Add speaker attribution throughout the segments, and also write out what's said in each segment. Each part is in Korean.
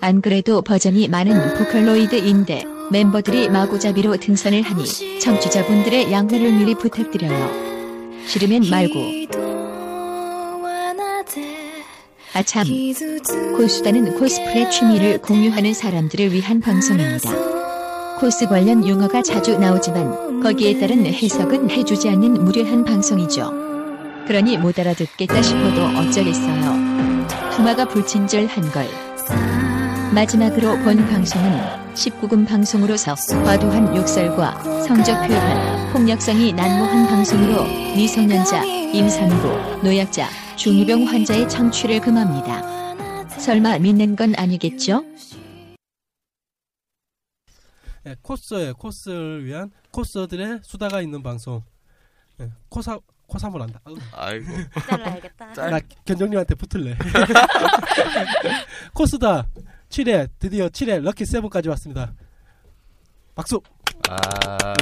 Speaker 1: 안 그래도 버전이 많은 보컬로이드인데 멤버들이 마구잡이로 등선을 하니 청취자분들의 양해를 미리 부탁드려요. 싫으면 말고 아참 음. 고수다는 코스프레 취미를 공유하는 사람들을 위한 방송입니다. 코스 관련 용어가 자주 나오지만 거기에 따른 해석은 해주지 않는 무료한 방송이죠. 그러니 못 알아듣겠다 싶어도 어쩌겠어요. 부마가 불친절한 걸. 마지막으로 본 방송은 19금 방송으로서 과도한 욕설과 성적 표현, 폭력성이 난무한 방송으로 미성년자, 임산부, 노약자, 중이병 환자의 청취를 금합니다. 설마 믿는 건 아니겠죠?
Speaker 2: 예, 코스에 코스를 위한 코스들의 수다가 있는 방송. 예, 코사 코사물 한다. 아우,
Speaker 3: 아이고.
Speaker 4: 잘라야겠다.
Speaker 3: 짤.
Speaker 2: 나 견정님한테 붙을래. 코스다 7회 드디어 7회 럭키 세븐까지 왔습니다. 박수.
Speaker 3: 아.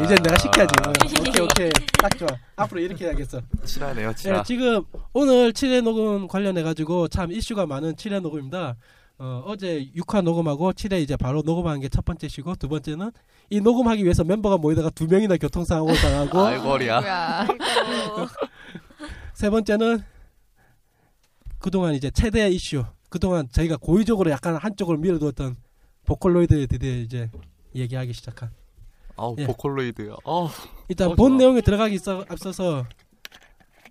Speaker 2: 이제 내가 시켜야지. 어, 오케이 오케이 딱 좋아. 앞으로 이렇게 해야겠어.
Speaker 3: 칠하네요,
Speaker 2: 예,
Speaker 3: 칠하.
Speaker 2: 지금 오늘 7회 녹음 관련해 가지고 참 이슈가 많은 7회 녹음입니다. 어, 제 6화 녹음하고 7회 이제 바로 녹음하는 게 첫 번째시고 두 번째는 이 녹음하기 위해서 멤버가 모이다가 두 명이나 교통사고를 당하고
Speaker 3: 아이고리야.
Speaker 2: 세 번째는 그동안 이제 최대 이슈 그동안 저희가 고의적으로 약간 한쪽을 밀어두었던 보컬로이드에 대해 이제 얘기하기 시작한
Speaker 3: 아우,
Speaker 2: 예.
Speaker 3: 보컬로이드. 어.
Speaker 2: 일단
Speaker 3: 어,
Speaker 2: 본
Speaker 3: 좋아.
Speaker 2: 내용에 들어가기 있어- 앞서서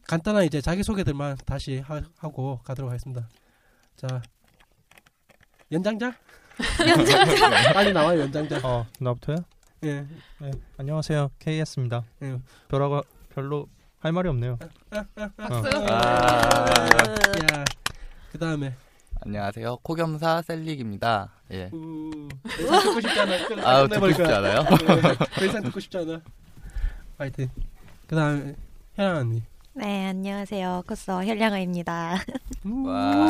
Speaker 2: 간단한 이제 자기소개들만 다시 하, 고 가도록 하겠습니다. 자 연장자? 연장자 빨리 나와요 연장자.
Speaker 5: 어, 나부터요?
Speaker 2: 예.
Speaker 5: 네, 안녕하세요. KS입니다. 네,
Speaker 2: 예.
Speaker 5: 별하고 별로 할 말이 없네요.
Speaker 3: 아.
Speaker 2: 야. 그 다음에
Speaker 3: 안녕하세요. 코겸사 셀릭입니다. 예.
Speaker 2: 더 이상 듣고 싶지 않아. 끝-
Speaker 3: 아우, 듣고
Speaker 2: 끝내버릴
Speaker 3: 싶지
Speaker 2: 거야.
Speaker 3: 않아요?
Speaker 2: 더 이상 네. 듣고 싶지 않아. 파이팅. 그 다음에 혜란 언니.
Speaker 4: 네, 안녕하세요. 코스어 현량아입니다.
Speaker 3: 와.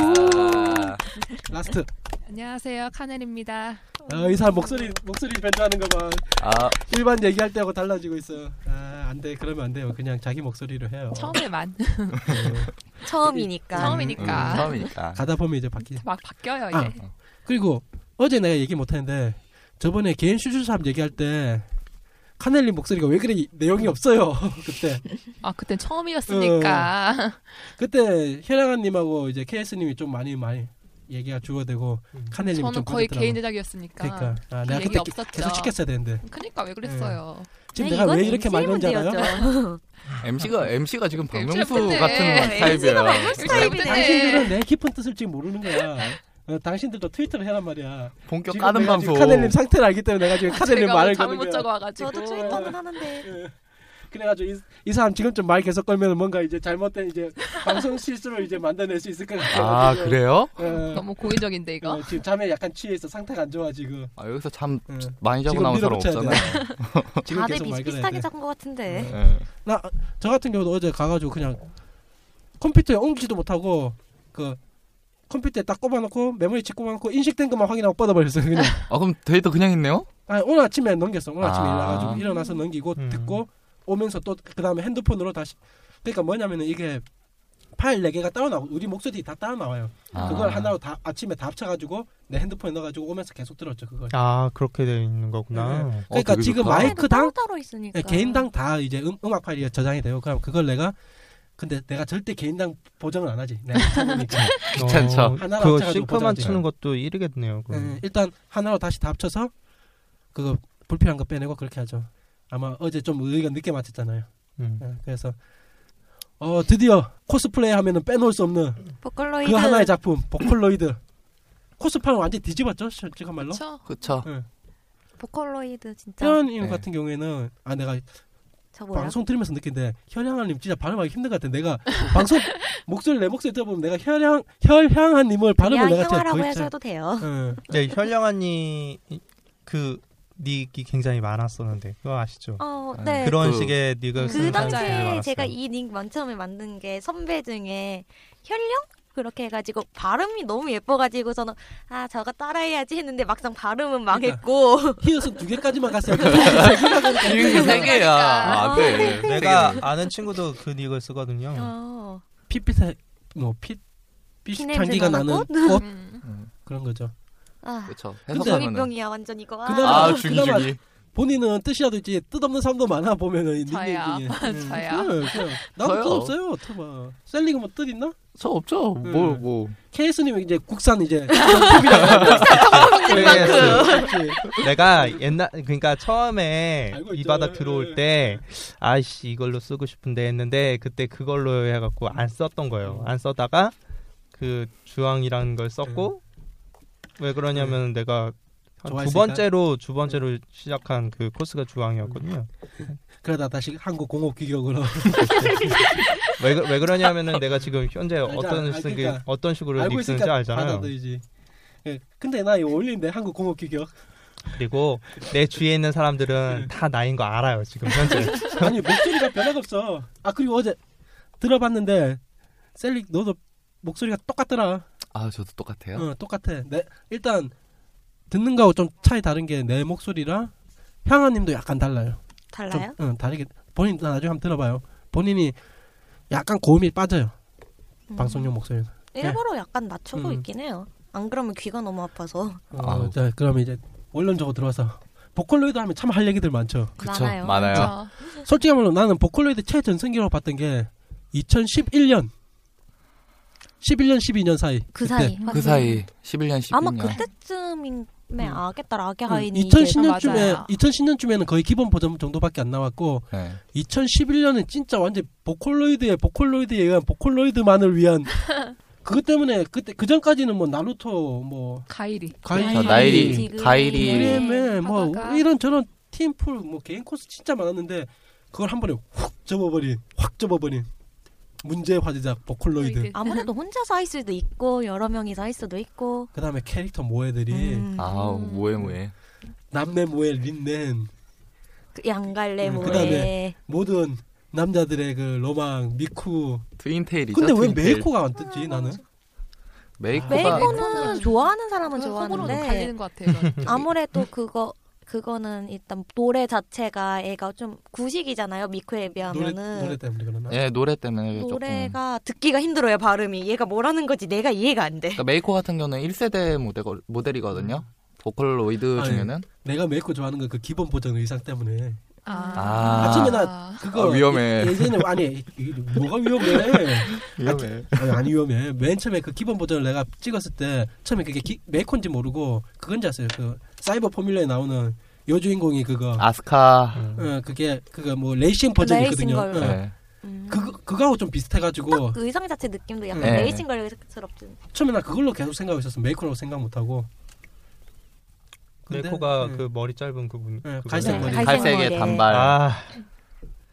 Speaker 2: 라스트.
Speaker 6: 안녕하세요, 카넬입니다.
Speaker 2: 아, 이 사람 목소리 목소리 변조하는 거 봐.
Speaker 3: 아,
Speaker 2: 일반 얘기할 때하고 달라지고 있어요. 아, 안 돼. 그러면 안 돼요. 그냥 자기 목소리로 해요. 네.
Speaker 6: 처음에만
Speaker 3: 음,
Speaker 4: 처음이니까.
Speaker 2: 그러니까.
Speaker 6: 처음이니까
Speaker 3: 처음이니까.
Speaker 2: 가다 보면 이제 바뀌.
Speaker 6: 막 바뀌어요 예.
Speaker 2: 아.
Speaker 6: 이제.
Speaker 2: 그리고 어제 내가 얘기 못 했는데 저번에 개인 슈슈샵 얘기할 때 카넬리 목소리가 왜 그래 내용이 없어요. 그때
Speaker 6: 아, 그땐 처음이었으니까.
Speaker 2: 어. 그때 혜랑아 님하고 이제 KS 님이 좀 많이 많이 얘기가 주어되고 카넬 님이 좀
Speaker 6: 저는 거의
Speaker 2: 빠졌더라고.
Speaker 6: 개인 제작이었으니까.
Speaker 2: 그러니까 네. 아, 내가
Speaker 6: 얘기
Speaker 2: 그때
Speaker 6: 없었죠. 네,
Speaker 2: 계속 시켰어야 되는데
Speaker 6: 그러니까 왜 그랬어요?
Speaker 2: 지금
Speaker 4: 네,
Speaker 2: 내가 왜 이렇게 말는지 알아요?
Speaker 3: MC가 MC가 지금 박명수
Speaker 6: MC가
Speaker 3: 같은
Speaker 6: 끝내.
Speaker 3: 타입이에요.
Speaker 6: 타입이네.
Speaker 2: 아, 당신들은 내 깊은 뜻을 지금 모르는 거야. 어, 당신들도 트위터를 해란 말이야.
Speaker 3: 본격
Speaker 2: 지금
Speaker 3: 그 까는
Speaker 2: 내가
Speaker 3: 방송.
Speaker 2: 지금 카넬님 상태를 알기 때문에 내가 지금 카넬님
Speaker 6: 제가
Speaker 2: 말을
Speaker 6: 뭐 잠을
Speaker 2: 거는
Speaker 6: 못
Speaker 2: 거야. 예.
Speaker 6: 적어와가지고.
Speaker 4: 저도 트위터는 하는데.
Speaker 2: 그래가지고 이, 이 사람 지금쯤 말 계속 걸면 뭔가 이제 잘못된 이제 방송 실수를 이제 만들어낼 수 있을 것 같아요.
Speaker 3: 아, 그래요?
Speaker 2: 어,
Speaker 6: 너무 고의적인데 이거.
Speaker 2: 어, 지금 잠에 약간 취해서 상태가 안 좋아 지금.
Speaker 3: 아, 여기서 참
Speaker 2: 어,
Speaker 3: 많이 자고
Speaker 2: 지금
Speaker 3: 나온 사람
Speaker 2: 밀어붙여야
Speaker 3: 없잖아요.
Speaker 2: 지금
Speaker 4: 다들
Speaker 2: 계속 말 네. 걸어야
Speaker 4: 비슷비슷하게
Speaker 2: 돼.
Speaker 4: 잡은 것 같은데.
Speaker 3: 예.
Speaker 2: 저 같은 경우도 어제 가가지고 그냥 컴퓨터에 옮기지도 못하고 그 컴퓨터에 딱 꼽아놓고 메모리 칩 꼽아놓고 인식된 것만 확인하고 뻗어버렸어요 그냥.
Speaker 3: 아, 그럼 데이터 그냥 있네요?
Speaker 2: 아 오늘 아침에 넘겼어. 오늘 아침에
Speaker 3: 아.
Speaker 2: 일어나가지고 일어나서 넘기고
Speaker 5: 음.
Speaker 2: 듣고 오면서 또 그 다음에 핸드폰으로 다시 그러니까 뭐냐면은 이게 파일 4 개가 따로 나오고 우리 목소리 다 따로 나와요.
Speaker 3: 아.
Speaker 2: 그걸 하나로 다 아침에 다 합쳐가지고 내 핸드폰에 넣어가지고 오면서 계속 들었죠 그걸.
Speaker 5: 아, 그렇게 되어 있는 거구나.
Speaker 3: 어,
Speaker 2: 그러니까
Speaker 3: 되게
Speaker 2: 지금
Speaker 3: 좋다.
Speaker 2: 마이크 당
Speaker 4: 뭐 따로 있으니까.
Speaker 2: 예, 개인당 다 이제 음, 악 파일이 저장이 돼요. 그럼 그걸 내가 근데 내가 절대 개인당 보정을 안 하지. 네, 내가 귀찮으니까.
Speaker 3: 귀찮죠.
Speaker 5: 어,
Speaker 2: 하나로
Speaker 5: 그거
Speaker 2: 합쳐가지고
Speaker 5: 싱크
Speaker 2: 보자,
Speaker 5: 맞추는 것도 일이겠네요. 그럼.
Speaker 2: 예, 일단 하나로 다시 다 합쳐서 그거 불필요한 거 빼내고 그렇게 하죠. 아마 어제 좀 의견 늦게 맞췄잖아요.
Speaker 5: 음.
Speaker 2: 예, 그래서 어 드디어 코스플레이 하면은 빼놓을 수 없는
Speaker 4: 보컬로이드
Speaker 2: 그 하나의 작품 보컬로이드 코스파는 완전 뒤집었죠 솔직한 말로
Speaker 6: 그렇죠.
Speaker 3: 그쵸.
Speaker 4: 보컬로이드 진짜
Speaker 2: 현이형
Speaker 3: 네.
Speaker 2: 같은 경우에는 아 내가
Speaker 4: 저 몰라.
Speaker 2: 방송 들으면서 느낀데 현향아님 진짜 발음하기 힘든 것 같아 내가 방송 목소리 내 목소리 들어보면 내가 혈향 혈향아님을 발음을
Speaker 4: 그냥
Speaker 2: 내가
Speaker 4: 형아라고
Speaker 2: 거의 예,
Speaker 4: 해서도 돼요.
Speaker 2: 응.
Speaker 5: 네, 현령아니 그 닉이 굉장히 많았었는데 그거 아시죠?
Speaker 4: 어,
Speaker 3: 아,
Speaker 4: 네.
Speaker 5: 그런
Speaker 3: 그-
Speaker 5: 식의 닉을
Speaker 4: 그
Speaker 5: 쓰는 사람들이
Speaker 4: 당시에
Speaker 5: 많았어요.
Speaker 4: 제가 이 닉 맨 처음에 만든 게 선배 중에 현령? 그렇게 해가지고 발음이 너무 예뻐가지고 저는 아 저거 따라해야지 했는데 막상 발음은 망했고
Speaker 2: 히읗은 두 개까지만 갔어요
Speaker 3: 이게 아, 세 개야. 아, 그래.
Speaker 5: 내가 아는 친구도 그 닉을 쓰거든요.
Speaker 4: 어,
Speaker 2: 핏빛에 뭐핏
Speaker 4: 피냄새
Speaker 2: 빛향기가 나는
Speaker 4: 나는
Speaker 2: 꽃
Speaker 6: 음.
Speaker 2: 그런 거죠
Speaker 4: 아
Speaker 3: 그렇죠. 해석하면은
Speaker 4: 성인병이야 완전 이거
Speaker 2: 그나마-
Speaker 4: 아,
Speaker 3: 아, 중이
Speaker 2: 그나마-
Speaker 3: 중이.
Speaker 2: 본인은 뜻이라도 있지 뜻없는 사람도 많아 보면은 이 닉네임
Speaker 6: 저야.
Speaker 2: 중에
Speaker 6: 저야.
Speaker 2: 그래, 그래. 나도
Speaker 3: 저요.
Speaker 2: 뜻 없어요 터봐 셀링은 뭐뜻 있나?
Speaker 3: 저 없죠.
Speaker 2: 네.
Speaker 3: 뭐 뭐.
Speaker 2: 케이스님 이제 국산 이제 정품이라고
Speaker 5: 내가 옛날 그러니까 처음에
Speaker 2: 알고
Speaker 5: 이
Speaker 2: 있죠. 예,
Speaker 5: 바닥 들어올 때 아이씨 이걸로 쓰고 싶은데 했는데 그때 그걸로 해갖고 안 썼던
Speaker 2: 음.
Speaker 5: 거예요. 안 쓰다가 그 주황이라는 걸 썼고 왜 그러냐면 내가 한
Speaker 2: 음.
Speaker 5: 두
Speaker 2: 네. 좋아했으니까.
Speaker 5: 번째로 두
Speaker 2: 네.
Speaker 5: 번째로 시작한 그 코스가
Speaker 2: 음.
Speaker 5: 주황이었거든요.
Speaker 2: 그러다 다시 한국 공업 규격으로
Speaker 5: 왜, 그- 왜 그러냐면은 내가 지금 현재
Speaker 2: 알잖아.
Speaker 5: 어떤
Speaker 2: 아,
Speaker 5: 쓰기
Speaker 2: 그러니까.
Speaker 5: 어떤 식으로
Speaker 2: 알고
Speaker 5: 닉 쓰는지
Speaker 2: 있으니까
Speaker 5: 알잖아요.
Speaker 2: 받아들이지. 예. 근데 나 이거 어울리는데 한국 공업 규격.
Speaker 5: 그리고 내 주위에 있는
Speaker 2: 네.
Speaker 5: 사람들은 다 나인 거 알아요 지금 현재.
Speaker 2: 아니 목소리가 변화가 없어. 아 그리고 어제 들어봤는데 셀릭 너도 목소리가 똑같더라.
Speaker 3: 아, 저도 똑같아요.
Speaker 2: 어, 똑같아. 내, 일단 듣는 거하고 좀 차이 다른 게 내 목소리랑 향아님도 약간 달라요. 좀,
Speaker 4: 달라요?
Speaker 2: 응, 다르게 본인 나중에 한번 들어봐요. 본인이 약간 고음이 빠져요.
Speaker 4: 음.
Speaker 2: 방송용 목소리는.
Speaker 4: 일부러 약간 낮추고
Speaker 2: 음.
Speaker 4: 있긴 해요. 안 그러면 귀가 너무 아파서
Speaker 2: 어,
Speaker 3: 아우.
Speaker 2: 자, 그럼 이제 원론적으로 들어와서 보컬로이드 하면 참 할 얘기들 많죠.
Speaker 3: 그쵸.
Speaker 4: 많아요.
Speaker 3: 많아요.
Speaker 6: 저
Speaker 4: 그렇죠.
Speaker 2: 솔직히 말로 나는 보컬로이드 최전성기라고 봤던 게 2011년 11년 12년 사이
Speaker 4: 그
Speaker 2: 그때.
Speaker 4: 사이
Speaker 3: 그
Speaker 4: 완전-
Speaker 3: 사이 11년 12년.
Speaker 4: 아마 그때쯤임에 아겠다 라게 하인이 이제
Speaker 2: 음, 2010년쯤에
Speaker 6: 맞아요.
Speaker 2: 2010년쯤에는 거의 기본 버전 정도밖에 안 나왔고
Speaker 3: 네.
Speaker 2: 2011년은 진짜 완전 보컬로이드의 보컬로이드에 의한 보컬로이드만을 위한 그것 때문에 그때 그 전까지는 뭐 나루토 뭐
Speaker 6: 가이리.
Speaker 2: 가이리,
Speaker 3: 저
Speaker 4: 나일이,
Speaker 3: 나일이,
Speaker 4: 네, 지금
Speaker 3: 가일이.
Speaker 4: 네.
Speaker 2: 그램에 뭐
Speaker 6: 하다가.
Speaker 2: 이런 저런 팀풀 뭐 개인 코스 진짜 많았는데 그걸 한 번에 훅 접어버린 확 접어버린 문제 화제작 보컬로이드
Speaker 4: 아무래도 혼자서 할 수도 있고 여러 명이서 할 수도 있고
Speaker 2: 그 다음에 캐릭터 모해들이
Speaker 4: 음.
Speaker 3: 아우, 뭐해 뭐해.
Speaker 2: 남내 모해 린넨
Speaker 4: 그 양갈래
Speaker 2: 음,
Speaker 4: 모래
Speaker 2: 그다음에 모든 남자들의 그 로망 미쿠
Speaker 3: 트윈테일이죠.
Speaker 2: 근데 왜
Speaker 3: 트윈테일.
Speaker 2: 메이코가 안 뜨지 나는
Speaker 3: 메이코가
Speaker 4: 메이커는 좋아하는 사람은
Speaker 6: 그 호불호는
Speaker 4: 좋아하는데
Speaker 6: 갈리는 것 같아요. 이건.
Speaker 4: 아무래도 그거 그거는 일단 노래 자체가 애가 좀 구식이잖아요 미쿠에
Speaker 2: 노래,
Speaker 4: 비하면은
Speaker 2: 노래 때문에 그러나
Speaker 3: 예, 노래 때문에 조금
Speaker 4: 노래가 듣기가 힘들어요 발음이 얘가 뭐라는 거지 내가 이해가 안돼
Speaker 3: 그러니까 메이코 같은 경우는 1세대 모델, 모델이거든요. 보컬로이드
Speaker 2: 음. 아니,
Speaker 3: 중에는
Speaker 2: 내가 메이코 좋아하는 건 그 기본 보정 의상 때문에
Speaker 3: 아.
Speaker 2: 아침에
Speaker 6: 아.
Speaker 2: 그거
Speaker 3: 아, 위험해.
Speaker 2: 예- 예전에 아니 이- 뭐가 위험해
Speaker 3: 위험해.
Speaker 2: 아니, 아니 위험해 맨 처음에 그 기본 보정을 내가 찍었을 때 처음에 그게 기, 메이코인지 모르고 그건지 아세요 그 사이버 포뮬러에 나오는 여주인공이 그거
Speaker 3: 아스카.
Speaker 2: 어, 그게 그거 뭐 레이싱 버전이거든요
Speaker 4: 레이싱 걸로.
Speaker 2: 어.
Speaker 3: 네.
Speaker 4: 음.
Speaker 2: 그거 그거하고 좀 비슷해가지고
Speaker 4: 그 의상 자체 느낌도 약간
Speaker 3: 네.
Speaker 4: 레이싱 걸스럽든
Speaker 2: 처음에 나 그걸로 계속 생각하고 있었어 메이커라고 생각 못하고 근데,
Speaker 5: 메이코가
Speaker 2: 예.
Speaker 5: 그 머리 짧은 그분.
Speaker 2: 네,
Speaker 5: 그분.
Speaker 2: 갈색 머리.
Speaker 4: 갈색
Speaker 3: 갈색의
Speaker 4: 머리.
Speaker 3: 단발.
Speaker 5: 아, 저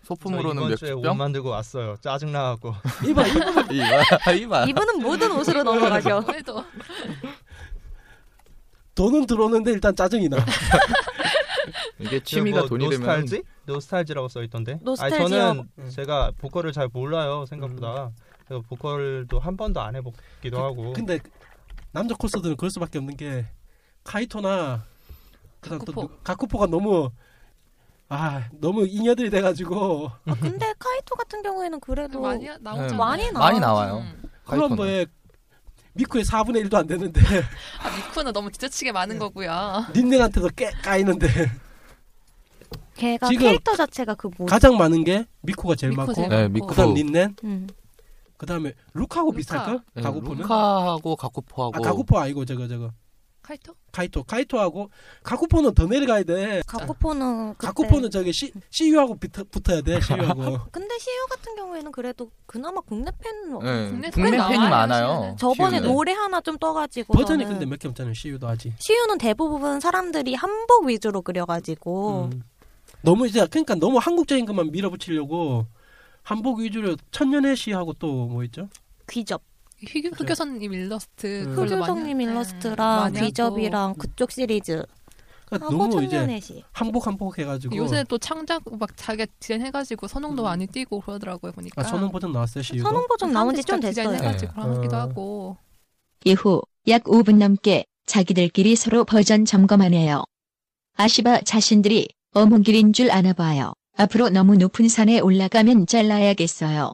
Speaker 3: 소품으로는
Speaker 5: 이번 주에 옷
Speaker 3: 맥주병.
Speaker 5: 만들고 왔어요. 짜증 나갖고.
Speaker 2: 이봐
Speaker 3: 이만. 이만.
Speaker 4: 이분은 모든 옷으로 넘어가죠
Speaker 6: 그래도
Speaker 2: 돈은 들어오는데 일단 짜증이 나
Speaker 3: 이게 취미가
Speaker 5: 뭐
Speaker 3: 돈이 되면
Speaker 5: 노스탈지? 노스탈지라고 써 있던데.
Speaker 4: 노스탈지요.
Speaker 5: 아니, 저는
Speaker 2: 음.
Speaker 5: 제가 보컬을 잘 몰라요 생각보다.
Speaker 3: 음.
Speaker 5: 제가 보컬도 한 번도 안
Speaker 3: 그,
Speaker 5: 해보기도 하고.
Speaker 2: 근데 남자 코스들은 그럴 수밖에 없는 게 카이토나 그다음 또
Speaker 6: 가쿠포.
Speaker 2: 누- 가쿠포가 너무 아 너무 잉여들이 돼가지고
Speaker 4: 아, 근데 카이토 같은 경우에는 그래도
Speaker 6: 많이
Speaker 4: 많이,
Speaker 6: 나오잖아요.
Speaker 3: 네.
Speaker 4: 나와
Speaker 3: 많이 나와요.
Speaker 6: 음.
Speaker 3: 카이토는.
Speaker 2: 콜럼버의 미쿠의 4분의 1도 안 되는데
Speaker 6: 아, 미쿠는 너무 지나치게
Speaker 2: 네.
Speaker 6: 많은 거고요.
Speaker 2: 닌넨한테도 그 깨 까이는데
Speaker 4: 걔가
Speaker 2: 지금
Speaker 4: 캐릭터 자체가 그 뭐.
Speaker 2: 가장 많은 게 미쿠가 제일
Speaker 6: 미쿠
Speaker 2: 많고
Speaker 6: 제일
Speaker 3: 네,
Speaker 6: 많고.
Speaker 3: 미쿠.
Speaker 2: 그다음 닌넨
Speaker 4: 음.
Speaker 2: 그다음에 루카하고
Speaker 6: 루카.
Speaker 2: 비슷할걸
Speaker 3: 네,
Speaker 2: 가구포는
Speaker 3: 루카하고 가쿠포하고
Speaker 2: 아 가구포 아니고 저거 저거
Speaker 6: 카이토?
Speaker 2: 카이토 카이토하고 가쿠포는 더 내려가야 돼.
Speaker 4: 가코포는 그때-
Speaker 2: 아, 가쿠포는 저기 시, CU하고 붙어, 붙어야 돼. CU하고.
Speaker 4: 근데 시우 같은 경우에는 그래도 그나마 국내 팬은 없-
Speaker 3: 네,
Speaker 6: 국내
Speaker 3: 국내
Speaker 6: 팬이
Speaker 3: 팬이
Speaker 6: 많아요,
Speaker 3: 많아요.
Speaker 4: 저번에
Speaker 3: 시우는.
Speaker 4: 노래 하나 좀 떠가지고
Speaker 2: 버전이
Speaker 4: 저는
Speaker 2: 근데 뭐- 몇 개 없잖아요. CU도 아직.
Speaker 4: 시우는 대부분 사람들이 한복 위주로 그려가지고
Speaker 2: 음. 너무 이제 그러니까 너무 한국적인 것만 밀어붙이려고 한복 위주로 천년의 시하고 또 뭐 있죠?
Speaker 4: 귀접
Speaker 6: 흑유- 흑교선님 일러스트
Speaker 2: 음.
Speaker 6: 그걸로 많이
Speaker 4: 흑유성님
Speaker 6: 하- 네,
Speaker 4: 일러스트랑
Speaker 6: 많이 하고.
Speaker 4: 귀접이랑 그쪽 시리즈
Speaker 2: 그러니까
Speaker 4: 하고
Speaker 2: 너무 이제
Speaker 4: 천년의 시
Speaker 2: 한복 한복 해가지고
Speaker 6: 요새 또 창작 막 자기가 디자인해가지고 선홍도
Speaker 2: 음.
Speaker 6: 많이 뛰고 그러더라고요 보니까
Speaker 2: 아 선홍 버전 나왔어요 CU도.
Speaker 4: 선홍 버전 나온 지 좀
Speaker 6: 사람들이 직접
Speaker 4: 됐어요.
Speaker 6: 음. 디자인해가지고
Speaker 2: 네.
Speaker 6: 하기도
Speaker 2: 어.
Speaker 6: 하고
Speaker 1: 이후 약 5분 넘게 자기들끼리 서로 버전 점검하네요. 아시바 자신들이 어몽길인 줄 아나봐요. 앞으로 너무 높은 산에 올라가면 잘라야겠어요.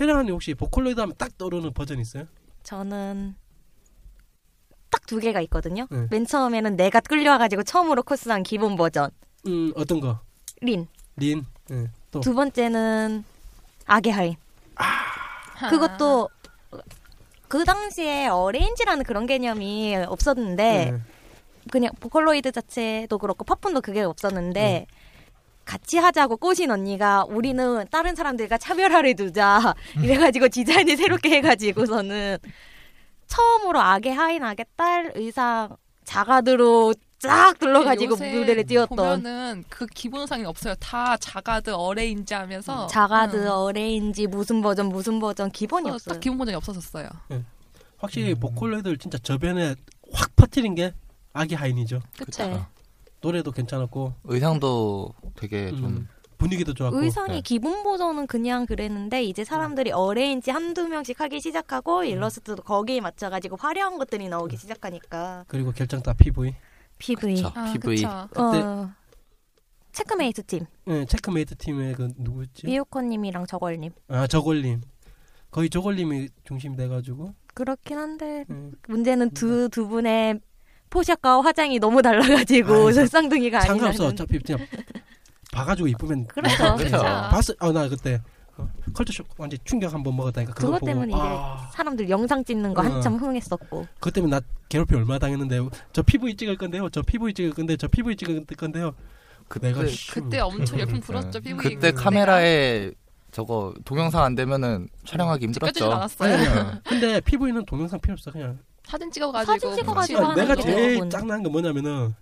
Speaker 2: 혜령언니 혹시 보컬로이드 하면 딱 떠오르는 버전 있어요?
Speaker 4: 저는 딱 두 개가 있거든요.
Speaker 2: 네.
Speaker 4: 맨 처음에는 내가 끌려와가지고 처음으로 코스한 기본 버전
Speaker 2: 음 어떤 거?
Speaker 4: 린.
Speaker 2: 린. 예. 또
Speaker 4: 두 번째는 악의 하인. 아. 그것도
Speaker 6: 아.
Speaker 4: 그 당시에 어레인지라는 그런 개념이 없었는데
Speaker 2: 예.
Speaker 4: 그냥 보컬로이드 자체도 그렇고 팝콘도 그게 없었는데 같이 하자고 꼬신 언니가 우리는 다른 사람들과 차별화를 두자 이래가지고 디자인을 새롭게 해가지고서는 처음으로 악의 하인 악의 딸 의상 자가드로 쫙 둘러가지고
Speaker 6: 요새
Speaker 4: 무대를 띄웠던
Speaker 6: 보면은 그 기본 의상이 없어요. 다 자가드 어레인지 하면서
Speaker 4: 음, 자가드
Speaker 6: 응.
Speaker 4: 어레인지 무슨 버전 무슨 버전 기본이
Speaker 6: 어,
Speaker 4: 없어요.
Speaker 6: 딱 기본 버전이 없어졌어요.
Speaker 2: 확실히 보컬로이드를 진짜 저변에 확 퍼뜨린 게 아기 하인이죠.
Speaker 6: 그쵸?
Speaker 4: 네.
Speaker 2: 노래도 괜찮았고 음,
Speaker 3: 의상도 되게 좀
Speaker 2: 분위기도 좋았고.
Speaker 4: 의상이
Speaker 3: 네.
Speaker 4: 기본 버전은 그냥 그랬는데 이제 사람들이 어레인지 한두 명씩 하기 시작하고
Speaker 2: 음.
Speaker 4: 일러스트도 거기에 맞춰가지고 화려한 것들이 나오기 시작하니까
Speaker 2: 그리고 결정타 PV.
Speaker 4: PV
Speaker 3: 자,
Speaker 6: 아,
Speaker 3: PV
Speaker 6: 그쵸.
Speaker 4: 어, 체크메이트 팀
Speaker 2: 예, 체크메이트 팀의 그 누구였지?
Speaker 4: 미오코님이랑 저걸님
Speaker 2: 아 저걸님. 거의 저걸님이 중심 돼가지고.
Speaker 4: 그렇긴 한데
Speaker 2: 예.
Speaker 4: 문제는 두 두 분의 포샵과 화장이 너무 달라가지고
Speaker 2: 아이, 저-
Speaker 4: 쌍둥이가 그러니까
Speaker 2: 상관없어
Speaker 4: 아니라는
Speaker 2: 어차피 네, 그냥 봐가지고 이쁘면
Speaker 4: 그렇죠.
Speaker 2: 나오잖아요.
Speaker 3: 그렇죠.
Speaker 2: 봤을 어나 그때 어, 컬처쇼 완전 충격 한 번 먹었다니까 그거
Speaker 4: 그것
Speaker 2: 보고,
Speaker 4: 때문에 이제
Speaker 2: 아,
Speaker 4: 사람들 영상 찍는 거
Speaker 2: 어.
Speaker 4: 한참 흥했었고
Speaker 2: 그것 때문에 나 괴롭힘 얼마 나 당했는데 저 PV 찍을 건데요 저 PV 찍을 건데 저 PV 찍을 건데요 그 내가
Speaker 3: 그때-
Speaker 2: 씨,
Speaker 6: 그때 엄청 열풍
Speaker 3: 네.
Speaker 6: 불었죠. 피부
Speaker 3: 그때 카메라에 저거 동영상 안 되면은 촬영하기
Speaker 6: 찍어주지
Speaker 3: 힘들었죠.
Speaker 6: 않았어요.
Speaker 3: 네.
Speaker 2: 근데 PV는 동영상 필요 없어 그냥
Speaker 6: 사진 찍어가지고
Speaker 4: 사진 찍어가지고
Speaker 2: 아니,
Speaker 4: 하는
Speaker 2: 내가
Speaker 4: 아, 거.
Speaker 2: 제일
Speaker 4: 그건.
Speaker 2: 짱난 게 뭐냐면은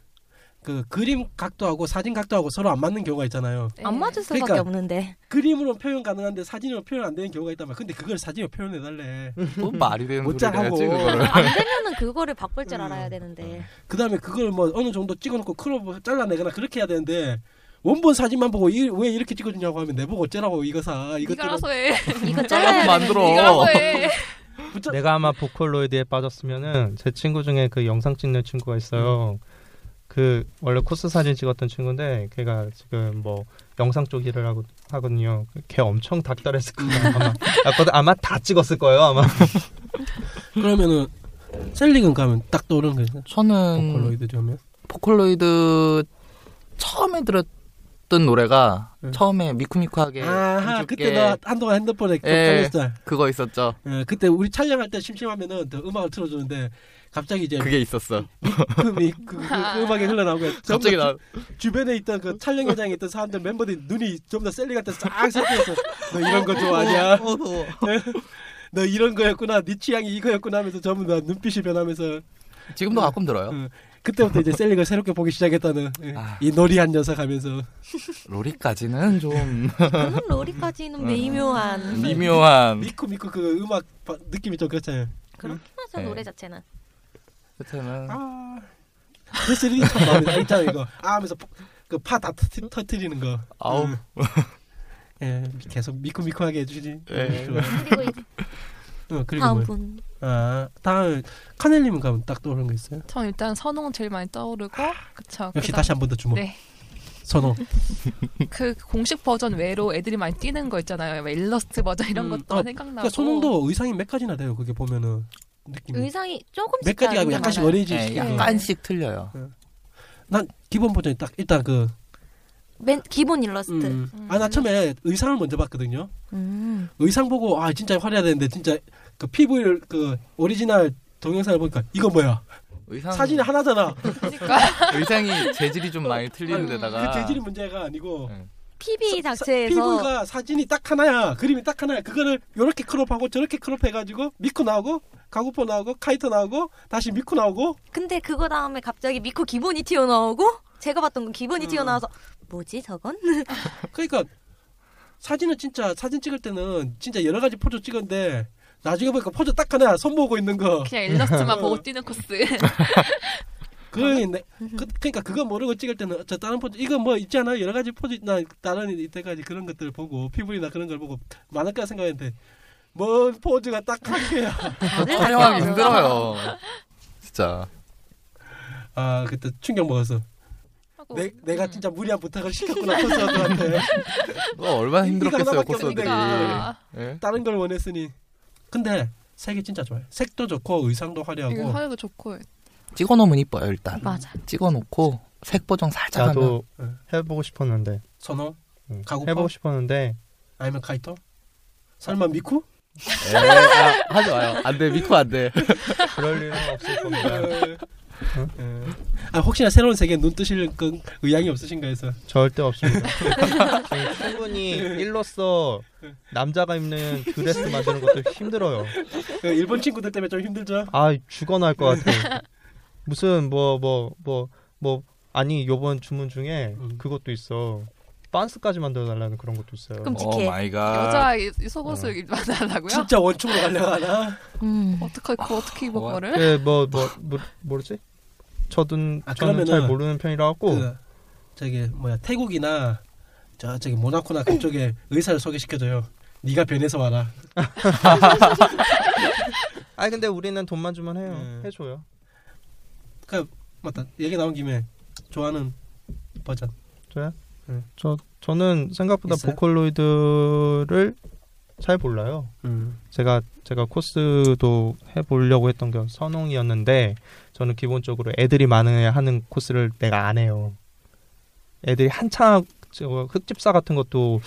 Speaker 2: 그 그림 각도하고 사진 각도하고 서로 안 맞는 경우가 있잖아요
Speaker 6: 네.
Speaker 4: 안 맞을 수밖에
Speaker 2: 그러니까.
Speaker 4: 없는데
Speaker 2: 그림으로 표현 가능한데 사진으로 표현 안 되는 경우가 있단 말이야 근데 그걸 사진으로 표현해달래
Speaker 3: 뭐 말이 되는
Speaker 2: 못
Speaker 3: 소리 해야지
Speaker 2: 자라고.
Speaker 3: 그거를.
Speaker 4: 안 되면은 그거를 바꿀 줄
Speaker 2: 음.
Speaker 4: 알아야 되는데
Speaker 2: 그 다음에 그걸 뭐 어느 정도 찍어놓고 크롭 잘라내거나 그렇게 해야 되는데 원본 사진만 보고 이, 왜 이렇게 찍어주냐고 하면 내보고 어쩌라고 이거 사 이거 찍어
Speaker 6: 네가 알아서 해.
Speaker 4: 이거
Speaker 3: 짤라고
Speaker 2: 음.
Speaker 4: 잘라야 되는데
Speaker 6: 네가 알아서
Speaker 3: 만들어.
Speaker 6: 해.
Speaker 2: 붙여
Speaker 3: 네.
Speaker 5: 내가 아마 보컬로이드에 빠졌으면은 제 친구 중에 그 영상 찍는 친구가
Speaker 3: 음.
Speaker 5: 있어요. 그 원래 코스 사진 찍었던 친구인데 걔가 지금 뭐 영상 쪽 일을 하고 하거든요. 걔 엄청 닥달했을 거예요. 아마 아마- 아마 다 찍었을 거예요. 아마
Speaker 2: 그러면은 셀링은 가면 딱 떠오르는 거죠
Speaker 3: 저는
Speaker 2: 보컬로이드 하면
Speaker 3: 보컬로이드 처음에 들었던 노래가
Speaker 2: 네.
Speaker 3: 처음에 미쿠미쿠하게
Speaker 2: 아하
Speaker 3: 예, 힘줄게
Speaker 2: 그때 나 한동안 핸드폰에
Speaker 3: 예.
Speaker 2: 깔렸어
Speaker 3: 그거 있었죠.
Speaker 2: 예, 그때 우리 촬영할 때 심심하면은 또 음악을 틀어주는데 갑자기 이제
Speaker 3: 그게 있었어.
Speaker 2: 금이 그, 그, 그 음악이 흘러나오고 전부
Speaker 3: 갑자기
Speaker 2: 다
Speaker 3: 나
Speaker 2: 주- 주변에 있던 그 촬영 현장에 있던 사람들 멤버들이 눈이 전부 다 셀링한테 싹 섞여서 너 이런 거 좋아하냐 너 이런 거였구나 네 취향이 이거였구나 하면서 전부 다 눈빛이 변하면서
Speaker 3: 지금도 가끔 들어요.
Speaker 2: 음. 그때부터 이제 셀링을 새롭게 보기 시작했다는 예,
Speaker 3: 아.
Speaker 2: 이 놀이한 녀석 하면서
Speaker 3: 로리까지는 좀
Speaker 4: 그는
Speaker 2: 음.
Speaker 4: 로리까지는 미묘한
Speaker 3: 미묘한.
Speaker 2: 미쿠 미쿠 그 음악 바- 느낌이 좀 그렇잖아요
Speaker 4: 그렇긴 하죠
Speaker 3: 네.
Speaker 4: 노래 자체는
Speaker 3: 그때는
Speaker 2: 아 그스리 참 마음에 나 있잖아 이거 아 하면서 그 파 다 터트리는 거
Speaker 3: 아우
Speaker 2: 음. 예, 계속 미쿠미쿠하게 해주시지
Speaker 3: 예.
Speaker 2: 좋아요.
Speaker 4: 그리고 이제
Speaker 2: 어, 그리고
Speaker 4: 다음
Speaker 2: 뭐요?
Speaker 4: 분
Speaker 2: 아, 다음 카넬님 가면 딱 떠오르는 거 있어요?
Speaker 6: 전 일단 선홍 제일 많이 떠오르고 그쵸.
Speaker 4: 아,
Speaker 2: 역시
Speaker 6: 그다음-
Speaker 2: 다시 한 번 뭐. 더 주목.
Speaker 6: 네.
Speaker 2: 선호.
Speaker 6: 그 공식 버전 외로 애들이 많이 뛰는 거 있잖아요. 왜 일러스트 버전 이런
Speaker 2: 음,
Speaker 6: 것도
Speaker 2: 아,
Speaker 6: 생각나고.
Speaker 2: 그러니까 선홍도 의상이 몇 가지나 돼요. 그게 보면은 느낌. 이
Speaker 4: 의상이 조금씩
Speaker 2: 몇 가지가 아니고
Speaker 4: 다르게
Speaker 2: 약간씩
Speaker 4: 많아요.
Speaker 2: 어린이집.
Speaker 3: 예,
Speaker 2: 시키고.
Speaker 3: 약간씩 틀려요.
Speaker 2: 난 기본 버전이 딱 일단 그.
Speaker 4: 맨 기본 일러스트 음.
Speaker 2: 아 나 처음에 의상을 먼저 봤거든요. 의상 보고 아 진짜 화려해야 되는데 진짜 그 피부를 그 오리지널 동영상을 보니까 이거 뭐야?
Speaker 3: 의상
Speaker 2: 사진이 하나잖아.
Speaker 3: 의상이 재질이 좀 많이 틀리는
Speaker 6: 아니,
Speaker 3: 데다가
Speaker 2: 그 재질이 문제가 아니고
Speaker 3: 네.
Speaker 4: PB
Speaker 2: 사-
Speaker 4: 자체에서
Speaker 2: 피부가 사진이 딱 하나야. 그림이 딱 하나야. 그거를 요렇게 크롭하고 저렇게 크롭해가지고 미코 나오고 가구포 나오고 카이터 나오고 다시 미코 나오고
Speaker 4: 근데 그거 다음에 갑자기 미코 기본이 튀어나오고 제가 봤던 건 기본이
Speaker 2: 음.
Speaker 4: 튀어나와서 뭐지 저건?
Speaker 2: 그러니까 사진은 진짜 사진 찍을 때는 진짜 여러 가지 포즈 찍었는데 나중에 보니까 포즈 딱 하나 손 모으고 있는 거.
Speaker 6: 그냥 일러스트만 보고 뛰는 코스.
Speaker 2: 그, 그 그러니까 그거 모르고 찍을 때는 저 다른 포즈 이거 뭐 있지 않아요? 여러 가지 포즈 나 다른 이때까지 그런 것들 보고 피부이나 그런 걸 보고 많을 거라 생각했는데 뭔 포즈가 딱 한 개야.
Speaker 3: 촬영하기
Speaker 4: 아,
Speaker 3: 힘들어요. 진짜.
Speaker 2: 아 그때 충격 먹었어. 음.
Speaker 6: 하고.
Speaker 2: 내, 내가 진짜 무리한 부탁을 시켰구나 콘서트한테
Speaker 3: 어, 얼마나 힘들었겠어요,
Speaker 2: 이거 하나밖에
Speaker 3: 코스들이.
Speaker 6: 그러니까.
Speaker 3: 예?
Speaker 2: 다른 걸 원했으니 근데 색이 진짜 좋아요 색도 좋고 의상도
Speaker 6: 이거
Speaker 2: 화려하고
Speaker 6: 화려도 좋고.
Speaker 3: 찍어 놓으면 이뻐요, 일단.
Speaker 6: 맞아.
Speaker 3: 찍어 놓고 색 보정 살짝 하면
Speaker 5: 나도 해보고 싶었는데
Speaker 2: 선호
Speaker 5: 응.
Speaker 2: 가구파?
Speaker 5: 해보고 싶었는데
Speaker 2: 아니면 카이토 설마 미쿠
Speaker 3: 에, 아, 하지 마요. 안 돼. 미코 안 돼.
Speaker 5: 그럴 일은 없을 겁니다.
Speaker 2: 에, 에. 아 혹시나 새로운 세계에 눈 뜨실 건 의향이 없으신가 해서
Speaker 5: 절대 없습니다. 지금 충분히 일로서 남자가 입는 드레스 만드는 것도 힘들어요.
Speaker 2: 그 일본 친구들 때문에 좀 힘들죠
Speaker 5: 아 죽어날 것 같아. 무슨 뭐 뭐 뭐 뭐 아니 요번 주문 중에
Speaker 2: 음.
Speaker 5: 그것도 있어. 반스까지 만들어 달라는 그런 것도 있어요.
Speaker 4: 그럼
Speaker 3: 오
Speaker 4: 끔찍해.
Speaker 3: 마이 갓.
Speaker 6: 여자 이- 이 속옷을 입만하라고요
Speaker 2: 진짜 원충으로 가려고 하나
Speaker 1: 음.
Speaker 6: 어떻게 그거 어떻게 입은
Speaker 3: 어,
Speaker 6: 거를?
Speaker 5: 그뭐뭐 뭐, 뭐, 뭐지? 저든
Speaker 2: 아,
Speaker 5: 저는
Speaker 2: 그러면은
Speaker 5: 잘 모르는 편이라 갖고
Speaker 2: 그 저기 뭐야 태국이나 저 저기 모나코나 그쪽에 의사를 소개시켜줘요 네가 변해서 와라
Speaker 5: 아니 근데 우리는 돈만 주면 해요.
Speaker 2: 음.
Speaker 5: 해줘요.
Speaker 2: 맞다 얘기 나온 김에 좋아하는 버전
Speaker 5: 저요?
Speaker 2: 네.
Speaker 5: 저 저는 생각보다
Speaker 2: 있어요?
Speaker 5: 보컬로이드를 잘 몰라요.
Speaker 2: 음.
Speaker 5: 제가 제가 코스도 해보려고 했던 게 선홍이었는데 저는 기본적으로 애들이 많아야 하는 코스를 내가 안 해요. 애들이 한창 저 흑집사 같은 것도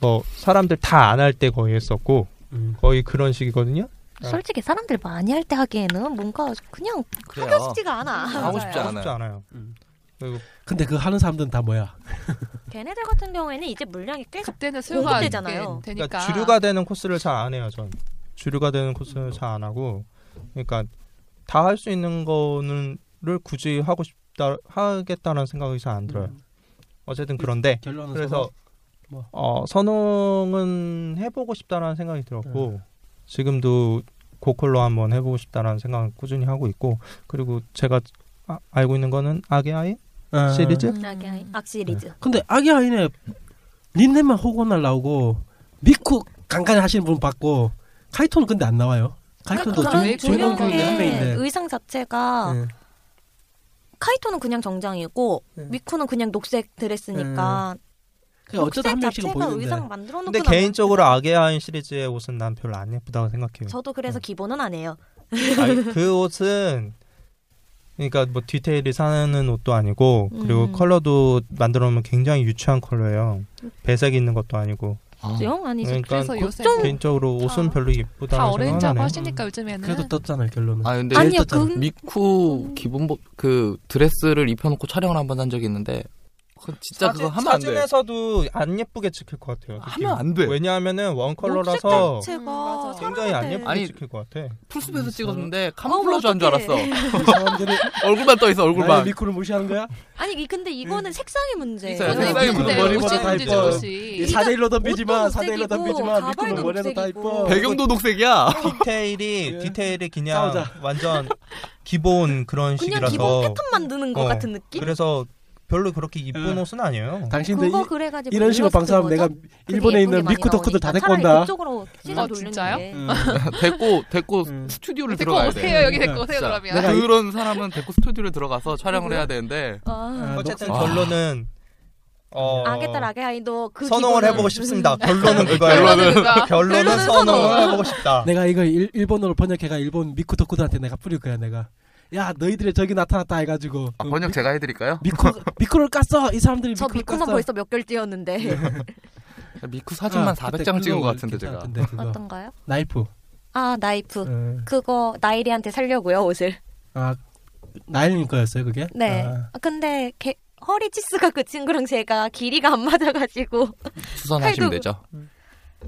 Speaker 5: 뭐 사람들 다 안 할 때 거의 했었고
Speaker 2: 음.
Speaker 5: 거의 그런 식이거든요.
Speaker 2: 아.
Speaker 4: 솔직히 사람들 많이 할 때 하기에는 뭔가 그냥
Speaker 3: 그래요.
Speaker 4: 쉽지가 않아.
Speaker 3: 하고 싶지
Speaker 5: 하고 싶지
Speaker 3: 않아요.
Speaker 5: 않아요.
Speaker 2: 음.
Speaker 5: 그리고
Speaker 2: 근데 그 하는 사람들은 다 뭐야
Speaker 4: 걔네들 같은 경우에는 이제 물량이 꽤
Speaker 6: 그때는 수요가 이렇게
Speaker 4: 공급되잖아요.
Speaker 6: 되니까.
Speaker 5: 그러니까 주류가 되는 코스를 잘 안 해요. 전 주류가 되는 코스를 잘 안 하고 그러니까 다 할 수 있는 거는를 굳이 하고 싶다 하겠다는 생각이 잘 안
Speaker 2: 음.
Speaker 5: 들어요. 어쨌든 그런데
Speaker 2: 결론은
Speaker 5: 그래서
Speaker 2: 뭐?
Speaker 5: 어, 선홍은 해보고 싶다라는 생각이 들었고 지금도 고컬로 한번 해보고 싶다라는 생각을 꾸준히 하고 있고 그리고 제가 아- 알고 있는 거는 악의 아이
Speaker 2: 서로-
Speaker 5: 시리즈
Speaker 6: 음.
Speaker 4: 아,
Speaker 2: 음.
Speaker 4: 음. 그러니까 악시리즈.
Speaker 2: 근데 아기 아이네 닌넨만 호구날 나오고 미쿠 간간히 하시는 분 봤고 카이토는 근데 안 나와요. 카이토도
Speaker 6: 그러니까
Speaker 2: 중-
Speaker 6: 왜
Speaker 2: 중간
Speaker 6: 그런
Speaker 2: 중에
Speaker 6: 게
Speaker 2: 한 명인데.
Speaker 4: 의상 자체가
Speaker 2: 예.
Speaker 4: 카이토는 그냥 정장이고
Speaker 2: 네.
Speaker 4: 미코는 그냥 녹색 드레스니까
Speaker 2: 그러니까 어쩌다 한 명씩은
Speaker 4: 자체가
Speaker 2: 보이는데.
Speaker 4: 의상 만들어 놓고
Speaker 5: 근데 개인적으로 악의 아이 시리즈의 옷은 난 별로 안 예쁘다고 생각해요
Speaker 4: 저도
Speaker 2: 네.
Speaker 4: 그래서 기본은 안 해요.
Speaker 5: 아니, 그 옷은 그러니까 뭐 디테일이 사는 옷도 아니고 그리고
Speaker 4: 음.
Speaker 5: 컬러도 만들어 놓으면 굉장히 유치한 컬러예요 배색이 있는 것도 아니고
Speaker 3: 아,
Speaker 4: 영 아니지.
Speaker 5: 그러니까
Speaker 6: 그래서
Speaker 5: 고-
Speaker 6: 요새
Speaker 5: 개인적으로 옷은
Speaker 6: 다-
Speaker 5: 별로
Speaker 6: 다
Speaker 5: 예쁘다고
Speaker 6: 어레인지하고
Speaker 5: 생각하네요
Speaker 6: 하시니까 요즘에는
Speaker 2: 그래도 떴잖아요 결론은.
Speaker 3: 아 근데
Speaker 4: 아니요,
Speaker 2: 떴잖아.
Speaker 4: 그
Speaker 3: 미쿠 기본복 그 드레스를 입혀놓고 촬영을 한 번 한 적이 있는데 그건 진짜
Speaker 5: 사진,
Speaker 3: 그거 하면 안 돼.
Speaker 5: 사진에서도 안 예쁘게 찍힐 것 같아요. 느낌.
Speaker 3: 하면 안 돼.
Speaker 5: 왜냐하면은 원 컬러라서
Speaker 4: 녹색 자체가
Speaker 6: 음, 맞아.
Speaker 5: 굉장히 안 예쁘게
Speaker 3: 아니,
Speaker 5: 찍힐 것 같아.
Speaker 3: 풀숲에서
Speaker 2: 음,
Speaker 3: 찍었는데
Speaker 4: 어머,
Speaker 3: 카모플라주 한 줄 알았어.
Speaker 4: 어떡해.
Speaker 2: 이 사람들이
Speaker 3: 얼굴만 떠 있어
Speaker 2: 나의
Speaker 3: 얼굴만.
Speaker 2: 미쿠를 무시하는 거야?
Speaker 4: 아니 이- 근데
Speaker 2: 네.
Speaker 4: 이거는 색상의 문제.
Speaker 3: 색상의
Speaker 6: 요새
Speaker 3: 색상이
Speaker 6: 근데
Speaker 3: 무슨 머리보다
Speaker 6: 옷이
Speaker 2: 다
Speaker 6: 문제지,
Speaker 2: 예뻐요.
Speaker 6: 옷이.
Speaker 2: 이 4대1로 덤비지만
Speaker 4: 옷도
Speaker 2: 4대1로
Speaker 4: 녹색이고,
Speaker 2: 덤비지만 미쿠는
Speaker 4: 가발도
Speaker 2: 뭐래도 다
Speaker 4: 녹색이고.
Speaker 2: 이뻐.
Speaker 3: 배경도 녹색이야.
Speaker 5: 디테일이
Speaker 2: 예.
Speaker 5: 디테일이 그냥
Speaker 2: 싸우자.
Speaker 5: 완전 기본 그런
Speaker 4: 그냥
Speaker 5: 식이라서
Speaker 4: 기본 패턴 만드는 것
Speaker 5: 어,
Speaker 4: 같은 느낌?
Speaker 5: 그래서 별로 그렇게 이쁜
Speaker 2: 예.
Speaker 5: 옷은 아니에요.
Speaker 2: 당신들
Speaker 4: 그거
Speaker 2: 이,
Speaker 4: 그래가지고
Speaker 2: 이런 식으로 방송하면 내가 일본에 있는 미쿠 덕후들 다 데리고 온다.
Speaker 4: 그쪽으로 시선
Speaker 6: 어,
Speaker 4: 돌리는
Speaker 6: 진짜요?
Speaker 4: 게.
Speaker 2: 음.
Speaker 3: 데리고 데리고
Speaker 2: 음.
Speaker 3: 스튜디오를
Speaker 6: 데리고
Speaker 3: 들어가야 네. 돼.
Speaker 6: 오세요 여기 데리고 오세요
Speaker 3: 진짜.
Speaker 6: 그러면.
Speaker 2: 내가 이-
Speaker 3: 그런 사람은 데리고 스튜디오를 들어가서 촬영을 해야 되는데
Speaker 4: 아,
Speaker 2: 아,
Speaker 5: 어쨌든
Speaker 2: 녹색.
Speaker 5: 결론은 어,
Speaker 4: 악의 딸 악의 아이도 그
Speaker 5: 선홍을
Speaker 4: 기분은-
Speaker 5: 해보고 싶습니다. 결론은 그거예요.
Speaker 6: 결론은 누가?
Speaker 5: 결론은 선홍을 해보고
Speaker 3: 아.
Speaker 5: 싶다.
Speaker 2: 내가 이거 일, 일본어로 번역해가 일본 미쿠 덕후들한테 내가 뿌릴 거야 내가. 야 너희들의 적이 나타났다 해가지고. 그
Speaker 3: 아, 번역 제가 해드릴까요?
Speaker 2: 미코 미코를 깠어 이 사람들이
Speaker 4: 저
Speaker 2: 미코를
Speaker 4: 미코만
Speaker 2: 깠어.
Speaker 4: 벌써 몇 개월 뛰었는데
Speaker 3: 미쿠 사진만
Speaker 2: 아, 그때
Speaker 3: 400장 찍은
Speaker 2: 그거
Speaker 3: 것 같은데 제가.
Speaker 2: 괜찮았던데, 그거.
Speaker 4: 어떤가요?
Speaker 2: 나이프
Speaker 4: 아 나이프
Speaker 2: 예.
Speaker 4: 그거 나일이한테 살려고요 옷을.
Speaker 2: 아 나일님 거였어요 그게?
Speaker 4: 네.
Speaker 2: 아,
Speaker 4: 아, 근데 걔 허리 치수가 그 친구랑 제가 길이가 안 맞아가지고
Speaker 3: 수선하시면
Speaker 4: 칼도-
Speaker 3: 되죠.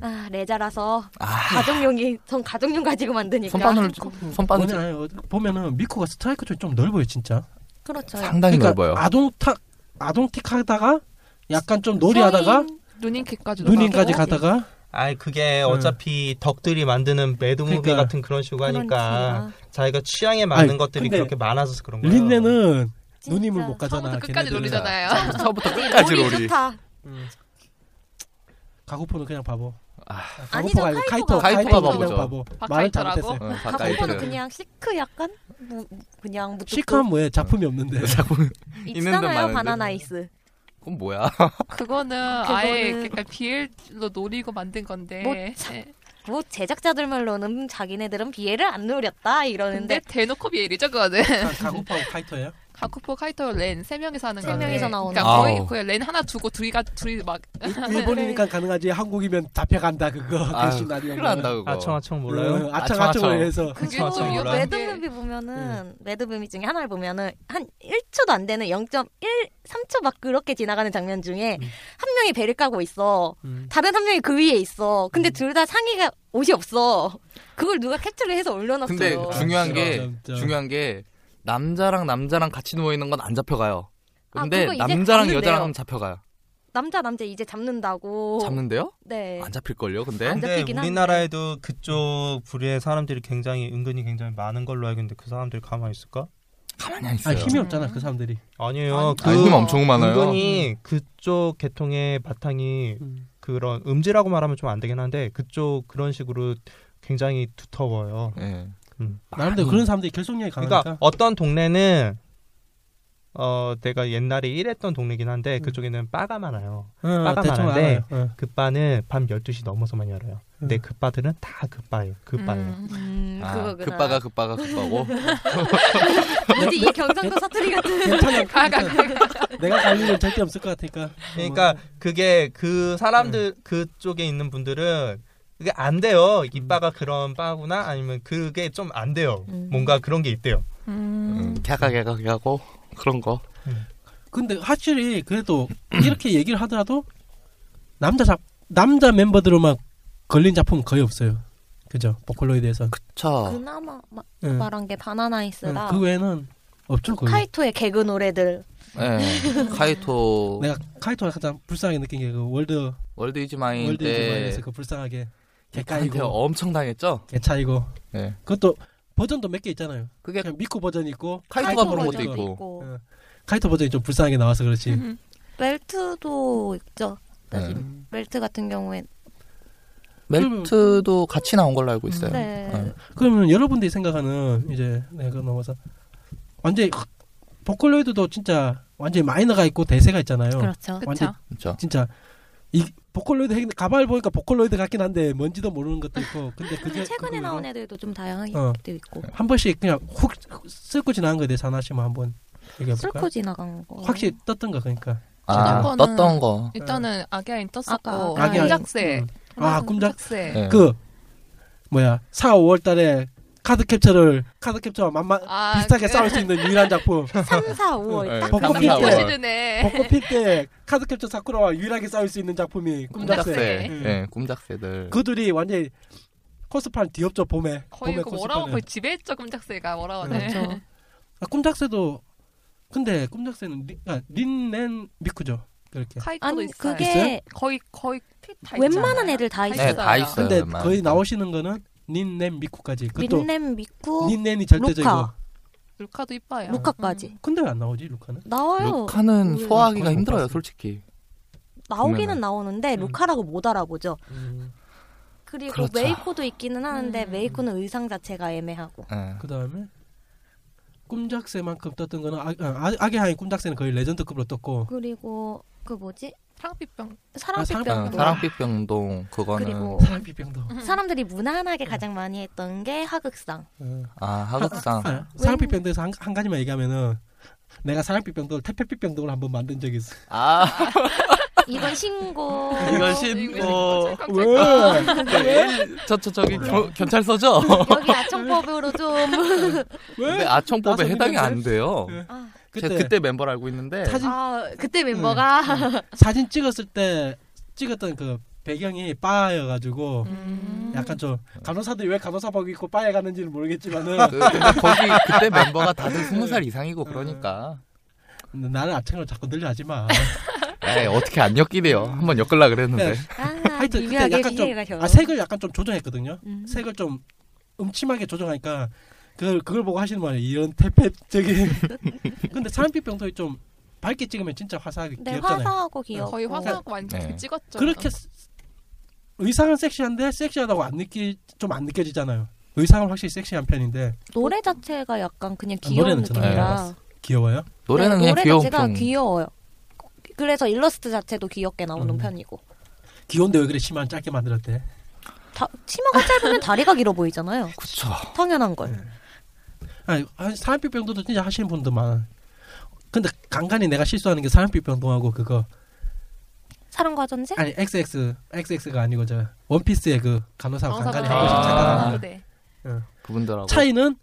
Speaker 4: 아 레자라서
Speaker 3: 아,
Speaker 4: 가정용이 전 가정용 가지고 만드니까
Speaker 3: 손바늘 손바늘
Speaker 2: 보면 아니, 어, 보면은 미코가 스트라이크 쪽이 좀 넓어요 진짜. 그러니까
Speaker 4: 그렇죠.
Speaker 3: 상당히 넓어요.
Speaker 2: 아동탁 아동틱하다가 약간 좀 놀이하다가
Speaker 6: 누닝키까지
Speaker 2: 누님까지
Speaker 6: 넘어가고.
Speaker 2: 가다가
Speaker 5: 아니 그게 어차피 덕들이 만드는 매드무비
Speaker 2: 그러니까.
Speaker 5: 같은 그런 식으로 하니까
Speaker 4: 그러니까
Speaker 5: 자기가 취향에 맞는
Speaker 2: 아니,
Speaker 5: 것들이
Speaker 2: 근데
Speaker 5: 그렇게 많아서
Speaker 3: 음.
Speaker 5: 그런 거예요.
Speaker 2: 린네는
Speaker 4: 진짜.
Speaker 2: 누님을 못 가잖아.
Speaker 6: 처음부터 끝까지
Speaker 2: 걔네들은.
Speaker 6: 놀리잖아요.
Speaker 3: 처음부터 끝까지
Speaker 4: 머리
Speaker 3: 우리
Speaker 4: 좋다.
Speaker 2: 음. 가구포는 그냥 바보.
Speaker 3: 아.
Speaker 2: 가구포가 아니고
Speaker 4: 아니죠,
Speaker 2: 카이토
Speaker 3: 카이토가
Speaker 2: 그냥
Speaker 3: 바보죠.
Speaker 2: 바보.
Speaker 6: 박
Speaker 2: 말을
Speaker 6: 카이토라고?
Speaker 2: 잘못했어요.
Speaker 4: 가끔은 그냥 시크 약간 무, 그냥 무뚝뚝.
Speaker 2: 시크한 뭐에 작품이
Speaker 3: 네,
Speaker 2: 없는데.
Speaker 3: 있는 듯
Speaker 4: 있잖아요
Speaker 3: 많은데.
Speaker 4: 바나나 아이스.
Speaker 3: 그건 뭐야?
Speaker 6: 그거는 아예
Speaker 4: 그거는-
Speaker 6: 약간 비엘로 노리고 만든 건데.
Speaker 4: 뭐
Speaker 6: 예.
Speaker 4: 뭐 제작자들 말로는 자기네들은 비애를 안 노렸다
Speaker 6: 근데
Speaker 4: 이러는데
Speaker 6: 대놓고 비엘이죠 그거는.
Speaker 2: 가- 가구포하고 카이토예요.
Speaker 6: 가쿠포 카이토 렌세 명이서 하는
Speaker 4: 세
Speaker 6: 건데.
Speaker 4: 명이서 나오는
Speaker 6: 그러니까 거의
Speaker 3: 아우.
Speaker 6: 그렌 하나 두고 둘이가 둘이 막
Speaker 2: 일- 일본이니까 가능하지 한국이면 잡혀간다 그거.
Speaker 3: 아유,
Speaker 2: 대신 아니면
Speaker 3: 큰일 난다 그거.
Speaker 5: 아청아청 몰라요?
Speaker 2: 응, 아청아청을
Speaker 3: 아청.
Speaker 2: 해서
Speaker 6: 그게
Speaker 5: 맞아,
Speaker 6: 뭐
Speaker 5: 맞아.
Speaker 6: 위험한 게
Speaker 4: 매드무비
Speaker 3: 예.
Speaker 4: 보면은 매드무비 중에 하나를 보면은 한 1초도 안 되는 0.13초 막 그렇게 지나가는 장면 중에
Speaker 2: 음.
Speaker 4: 한 명이 배를 까고 있어.
Speaker 2: 음.
Speaker 4: 다른 한 명이 그 위에 있어. 근데
Speaker 3: 음.
Speaker 4: 둘 다 상의가 옷이 없어. 그걸 누가 캡처를 해서 올려놨어요.
Speaker 3: 근데 그 중요한 게
Speaker 2: 진짜.
Speaker 3: 중요한 게 남자랑 남자랑 같이 누워 있는 건 안 잡혀가요.
Speaker 4: 아,
Speaker 3: 근데
Speaker 4: 그거 이제
Speaker 3: 남자랑
Speaker 4: 잡는데요.
Speaker 3: 여자랑 잡혀가요.
Speaker 4: 남자 남자 이제 잡는다고.
Speaker 3: 잡는데요?
Speaker 4: 네.
Speaker 3: 안 잡힐 걸요. 근데
Speaker 4: 안
Speaker 5: 근데
Speaker 4: 잡히긴 한데.
Speaker 5: 우리나라에도 그쪽 부류의 사람들이 굉장히 은근히 굉장히 많은 걸로 알고 있는데 그 사람들이 가만히 있을까?
Speaker 3: 가만히 안
Speaker 2: 아
Speaker 3: 있어요.
Speaker 2: 힘이 없잖아 그 사람들이.
Speaker 5: 아니에요.
Speaker 3: 아, 힘
Speaker 5: 그
Speaker 3: 엄청 많아요.
Speaker 5: 은근히 그쪽 계통의 바탕이
Speaker 2: 음.
Speaker 5: 그런 음지라고 말하면 좀 안 되긴 한데 그쪽 그런 식으로 굉장히 두터워요.
Speaker 3: 예.
Speaker 5: 음.
Speaker 2: 나름대로
Speaker 3: 많이.
Speaker 2: 그런 사람들이 결속력이
Speaker 5: 그러니까
Speaker 2: 강하니까.
Speaker 5: 어떤 동네는 어 내가 옛날에 일했던 동네긴 한데 그쪽에는 바가 많아요.
Speaker 2: 응,
Speaker 5: 빠가
Speaker 2: 대충
Speaker 3: 네,
Speaker 5: 많은데.
Speaker 2: 알아요. 응.
Speaker 5: 그 바는 밤 12시 넘어서만 열어요. 근데 그 바들은 다 그 바예요. 그 바예요.
Speaker 6: 음.
Speaker 4: 음,
Speaker 3: 아,
Speaker 4: 그거구나.
Speaker 3: 급바가 급바가 급바고.
Speaker 4: 뭐지 이 경상도 사투리 같은.
Speaker 2: 괜찮아.
Speaker 6: 가가
Speaker 2: 내가 갈 일은 절대 없을 것 같으니까.
Speaker 5: 그러니까 그게 그 사람들 그쪽에 있는 분들은 그게 안 돼요. 이 바가 그런 바구나 아니면 그게 좀 안 돼요.
Speaker 4: 음.
Speaker 5: 뭔가 그런 게 있대요.
Speaker 6: 음.
Speaker 3: 음, 갸가 갸가 갸고 그런 거.
Speaker 2: 근데 확실히 그래도 이렇게 얘기를 하더라도 남자 잡 남자 멤버들로만 걸린 작품은 거의 없어요. 그죠? 보컬로이드에서. 그,
Speaker 3: 차.
Speaker 4: 그나마 마-
Speaker 2: 응.
Speaker 4: 말한 게 바나나이스랑
Speaker 3: 음,
Speaker 2: 응, 그 외에는 없죠. 거의.
Speaker 4: 음. 카이토의 개그 노래들.
Speaker 3: 예. 카이토
Speaker 2: 내가 카이토가 가장 불쌍하게 느낀 게 그 월드
Speaker 3: 월드 이즈 마인
Speaker 2: 월드 이즈
Speaker 3: 때
Speaker 2: 마이너스 그 네. 불쌍하게
Speaker 3: 한테 어-
Speaker 2: 개까이고
Speaker 3: 엄청 당했죠.
Speaker 2: 개차이고.
Speaker 3: 예.
Speaker 2: 그것도 버전도 몇 개 있잖아요.
Speaker 3: 그게
Speaker 2: 그냥 미코 버전 있고
Speaker 3: 카이토가
Speaker 2: 버전
Speaker 3: 부른 것도
Speaker 2: 있고.
Speaker 3: 있고. 음.
Speaker 2: 응. 카이토 버전이 좀 불쌍하게 나와서
Speaker 4: 음.
Speaker 2: 그렇지.
Speaker 4: 멜트도 있죠. 사실 멜트 같은 경우에
Speaker 3: 멜트도 같이 나온 걸로 알고 있어요.
Speaker 4: 네.
Speaker 3: 어.
Speaker 2: 그러면 여러분들이 생각하는 이제 내가 넘어서 완전히 확- 보컬로이드도 진짜 완전히 마이너가 있고 대세가 있잖아요.
Speaker 4: 그렇죠.
Speaker 2: 완전
Speaker 6: 그쵸.
Speaker 3: 그렇죠.
Speaker 2: 진짜 이 보컬로이드 행- 가발 보니까 보컬로이드 같긴 한데 뭔지도 모르는 것도 있고 근데 그게
Speaker 4: 최근에
Speaker 2: 그거로
Speaker 4: 나온 애들도 좀 다양하게
Speaker 2: 어.
Speaker 4: 있고
Speaker 2: 한 번씩 그냥 훅 쓸고 지나간 거에 대해서 하나씩 한번 얘기해 볼까요?
Speaker 4: 슬코 지나간 거.
Speaker 2: 확실히 떴던 거 그러니까.
Speaker 3: 아,
Speaker 6: 거는-
Speaker 3: 떴던 거.
Speaker 6: 일단은 아기아인 떴었고
Speaker 4: 아까-
Speaker 2: 네. 아기아인.
Speaker 6: 꿈작새.
Speaker 2: 음. 아, 꿈작-
Speaker 6: 꿈작새.
Speaker 4: 네.
Speaker 3: 예.
Speaker 2: 그 뭐야 4, 5월 달에 카드 캡처를 카드 캡처와 만만
Speaker 6: 아,
Speaker 2: 비슷하게
Speaker 6: 그-
Speaker 2: 싸울 수 있는 유일한 작품
Speaker 4: 3, 4,
Speaker 2: 뭐
Speaker 4: 5월.
Speaker 3: 예,
Speaker 2: 네. 벚꽃
Speaker 3: 삼,
Speaker 2: 필
Speaker 3: 사월.
Speaker 2: 때. 어,
Speaker 6: 시드네.
Speaker 2: 벚꽃 필 때 카드 캡처 사쿠라와 유일하게 싸울 수 있는 작품이
Speaker 6: 꿈작새.
Speaker 2: 꿈작새.
Speaker 3: 예, 예, 꿈작새들.
Speaker 2: 음. 그들이 완전히 코스판 뒤엎죠 봄에.
Speaker 6: 거의
Speaker 2: 봄에
Speaker 6: 그 뭐라고
Speaker 2: 코스판은.
Speaker 6: 거의 지배했죠 꿈작새가 뭐라고 하네.
Speaker 4: 그렇죠.
Speaker 2: 아, 꿈작새도 근데 꿈작새는 리, 아, 린넨 미쿠죠. 그렇게.
Speaker 6: 카이토도
Speaker 4: 아니
Speaker 6: 있어요.
Speaker 4: 그게
Speaker 6: 거의 거의 다
Speaker 4: 웬만한
Speaker 6: 있잖아요.
Speaker 4: 애들 다 있어요.
Speaker 3: 네, 다 있어요.
Speaker 2: 근데
Speaker 3: 웬만한
Speaker 2: 거의
Speaker 3: 거.
Speaker 2: 나오시는 거는 린넨 미쿠까지. 그것도
Speaker 4: 린넨 미쿠
Speaker 2: 린넨이 절대적이고.
Speaker 4: 루카.
Speaker 6: 루카도 이뻐요. 음.
Speaker 4: 루카까지.
Speaker 2: 근데 왜 안 나오지 루카는?
Speaker 4: 나와요.
Speaker 3: 루카는
Speaker 4: 음.
Speaker 3: 소화하기가
Speaker 2: 거의 못
Speaker 3: 힘들어요,
Speaker 2: 봤어요.
Speaker 3: 솔직히.
Speaker 4: 나오기는
Speaker 3: 보면은.
Speaker 4: 나오는데
Speaker 2: 음.
Speaker 4: 루카라고 못 알아보죠.
Speaker 6: 음.
Speaker 4: 그리고
Speaker 3: 그렇죠.
Speaker 4: 메이코도 있기는 하는데
Speaker 2: 음.
Speaker 4: 메이코는 의상 자체가 애매하고.
Speaker 3: 예.
Speaker 2: 그 다음에 꿈작새만큼 떴던 거는 아, 아, 악의 하인 꿈작새는 거의 레전드급으로 떴고.
Speaker 4: 그리고 그 뭐지?
Speaker 6: 프랑피병
Speaker 3: 어,
Speaker 4: 사랑빛병도
Speaker 3: 사랑빛병동 그거는
Speaker 4: 그리고
Speaker 6: 어.
Speaker 2: 사람 비평도.
Speaker 4: 사람들이 무난하게 가장 많이 했던 게 하극상.
Speaker 2: 어.
Speaker 3: 아 하극상
Speaker 2: 아, 사랑빛병도에서 한, 한 가지만 얘기하면은 내가 사랑빛병도를 태평빛병도로 한번 만든 적이 있어.
Speaker 3: 아
Speaker 4: 이건 신고.
Speaker 6: 어,
Speaker 2: 뭐
Speaker 3: 이건 신고
Speaker 6: 아,
Speaker 3: 저 저 저기 겨- 경찰서죠?
Speaker 4: 여기 아청법으로 좀.
Speaker 3: 네. 근데
Speaker 2: 왜?
Speaker 3: 아청법에
Speaker 2: 나서
Speaker 3: 해당이 안 돼요.
Speaker 2: 예.
Speaker 4: 아,
Speaker 3: 그때,
Speaker 2: 그때,
Speaker 3: 그때 멤버를 알고 있는데
Speaker 2: 사진
Speaker 4: 아, 그때 멤버가.
Speaker 2: 음. 사진 찍었을 때 찍었던 그 배경이 바여가지고
Speaker 6: 음.
Speaker 2: 약간 좀 간호사들이 왜 간호사복 입고 바에 가는지는 모르겠지만은
Speaker 3: 그, 근데 거기 그때 멤버가 다들 스무 살 이상이고 그러니까
Speaker 2: 근데 나는 아청을 자꾸 늘려하지 마.
Speaker 3: 에이, 네, 어떻게 안 엮이래요? 한번 엮을라 그랬는데
Speaker 2: 네.
Speaker 4: 아,
Speaker 2: 하여튼 그때
Speaker 4: 미묘하게
Speaker 2: 약간 좀-
Speaker 4: 피해가 겨.
Speaker 2: 아 색을 약간 좀 조정했거든요.
Speaker 4: 음.
Speaker 2: 색을 좀 음침하게 조정하니까 그걸 그걸 보고 하시는 말이 이런 태폐적인. 근데 사람빛 병통이 좀 밝게 찍으면 진짜 화사하게
Speaker 4: 네,
Speaker 2: 귀엽잖아요.
Speaker 4: 화사하고 귀엽고.
Speaker 6: 거의 화사하고 완전
Speaker 3: 네.
Speaker 2: 어.
Speaker 6: 찍었죠.
Speaker 2: 그렇게 스- 의상은 섹시한데 섹시하다고 안 느끼 좀 안 느껴지잖아요. 의상은 확실히 섹시한 편인데
Speaker 4: 노래 자체가 약간 그냥
Speaker 2: 아,
Speaker 4: 귀여운
Speaker 2: 노래는 좋네요. 네,
Speaker 4: 느낌이라.
Speaker 2: 맞습니다. 귀여워요.
Speaker 3: 노래는
Speaker 4: 네,
Speaker 3: 그냥
Speaker 4: 노래
Speaker 3: 귀여운
Speaker 4: 자체가
Speaker 3: 편.
Speaker 4: 귀여워요. 그래서 일러스트 자체도 귀엽게 나오는
Speaker 2: 음.
Speaker 4: 편이고.
Speaker 2: 귀여운데 왜 그래 심한 짧게 만들었대.
Speaker 4: 다, 치마가 짧으면 다리가 길어 보이잖아요.
Speaker 3: 그쵸.
Speaker 4: 당연한 걸.
Speaker 2: 아니, 아니, 사람빛 병도도 진짜 하시는 분들 많아. 근데 간간히 내가 실수하는 게 사람빛 병동하고 그거
Speaker 4: 사랑과 전쟁?
Speaker 2: 아니 XX XX가 아니고 저 원피스의 그 간호사가 간간히
Speaker 3: 아.
Speaker 2: 하고 싶다
Speaker 3: 아.
Speaker 6: 네.
Speaker 3: 그분들하고
Speaker 2: 차이는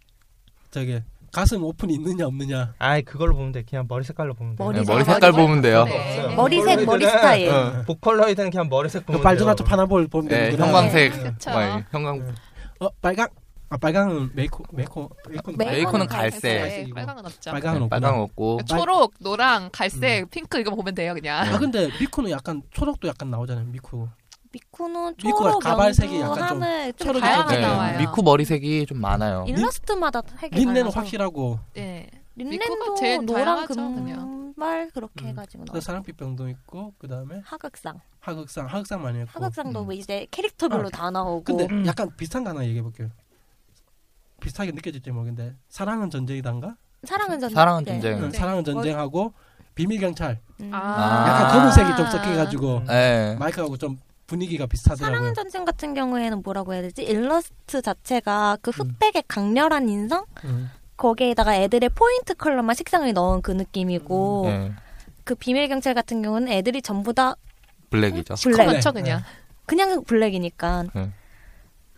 Speaker 2: 저기 가슴 오픈이 있느냐 없느냐.
Speaker 5: 아이 그걸로 보면 돼. 그냥 머리 색깔로 보면 돼.
Speaker 3: 네,
Speaker 4: 머리
Speaker 3: 머리 색깔 보면 돼요.
Speaker 6: 네.
Speaker 4: 머리색, 머리 스타일.
Speaker 3: 어.
Speaker 5: 보컬로이드는 그냥 머리색
Speaker 2: 그
Speaker 5: 보면 돼요.
Speaker 2: 발전하초 파나볼 보면
Speaker 3: 네,
Speaker 2: 되는구나.
Speaker 3: 형광색.
Speaker 6: 그쵸.
Speaker 3: 네, 형광
Speaker 2: 네. 어 빨강. 아 빨강은 메이코 메이코 메이코
Speaker 3: 메이코는 갈색.
Speaker 6: 네, 빨강은 없죠.
Speaker 2: 빨강은 없구나.
Speaker 3: 빨강
Speaker 2: 뭐
Speaker 3: 없고
Speaker 6: 초록, 노랑, 갈색,
Speaker 2: 음.
Speaker 6: 핑크 이거 보면 돼요 그냥.
Speaker 2: 아 근데 미코는 약간 초록도 약간 나오잖아요. 미코.
Speaker 4: 미쿠는
Speaker 2: 미쿠가
Speaker 4: 초록,
Speaker 2: 가발색이
Speaker 4: 연두,
Speaker 2: 약간 좀
Speaker 4: 하늘 좀
Speaker 6: 초록이
Speaker 4: 다양하게
Speaker 6: 좀-
Speaker 4: 아, 나와요.
Speaker 3: 네,
Speaker 6: 나와요.
Speaker 3: 미쿠 머리색이 좀 많아요.
Speaker 4: 일러스트마다 색이
Speaker 2: 린넨은
Speaker 4: 달라서.
Speaker 2: 확실하고
Speaker 6: 네. 미쿠가
Speaker 4: 린넨도
Speaker 6: 제일
Speaker 4: 노랑
Speaker 6: 다양하죠, 그냥.
Speaker 4: 금발 그렇게
Speaker 2: 음.
Speaker 4: 해가지고
Speaker 2: 그
Speaker 4: 나와요.
Speaker 2: 사랑빛병도 있고 그 다음에
Speaker 4: 하극상.
Speaker 2: 하극상 하극상 많이 했고.
Speaker 4: 하극상도
Speaker 3: 음.
Speaker 4: 뭐 이제 캐릭터별로
Speaker 2: 아,
Speaker 4: 다 나오고.
Speaker 2: 근데
Speaker 6: 음.
Speaker 2: 약간 비슷한 거 하나 얘기해 볼게요. 비슷하게 느껴질지 모르겠는데 사랑은 전쟁이단가?
Speaker 4: 사랑은 전쟁.
Speaker 3: 사랑은
Speaker 4: 네.
Speaker 3: 전쟁.
Speaker 2: 응, 사랑은 전쟁하고 비밀 경찰.
Speaker 4: 음.
Speaker 3: 아.
Speaker 2: 약간 검은색이 좀 섞여가지고
Speaker 3: 네.
Speaker 2: 마이크하고 좀 분위기가
Speaker 4: 사랑은
Speaker 2: 비슷하더라고요.
Speaker 4: 전쟁 같은 경우에는 뭐라고 해야 되지? 일러스트 자체가 그
Speaker 3: 음.
Speaker 4: 흑백의 강렬한 인성?
Speaker 2: 음.
Speaker 4: 거기에다가 애들의 포인트 컬러만 색상을 넣은 그 느낌이고
Speaker 3: 네. 아,
Speaker 4: 그 비밀 경찰 같은 경우는 애들이 전부 다
Speaker 3: 블랙이죠.
Speaker 4: 블랙
Speaker 2: 네.
Speaker 6: 그렇죠 그냥.
Speaker 4: 그냥 블랙이니까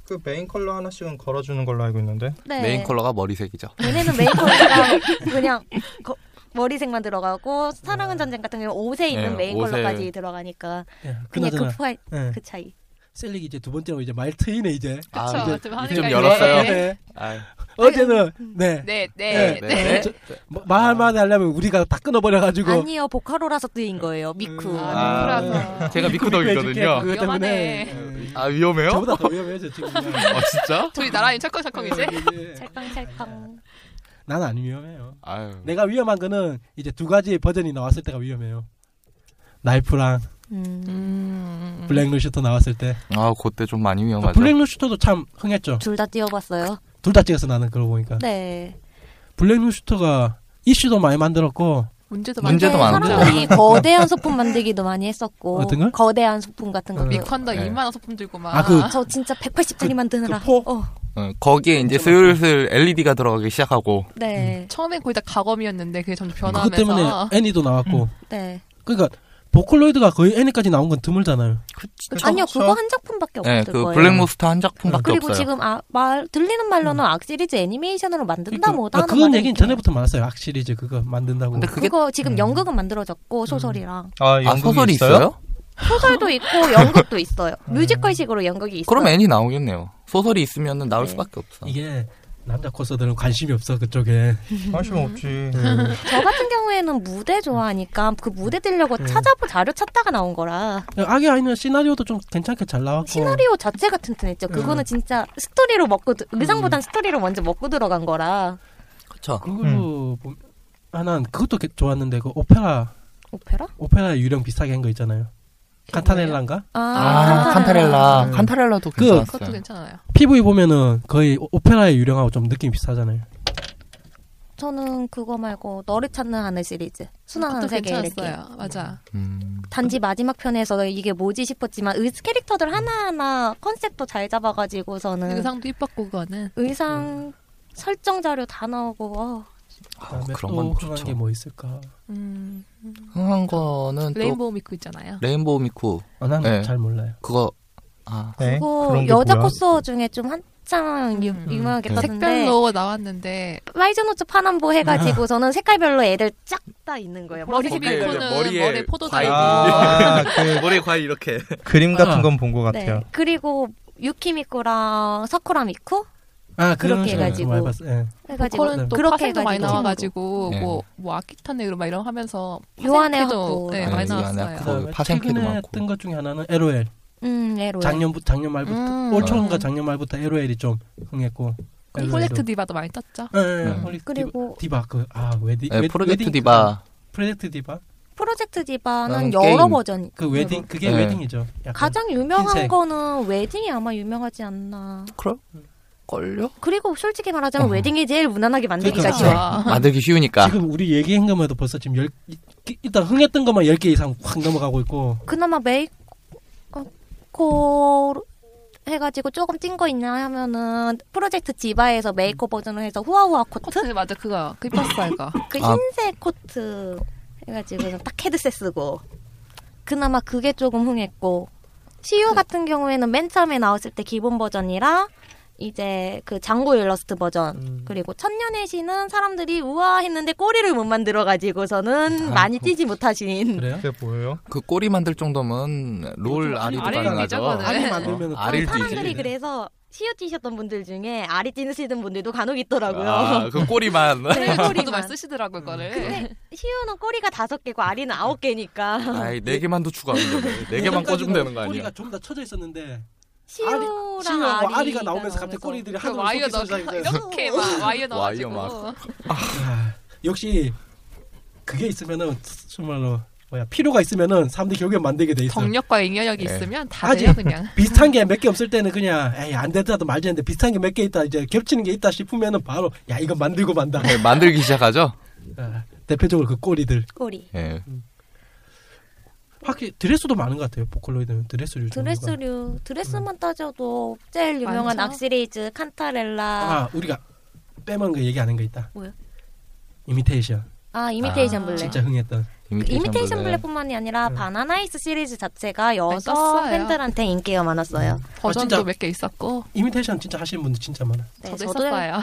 Speaker 5: 그 메인 컬러 하나씩은 걸어주는 걸로 알고 있는데.
Speaker 4: 네.
Speaker 3: 메인 컬러가 머리색이죠.
Speaker 4: 얘네는 메인 컬러가 그냥 거- 머리색만 들어가고 사랑은 전쟁 같은 경우는 옷에 있는
Speaker 3: 네,
Speaker 4: 메인
Speaker 3: 옷에.
Speaker 4: 컬러까지 들어가니까
Speaker 2: 예,
Speaker 4: 그냥 그,
Speaker 2: 그나저나
Speaker 4: 포-
Speaker 2: 예,
Speaker 4: 그 차이
Speaker 2: 셀릭이 이제 두 번째로 이제 말 트인에 이제
Speaker 3: 아,
Speaker 6: 그쵸.
Speaker 3: 이제
Speaker 6: 좀 하니까
Speaker 3: 입 좀
Speaker 6: 이제-
Speaker 3: 열었어요.
Speaker 6: 네.
Speaker 3: 아,
Speaker 2: 어제는 네.
Speaker 6: 네,
Speaker 2: 네,
Speaker 6: 네,
Speaker 3: 네.
Speaker 6: 네.
Speaker 2: 저- 뭐, 말 한마디 하려면 우리가 다 끊어버려가지고
Speaker 4: 아니요 보카로라서 뜨인 거예요
Speaker 2: 네.
Speaker 4: 미쿠
Speaker 6: 아,
Speaker 3: 아.
Speaker 6: 미쿠라서.
Speaker 3: 제가
Speaker 2: 해줄게,
Speaker 3: 미쿠덕이거든요.
Speaker 2: 그것 때문에
Speaker 6: 위험하네.
Speaker 2: 아,
Speaker 3: 아 위험해요?
Speaker 2: 저보다 더 위험해요 저 지금 네.
Speaker 3: 아 진짜?
Speaker 6: 둘이 나란히 철컹철컹 이제.
Speaker 4: 찰캉찰캉
Speaker 2: 난 안 위험해요
Speaker 3: 아유.
Speaker 2: 내가 위험한 거는 이제 두 가지 버전이 나왔을 때가 위험해요 나이프랑
Speaker 4: 음.
Speaker 6: 음.
Speaker 2: 블랙 루시터 나왔을 때
Speaker 3: 아 그때 좀 많이 위험하죠.
Speaker 2: 아, 블랙 루시터도 참 흥했죠
Speaker 4: 둘 다 뛰어봤어요
Speaker 2: 둘 다 찍었어 나는 그러고 보니까
Speaker 4: 네
Speaker 2: 블랙 루시터가 이슈도 많이 만들었고
Speaker 6: 문제도 많죠.
Speaker 3: 문제도
Speaker 4: 근데
Speaker 3: 많죠.
Speaker 4: 네, 사람들이 거대한 소품 만들기도 많이 했었고
Speaker 2: 어떤 걸?
Speaker 4: 거대한 소품 같은 거.
Speaker 2: 음.
Speaker 4: 그- 어,
Speaker 6: 미컨다
Speaker 3: 네.
Speaker 6: 2만 원 소품 들고 막.
Speaker 2: 아, 그-
Speaker 4: 저 진짜 180짜리 만드느라.
Speaker 2: 그 포?
Speaker 4: 어,
Speaker 3: 어, 거기에 이제 슬슬 LED가 들어가기 시작하고
Speaker 4: 네,
Speaker 6: 처음엔 거의 다 가검이었는데 그게 점점
Speaker 2: 그것
Speaker 6: 변화하면서.
Speaker 2: 때문에 애니도 나왔고
Speaker 4: 네.
Speaker 2: 그러니까 보컬로이드가 거의 애니까지 나온 건 드물잖아요
Speaker 4: 아니요, 그거 한 작품밖에
Speaker 3: 네,
Speaker 4: 없을
Speaker 3: 그
Speaker 4: 거예요.
Speaker 3: 블랙몬스터 한 작품밖에
Speaker 4: 그리고
Speaker 3: 없어요.
Speaker 4: 지금 아, 말 들리는 말로는 악시리즈 애니메이션으로 만든다 뭐다 하는
Speaker 2: 그러니까 아, 그건
Speaker 4: 말이
Speaker 2: 얘기는
Speaker 4: 있어요.
Speaker 2: 전에부터 많았어요 악 시리즈 그거 만든다고
Speaker 3: 근데 그게
Speaker 4: 그거 지금
Speaker 2: 음.
Speaker 4: 연극은 만들어졌고 소설이랑
Speaker 5: 아,
Speaker 3: 아
Speaker 5: 연극이
Speaker 3: 소설이 있어요?
Speaker 4: 소설도 있고 연극도 있어요. 뮤지컬식으로 연극이 있어요.
Speaker 3: 그럼 애니 나오겠네요. 소설이 있으면 나올
Speaker 4: 네.
Speaker 3: 수밖에 없어.
Speaker 2: 이게 남자 코스들은 관심이 없어 그쪽에
Speaker 5: 관심 없지.
Speaker 4: 저 같은 경우에는 무대 좋아하니까 그 무대 들려고
Speaker 2: 네.
Speaker 4: 찾아보 자료 찾다가 나온 거라
Speaker 2: 악의 아이는 시나리오도 좀 괜찮게 잘 나왔고
Speaker 4: 시나리오 자체가 튼튼했죠. 그거는 진짜 스토리로 먹고 드- 의상보단 스토리로 먼저 먹고 들어간 거라
Speaker 3: 그렇죠.
Speaker 2: 그걸로 보면 하나 그것도 게- 좋았는데 그 오페라
Speaker 4: 오페라?
Speaker 2: 오페라 유령 비슷하게 한 거 있잖아요 칸타넬라인가
Speaker 4: 아,
Speaker 3: 아, 칸타렐라.
Speaker 2: 음.
Speaker 3: 칸타렐라도
Speaker 2: 그-
Speaker 6: 그것도
Speaker 3: 괜찮았어요.
Speaker 6: 괜찮아요.
Speaker 2: PV 보면은 거의 오- 오페라의 유령하고 좀 느낌이 비슷하잖아요
Speaker 4: 저는 그거 말고 너를 찾는 하늘 시리즈 순환한
Speaker 6: 그것도
Speaker 4: 세계 이렇게
Speaker 6: 괜찮았어요. 맞아.
Speaker 3: 음.
Speaker 4: 단지 마지막 편에서 이게 뭐지 싶었지만 의 캐릭터들 하나하나 컨셉도 잘
Speaker 2: 네.
Speaker 4: 잡아가지고서는 의상,
Speaker 6: 의상도 이뻤고 그거는.
Speaker 4: 설정 자료 다 나오고 어,
Speaker 3: 아,
Speaker 2: 그다음에
Speaker 3: 그런
Speaker 2: 또
Speaker 3: 건
Speaker 2: 흥한 게
Speaker 3: 좋죠.
Speaker 2: 뭐 있을까?
Speaker 6: 음,
Speaker 3: 흥한 거는 또
Speaker 6: 레인보우 미쿠 있잖아요.
Speaker 3: 레인보우 미쿠
Speaker 2: 아, 난
Speaker 3: 네.
Speaker 2: 잘 몰라요.
Speaker 3: 그거 아
Speaker 5: 네,
Speaker 4: 그거
Speaker 5: 그런 게
Speaker 4: 여자
Speaker 5: 뭐야?
Speaker 4: 코스어 중에 좀 한창 유,
Speaker 6: 음.
Speaker 4: 유명하게
Speaker 3: 네.
Speaker 4: 떴는데
Speaker 6: 색별로 나왔는데
Speaker 4: 라이즈노츠 파남보 해가지고 저는 색깔별로 애들 쫙 다 있는 거예요. 머리
Speaker 6: 보라색
Speaker 3: 거기에
Speaker 4: 색깔별로.
Speaker 6: 미쿠는
Speaker 3: 머리에
Speaker 6: 머리에 포도
Speaker 3: 과일이-
Speaker 6: 달고
Speaker 5: 아, 그
Speaker 3: 머리에 과일 이렇게
Speaker 5: 그림 같은 건 본 것 같아요.
Speaker 4: 네. 그리고 유키미코랑 사쿠라미쿠
Speaker 2: 아
Speaker 4: 그렇게
Speaker 2: 그런 식으로
Speaker 4: 해가지고.
Speaker 2: 많이 봤어요. 예.
Speaker 4: 해가지고
Speaker 6: 보컬은 또
Speaker 4: 그렇게
Speaker 6: 파생도 많이
Speaker 4: 해가지고.
Speaker 6: 나와가지고
Speaker 3: 네.
Speaker 6: 뭐, 뭐 아키타네 막 이런 하면서
Speaker 4: 요한의
Speaker 6: 파생캐도
Speaker 4: 학도.
Speaker 6: 네,
Speaker 2: 아,
Speaker 4: 네,
Speaker 6: 많이
Speaker 3: 요한의
Speaker 6: 나왔어요.
Speaker 3: 학도.
Speaker 2: 그다음에
Speaker 3: 어, 파생캐도
Speaker 2: 최근에
Speaker 3: 많고.
Speaker 2: 뜬것 중에 하나는 LOL.
Speaker 4: 음, 에로.
Speaker 2: 작년 부 작년 말부터
Speaker 6: 음.
Speaker 2: 올 초인가
Speaker 6: 음.
Speaker 2: 작년 말부터 LOL이 좀 흥했고. LOL 도-
Speaker 6: 프로젝트 디바도 많이 떴죠.
Speaker 2: 예, 예,
Speaker 3: 음.
Speaker 2: 프로젝트
Speaker 4: 그리고
Speaker 2: 디바 그아 웨디
Speaker 3: 네,
Speaker 2: 웨-
Speaker 3: 프로젝트
Speaker 2: 웨딩
Speaker 3: 디바
Speaker 2: 프로젝트 디바
Speaker 4: 프로젝트 디바는
Speaker 3: 나는
Speaker 4: 여러
Speaker 3: 게임.
Speaker 4: 버전.
Speaker 2: 그 웨딩 그게
Speaker 3: 네.
Speaker 2: 웨딩이죠. 약간.
Speaker 4: 음. 가장 유명한
Speaker 2: 흰색.
Speaker 4: 거는 웨딩이 아마 유명하지 않나.
Speaker 3: 걸려
Speaker 4: 그리고 솔직히 말하자면
Speaker 3: 어.
Speaker 4: 웨딩이 제일 무난하게 만들기가
Speaker 2: 그렇죠.
Speaker 4: 쉬워.
Speaker 6: 아,
Speaker 3: 만들기 쉬우니까
Speaker 2: 지금 우리 얘기한 것만도 벌써 지금 열 이- 일단 흥했던 것만 10개 이상 확 넘어가고 있고
Speaker 4: 그나마 메이커 해가지고 조금 찐 거 있냐 하면은 프로젝트 디바에서 메이커 버전을 해서 후아후아 코트?
Speaker 6: 코트 맞아 그거 그 이뻤어 이거.
Speaker 4: 그
Speaker 3: 아.
Speaker 4: 흰색 코트 해가지고 딱 헤드셋 쓰고 그나마 그게 조금 흥했고
Speaker 2: 네.
Speaker 4: 시유 같은 경우에는 맨 처음에 나왔을 때 기본 버전이라 이제 그 장고 일러스트 버전
Speaker 5: 음.
Speaker 4: 그리고 천년의 시는 사람들이 우와 했는데 꼬리를 못 만들어가지고서는 많이 뛰지 못하신
Speaker 2: 그래요?
Speaker 5: 그게 뭐예요?
Speaker 3: 그 꼬리 만들 정도면 롤 아리도
Speaker 6: 아리를
Speaker 3: 가능하죠
Speaker 6: 뒤져가네.
Speaker 2: 아리 만들면
Speaker 3: 어, 아리를
Speaker 4: 사람들이
Speaker 3: 뒤지.
Speaker 4: 그래서 시유 뛰셨던 분들 중에 아리 뛰시던 분들도 간혹 있더라고요.
Speaker 3: 아그 꼬리만
Speaker 4: 네,
Speaker 6: 저도
Speaker 4: 꼬리만. 음.
Speaker 6: 많이 쓰시더라고 이거를.
Speaker 4: 시유는 꼬리가 다섯 개고 아리는 아홉 개니까
Speaker 3: 아이 네 개만도 추가하면 되네. 네 개만 꺼주면 되는 거 아니야
Speaker 2: 그러니까 꼬리가 좀 더 쳐져 있었는데
Speaker 4: 시유랑
Speaker 2: 시유하고
Speaker 4: 아리
Speaker 2: 아리가 나오면서 갑자기 꼬리들이
Speaker 6: 그
Speaker 2: 하늘로
Speaker 6: 와이어
Speaker 2: 솟기
Speaker 6: 넣어
Speaker 2: 시작해서
Speaker 6: 이렇게 막 와이어
Speaker 3: 와이어
Speaker 6: 넣어가지고
Speaker 3: 막.
Speaker 2: 아, 역시 그게 있으면은 정말로 뭐야 필요가 있으면은 사람들이 결국엔 만들게 돼 있어.
Speaker 6: 정력과 인여력이
Speaker 3: 예.
Speaker 6: 있으면 다
Speaker 2: 아직-
Speaker 6: 돼요 그냥.
Speaker 2: 비슷한 게 몇 개 없을 때는 그냥 에이 안 되더라도 말지 했는데 비슷한 게 몇 개 있다 이제 겹치는 게 있다 싶으면은 바로 야 이거 만들고 만다.
Speaker 3: 네, 만들기 시작하죠
Speaker 2: 아, 대표적으로 그 꼬리들.
Speaker 4: 꼬리
Speaker 3: 예
Speaker 2: 확실히 드레스도 많은 것 같아요. 보컬로이드는 드레스류 종류가. 음.
Speaker 4: 드레스류 드레스만 따져도 제일 유명한
Speaker 6: 많죠?
Speaker 4: 악시레이즈 칸타렐라 아,
Speaker 2: 아 우리가 빼먹은 거 얘기 안 한 거 있다.
Speaker 4: 뭐요?
Speaker 2: 이미테이션.
Speaker 4: 이미테이션
Speaker 6: 아,
Speaker 4: 블랙
Speaker 2: 진짜 흥했던.
Speaker 4: 그
Speaker 3: 네.
Speaker 4: 이미테이션 블랙뿐만이 아니라
Speaker 2: 음.
Speaker 4: 바나나이스 시리즈 자체가 여성
Speaker 6: 떴어요.
Speaker 4: 팬들한테 인기가 많았어요.
Speaker 6: 버전도
Speaker 2: 아, 진짜.
Speaker 6: 몇 개 있었고
Speaker 2: 이미테이션 진짜 하시는 분들 진짜 많아.
Speaker 4: 네,
Speaker 6: 저도
Speaker 4: 저도
Speaker 6: 있었어요.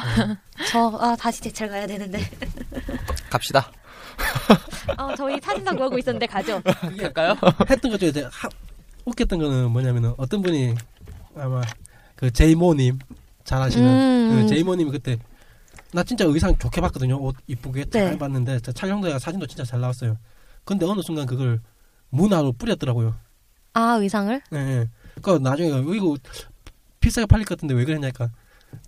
Speaker 4: 저아 다시 제철 가야 되는데
Speaker 3: 갑시다
Speaker 4: 어, 저희 사진사 구하고 있었는데 가죠.
Speaker 2: 음,
Speaker 3: 예, 갈까요
Speaker 2: 했던 것 중에 이제 하, 웃겼던 거는 뭐냐면은 어떤 분이 아마 그 제이모님 잘 아시는
Speaker 4: 음.
Speaker 2: 그 제이모님이 그때 나 진짜 의상 좋게 봤거든요 옷 이쁘게 잘
Speaker 4: 네.
Speaker 2: 봤는데 진짜 촬영도 해가 사진도 진짜 잘 나왔어요 근데 어느 순간 그걸 문화로 뿌렸더라고요
Speaker 4: 아 의상을
Speaker 2: 예, 예. 그 나중에 어, 이거 비싸게 팔릴 것 같은데 왜 그랬냐니까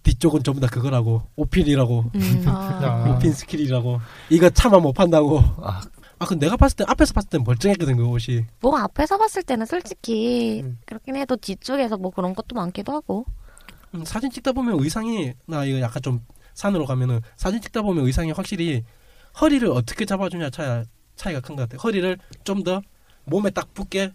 Speaker 2: 뒤쪽은 전부 다 그거라고 오필이라고
Speaker 4: 음.
Speaker 5: 아.
Speaker 2: 오핀 스킬이라고 이거 차마 못 판다고
Speaker 3: 아.
Speaker 2: 아 근데 내가 봤을 때 앞에서 봤을 땐 멀쩡했거든 그 옷이
Speaker 4: 뭐 앞에서 봤을 때는 솔직히
Speaker 2: 음.
Speaker 4: 그렇긴 해도 뒤쪽에서 뭐 그런 것도 많기도 하고
Speaker 2: 음, 사진 찍다 보면 의상이 나 이거 약간 좀 산으로 가면은 사진 찍다 보면 의상이 확실히 허리를 어떻게 잡아주냐 차이, 차이가 큰 것 같아. 허리를 좀 더 몸에 딱 붙게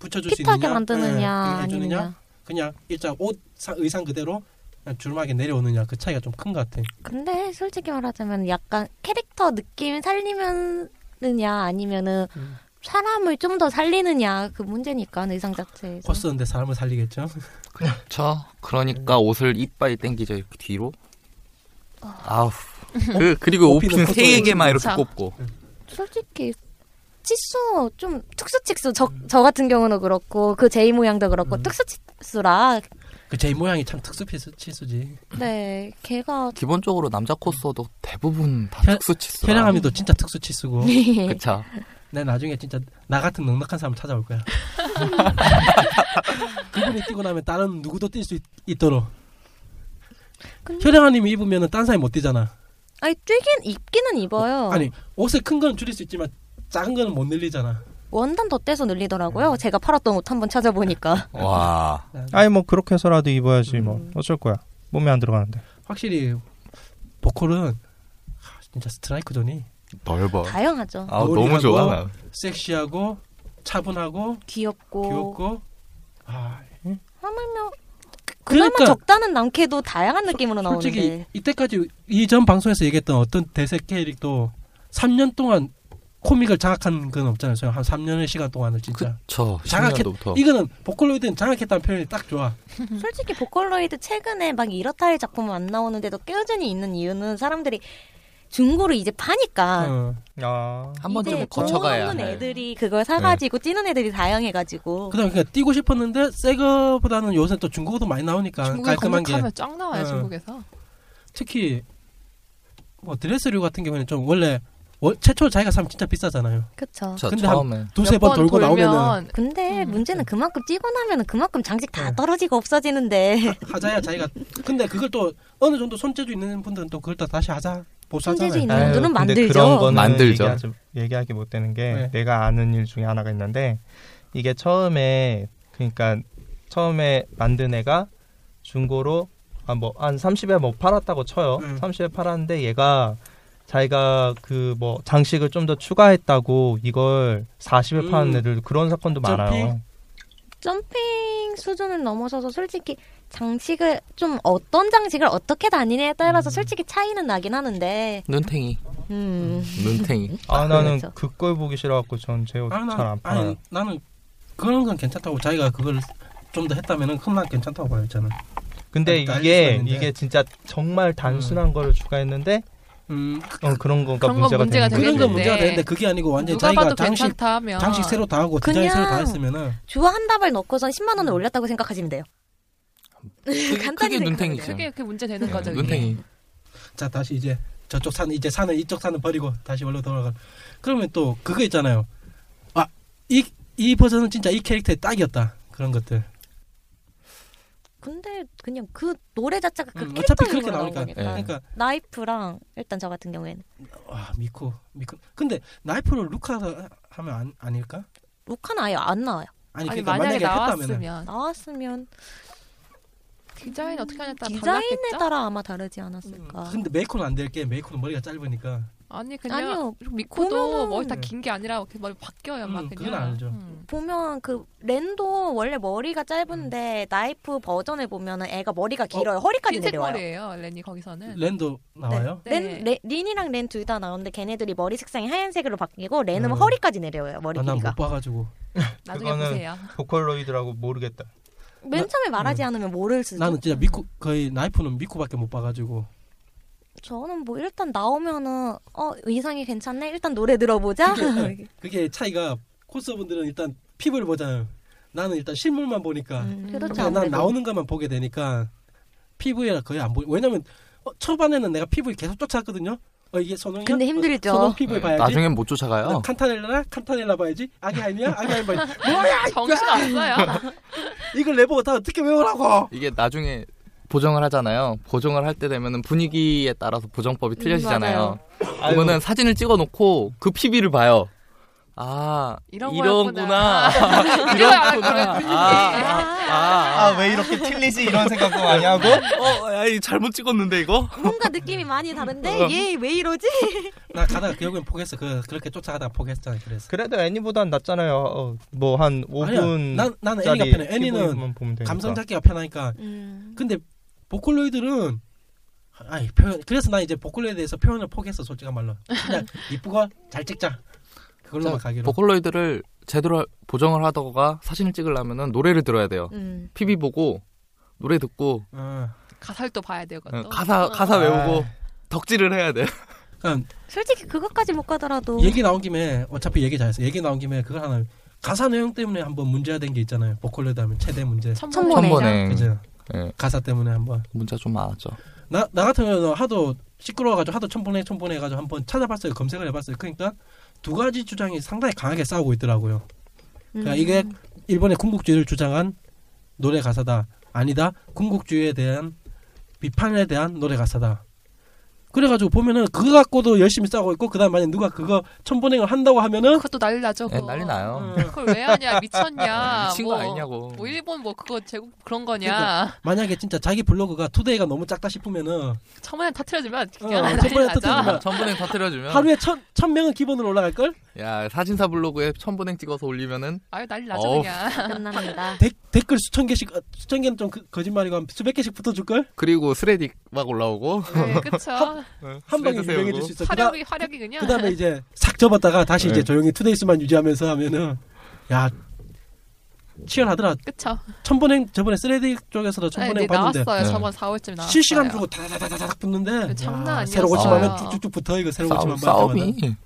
Speaker 2: 붙여줄 수 있느냐,
Speaker 4: 핏하게 만드느냐
Speaker 2: 예, 그렇게 해주느냐,
Speaker 4: 아니느냐.
Speaker 2: 그냥 일자 옷 사- 의상 그대로 그냥 주름하게 내려오느냐 그 차이가 좀 큰 것 같아.
Speaker 4: 근데 솔직히 말하자면 약간 캐릭터 느낌 살리면느냐 아니면은
Speaker 2: 음.
Speaker 4: 사람을 좀 더 살리느냐 그 문제니까 의상 자체에서.
Speaker 2: 코스인데 사람을 살리겠죠.
Speaker 3: 저 그러니까 옷을 이빨 땡기죠 이렇게 뒤로 아우 그 그리고
Speaker 2: 오피는
Speaker 3: 오핀
Speaker 2: 커져요,
Speaker 3: 세 개만 이렇게
Speaker 6: 진짜.
Speaker 3: 꼽고
Speaker 4: 솔직히 치수 좀 특수 치수 저, 저 같은 경우는 그렇고 그 제이 모양도 그렇고
Speaker 2: 음.
Speaker 4: 특수 치수라
Speaker 2: 그 제이 모양이 참 특수 피스 치수지.
Speaker 4: 네 걔가
Speaker 3: 기본적으로 남자 코스도 대부분 다 네.
Speaker 2: 혈-
Speaker 3: 아, 특수 치수
Speaker 2: 혈양함이도 진짜 특수 치수고.
Speaker 3: 그쵸
Speaker 2: 내 나중에 진짜 나 같은 넉넉한 사람 찾아올 거야. 그분이 뛰고 나면 다른 누구도 뛸 수 있도록.
Speaker 4: 근데-
Speaker 2: 혈양아님이 입으면은 딴 사람이 못 뛰잖아.
Speaker 4: 아니 뛰긴 입기는 입어요.
Speaker 2: 아니 옷의 큰 거는 줄일 수 있지만 작은 거는 못 늘리잖아.
Speaker 4: 원단 덧대서
Speaker 2: 음.
Speaker 4: 늘리더라고요. 제가 팔았던 옷 한번 찾아보니까.
Speaker 3: 와
Speaker 5: 아니 뭐 그렇게 해서라도 입어야지 뭐 어쩔 거야. 몸에 안 들어가는데.
Speaker 2: 확실히 보컬은 하, 진짜 스트라이크 존이
Speaker 3: 넓어
Speaker 4: 다양하죠.
Speaker 3: 아
Speaker 2: 노을이라고.
Speaker 3: 너무 좋아 나.
Speaker 2: 섹시하고 차분하고
Speaker 4: 귀엽고.
Speaker 2: 귀엽고 아,
Speaker 4: 하물며 그나마
Speaker 2: 그러니까-
Speaker 4: 적다는 남캐도 다양한 느낌으로 나오는데.
Speaker 2: 솔직히 이때까지 이전 방송에서 얘기했던 어떤 대세 캐릭도 3년 동안 코믹을 장악한 건 없잖아요. 저는 한 3년의 시간 동안을 진짜.
Speaker 3: 그쵸. 어.
Speaker 2: 장악했-
Speaker 3: 10년도부터.
Speaker 2: 이거는 보컬로이드는 장악했다는 표현이 딱 좋아.
Speaker 4: 솔직히 보컬로이드 최근에 막 이렇다 할 작품 안 나오는데도 꾸준히 있는 이유는 사람들이 중고를 이제 파니까
Speaker 2: 어.
Speaker 5: 아,
Speaker 3: 한 네, 번쯤은
Speaker 4: 이제
Speaker 3: 거쳐가야
Speaker 4: 공허한
Speaker 3: 할. 네.
Speaker 4: 애들이 그걸 사가지고 찌는 애들이 다양해가지고
Speaker 2: 그다음에 그냥 뛰고 싶었는데 새거보다는 요새 또 중국어도 많이 나오니까
Speaker 6: 중국에
Speaker 2: 깔끔한 게
Speaker 6: 검색하면 쫙 나와요
Speaker 2: 어.
Speaker 6: 중국에서.
Speaker 2: 특히 뭐 드레스류 같은 경우에는 좀 원래 월- 최초 자기가 사면 진짜 비싸잖아요.
Speaker 4: 그쵸
Speaker 3: 저
Speaker 2: 근데 한-
Speaker 3: 처음에
Speaker 2: 두세 번 돌고 나오면은
Speaker 4: 근데
Speaker 6: 음.
Speaker 3: 네.
Speaker 4: 문제는 그만큼 찌고 나면 그만큼 장식 다
Speaker 2: 네.
Speaker 4: 떨어지고 없어지는데
Speaker 2: 하자야 자기가 근데 그걸 또 어느 정도 손재주 있는 분들은 또 그걸 다 다시 하자
Speaker 4: 손재주
Speaker 2: 보수하잖아요.
Speaker 4: 있는 분들은
Speaker 5: 네. 근데
Speaker 4: 만들죠
Speaker 5: 그런 거는
Speaker 3: 만들죠.
Speaker 5: 얘기하지, 얘기하기 못 되는 게
Speaker 2: 네.
Speaker 5: 내가 아는 일 중에 하나가 있는데 이게 처음에 그러니까 처음에 만든 애가 중고로 아 뭐 한 30에 뭐 팔았다고 쳐요.
Speaker 2: 음.
Speaker 5: 30에 팔았는데 얘가 자기가 그 뭐 장식을 좀 더 추가했다고 이걸 40에
Speaker 2: 음.
Speaker 5: 파는 애들 그런 사건도
Speaker 2: 점핑?
Speaker 5: 많아요.
Speaker 4: 점핑 수준을 넘어서서 솔직히 장식을 좀 어떤 장식을 어떻게 다니냐에
Speaker 3: 음.
Speaker 4: 따라서 솔직히 차이는 나긴 하는데
Speaker 3: 눈탱이,
Speaker 4: 음.
Speaker 3: 눈탱이.
Speaker 5: 아 나는
Speaker 4: 그렇죠.
Speaker 5: 그걸 보기 싫어갖고 전 제 옷
Speaker 2: 아니,
Speaker 5: 잘 안
Speaker 2: 나는,
Speaker 5: 팔아요.
Speaker 2: 아니 나는 그런 건 괜찮다고 자기가 그걸 좀 더 했다면은 큰난 괜찮다고 봐요 저는.
Speaker 5: 근데
Speaker 2: 아니, 딸릴 수가
Speaker 5: 이게
Speaker 2: 있는데.
Speaker 5: 이게 진짜 정말 단순한 거를 추가했는데
Speaker 2: 음,
Speaker 5: 어, 그런 건가
Speaker 6: 그런 건
Speaker 5: 문제가
Speaker 2: 그런
Speaker 5: 되는
Speaker 6: 문제가 되겠는데.
Speaker 2: 건 문제가 되는데 그게 아니고 완전 히
Speaker 6: 누가
Speaker 2: 자기가
Speaker 6: 봐도
Speaker 2: 장식
Speaker 6: 괜찮다 하면
Speaker 2: 장식 새로 다 하고 디자인
Speaker 4: 그냥
Speaker 2: 새로 다 했으면은
Speaker 4: 주화 한 답을 넣고선 10만 원을 올렸다고 생각하시면 돼요
Speaker 3: 그게,
Speaker 4: 간단히
Speaker 3: 그게
Speaker 4: 생각하면
Speaker 3: 눈탱이지. 예,
Speaker 6: 그게 그 문제 되는 거죠. 이게.
Speaker 3: 눈탱이.
Speaker 2: 자 다시 이제 저쪽 산 이제 산은 이쪽 산은 버리고 다시 원로 돌아가. 그러면 또 그거 있잖아요. 아 이 이 버전은 진짜 이 캐릭터에 딱이었다 그런 것들.
Speaker 6: 네.
Speaker 4: 근데 그냥 그 노래 자체가 그
Speaker 2: 음,
Speaker 4: 캐릭터
Speaker 2: 어차피
Speaker 4: 이름으로
Speaker 2: 그렇게
Speaker 4: 나온
Speaker 2: 나오니까.
Speaker 4: 거니까
Speaker 3: 예.
Speaker 2: 그러니까
Speaker 4: 나이프랑 일단 저 같은 경우에는
Speaker 2: 와 미코 미코. 근데 나이프를 루카 하면 안, 아닐까?
Speaker 4: 루카는 아예 안 나와요
Speaker 2: 아니,
Speaker 6: 아니
Speaker 2: 그러니까
Speaker 6: 만약에
Speaker 2: 했다면은.
Speaker 6: 나왔으면
Speaker 4: 나왔으면
Speaker 6: 디자인 어떻게 하냐에 따라
Speaker 4: 디자인에
Speaker 6: 달랐겠죠.
Speaker 4: 따라 아마 다르지 않았을까
Speaker 2: 음, 근데 메이코는 안 될 게 메이코는 머리가 짧으니까
Speaker 6: 아니 그냥
Speaker 4: 아니요.
Speaker 6: 미코도
Speaker 4: 보면은-
Speaker 6: 머리
Speaker 3: 네.
Speaker 6: 다 긴 게 아니라 이렇게 머리 바뀌어요 막
Speaker 2: 음,
Speaker 6: 그냥.
Speaker 2: 그건 알죠.
Speaker 6: 음.
Speaker 4: 보면 그 랜도 원래 머리가
Speaker 2: 음.
Speaker 4: 짧은데 나이프 버전을 보면은 애가 머리가 길어요 허리까지
Speaker 6: 흰색
Speaker 4: 내려와요
Speaker 6: 머리예요 렌이
Speaker 4: 네.
Speaker 6: 거기서는.
Speaker 2: 랜도 나와요.
Speaker 6: 네.
Speaker 4: 렌, 렌, 린이랑 렌 둘 다 나오는데 걔네들이 머리 색상이 하얀색으로 바뀌고 렌은
Speaker 2: 음.
Speaker 4: 허리까지 내려와요 머리
Speaker 2: 아,
Speaker 4: 길이가
Speaker 2: 난못 봐가지고
Speaker 6: 나중에
Speaker 5: 그거는-
Speaker 6: 보세요.
Speaker 5: 보컬로이드라고 모르겠다.
Speaker 4: 맨 처음에 말하지 않으면 모를 수준
Speaker 2: 뭐, 나는 진짜 미코 거의 나이프는 미코밖에 못 봐가지고
Speaker 4: 저는 뭐 일단 나오면은 어 의상이 괜찮네 일단 노래 들어보자
Speaker 2: 그게 차이가 코스분들은 일단 피부를 보잖아요. 나는 일단 실물만 보니까
Speaker 4: 음, 그렇죠
Speaker 2: 그냥 난
Speaker 4: 아무래도
Speaker 2: 나오는 것만 보게 되니까 피부에 거의 안 보이. 왜냐면 어, 초반에는 내가 피부를 계속 쫓았거든요. 어 이게 선홍이
Speaker 4: 근데 힘들죠.
Speaker 2: 선홍 피부를 봐야지.
Speaker 3: 네, 나중엔 못 쫓아가요.
Speaker 2: 난 칸타넬라 칸타넬라 봐야지. 아기 아니야? 아기 아니 봐야지.
Speaker 6: 정신 없어요.
Speaker 2: 이걸 내보고 다 어떻게 외우라고?
Speaker 3: 이게 나중에 보정을 하잖아요. 보정을 할 때 되면은 분위기에 따라서 보정법이 틀려지잖아요. 그거는 사진을 찍어놓고 그 PB를 봐요. 아
Speaker 6: 이런
Speaker 3: 이런구나.
Speaker 6: 아,
Speaker 3: 아,
Speaker 6: 이거야.
Speaker 4: 아,
Speaker 5: 아왜 이렇게 틀리지 이런 생각도 많이 하고
Speaker 3: 어, 아이 잘못 찍었는데 이거?
Speaker 4: 뭔가 느낌이 많이
Speaker 6: 어.
Speaker 4: 다른데 얘 왜 이러지
Speaker 2: 나 가다가 결국엔 포기했어. 그 그렇게 쫓아가다가 포기했잖아. 그래서.
Speaker 5: 그래도 애니보단 낫잖아요. 어, 뭐한
Speaker 2: 아니야.
Speaker 5: 5분
Speaker 2: 난 나는 애니가 편해. 애니는
Speaker 5: 피부만 보면 되니까.
Speaker 2: 감성 잡기가 편하니까.
Speaker 4: 음.
Speaker 2: 근데 보컬로이드는 아니 표현 그래서 난 이제 보컬로에 대해서 표현을 포기했어 솔직한 말로 그냥 이쁘고 잘 찍자 그걸로만 가기로
Speaker 3: 보컬로이드를 제대로 할- 보정을 하다가 사진을 찍으려면은 노래를 들어야 돼요.
Speaker 4: 음.
Speaker 3: PB 보고 노래 듣고
Speaker 2: 어.
Speaker 6: 가사를 아, 또 봐야 돼요. 그것도.
Speaker 3: 가사 가사 외우고 덕질을 해야 돼.
Speaker 2: 그러니까
Speaker 4: 솔직히 그것까지 못 가더라도
Speaker 2: 얘기 나온 김에 어차피 얘기 잘했어 얘기 나온 김에 그걸 하나 가사 내용 때문에 한번 문제가 된 게 있잖아요 보컬로이드 하면 최대
Speaker 6: 음,
Speaker 2: 문제
Speaker 4: 번에.
Speaker 3: 번에
Speaker 2: 그죠
Speaker 3: 예.
Speaker 2: 가사 때문에 한번
Speaker 3: 문자 좀 많았죠.
Speaker 2: 나, 나 같은 경우는 하도 시끄러워가지고 하도 천분해 천분해 해가지고 한번 찾아봤어요 검색을 해봤어요 그러니까 두 가지 주장이 상당히 강하게 싸우고
Speaker 4: 음.
Speaker 2: 있더라고요
Speaker 4: 아,
Speaker 2: 그러니까 이게 일본의 군국주의를 주장한 노래 가사다 아니다 군국주의에 대한 비판에 대한 노래 가사다 그래가지고 보면은 그거 갖고도 열심히 싸우고 있고 그다음 만약 누가 그거 천번행을 한다고 하면은
Speaker 6: 그것도 난리 나죠.
Speaker 3: 예,
Speaker 6: 그거.
Speaker 3: 난리
Speaker 2: 음.
Speaker 3: 나요.
Speaker 6: 그걸 왜 하냐 미쳤냐.
Speaker 3: 미친
Speaker 6: 뭐,
Speaker 3: 거 아니냐고.
Speaker 6: 뭐 일본 뭐 그거 제국 그런 거냐.
Speaker 2: 만약에 진짜 자기 블로그가 투데이가 너무 작다 싶으면은
Speaker 6: 처음에 터트려주면
Speaker 2: 어,
Speaker 6: 그냥 난리
Speaker 2: 처음에는
Speaker 6: 나죠.
Speaker 2: 터트리면.
Speaker 3: 천분행 터트려주면
Speaker 2: 하루에 천, 천 명은 기본으로 올라갈 걸?
Speaker 3: 야 사진사 블로그에 천분행 찍어서 올리면은
Speaker 6: 아유 난리 나죠
Speaker 3: 어우.
Speaker 6: 그냥.
Speaker 4: 끝납니다.
Speaker 2: 댓- 댓글 수천 개씩 어, 수천 개는 좀 그- 거짓말이고 한 수백 개씩 붙어줄 걸?
Speaker 3: 그리고 스레디 막 올라오고
Speaker 6: 네, 그쵸.
Speaker 2: 한 방에
Speaker 3: 스레드 세우고.
Speaker 2: 유명해질 수 있어. 그다,
Speaker 6: 화력이 화력이 그냥.
Speaker 2: 그다음에 이제 싹 접었다가 다시 이제
Speaker 3: 네.
Speaker 2: 조용히 투데이스만 유지하면서 하면은 야 치열하더라.
Speaker 6: 그쵸.
Speaker 2: 천번행 저번에 쓰레디 쪽에서도
Speaker 6: 아니,
Speaker 2: 천번행
Speaker 6: 네,
Speaker 2: 봤는데
Speaker 6: 나왔어요.
Speaker 3: 네.
Speaker 6: 저번 4월쯤 나왔어요.
Speaker 2: 실시간 주고 다다다다닥 붙는데
Speaker 6: 그 장난
Speaker 2: 와,
Speaker 6: 아니었어요.
Speaker 2: 새로 고침하면
Speaker 3: 아.
Speaker 2: 쭉쭉쭉 붙어 이거 새로
Speaker 3: 싸움,
Speaker 2: 고침하면
Speaker 3: 싸움이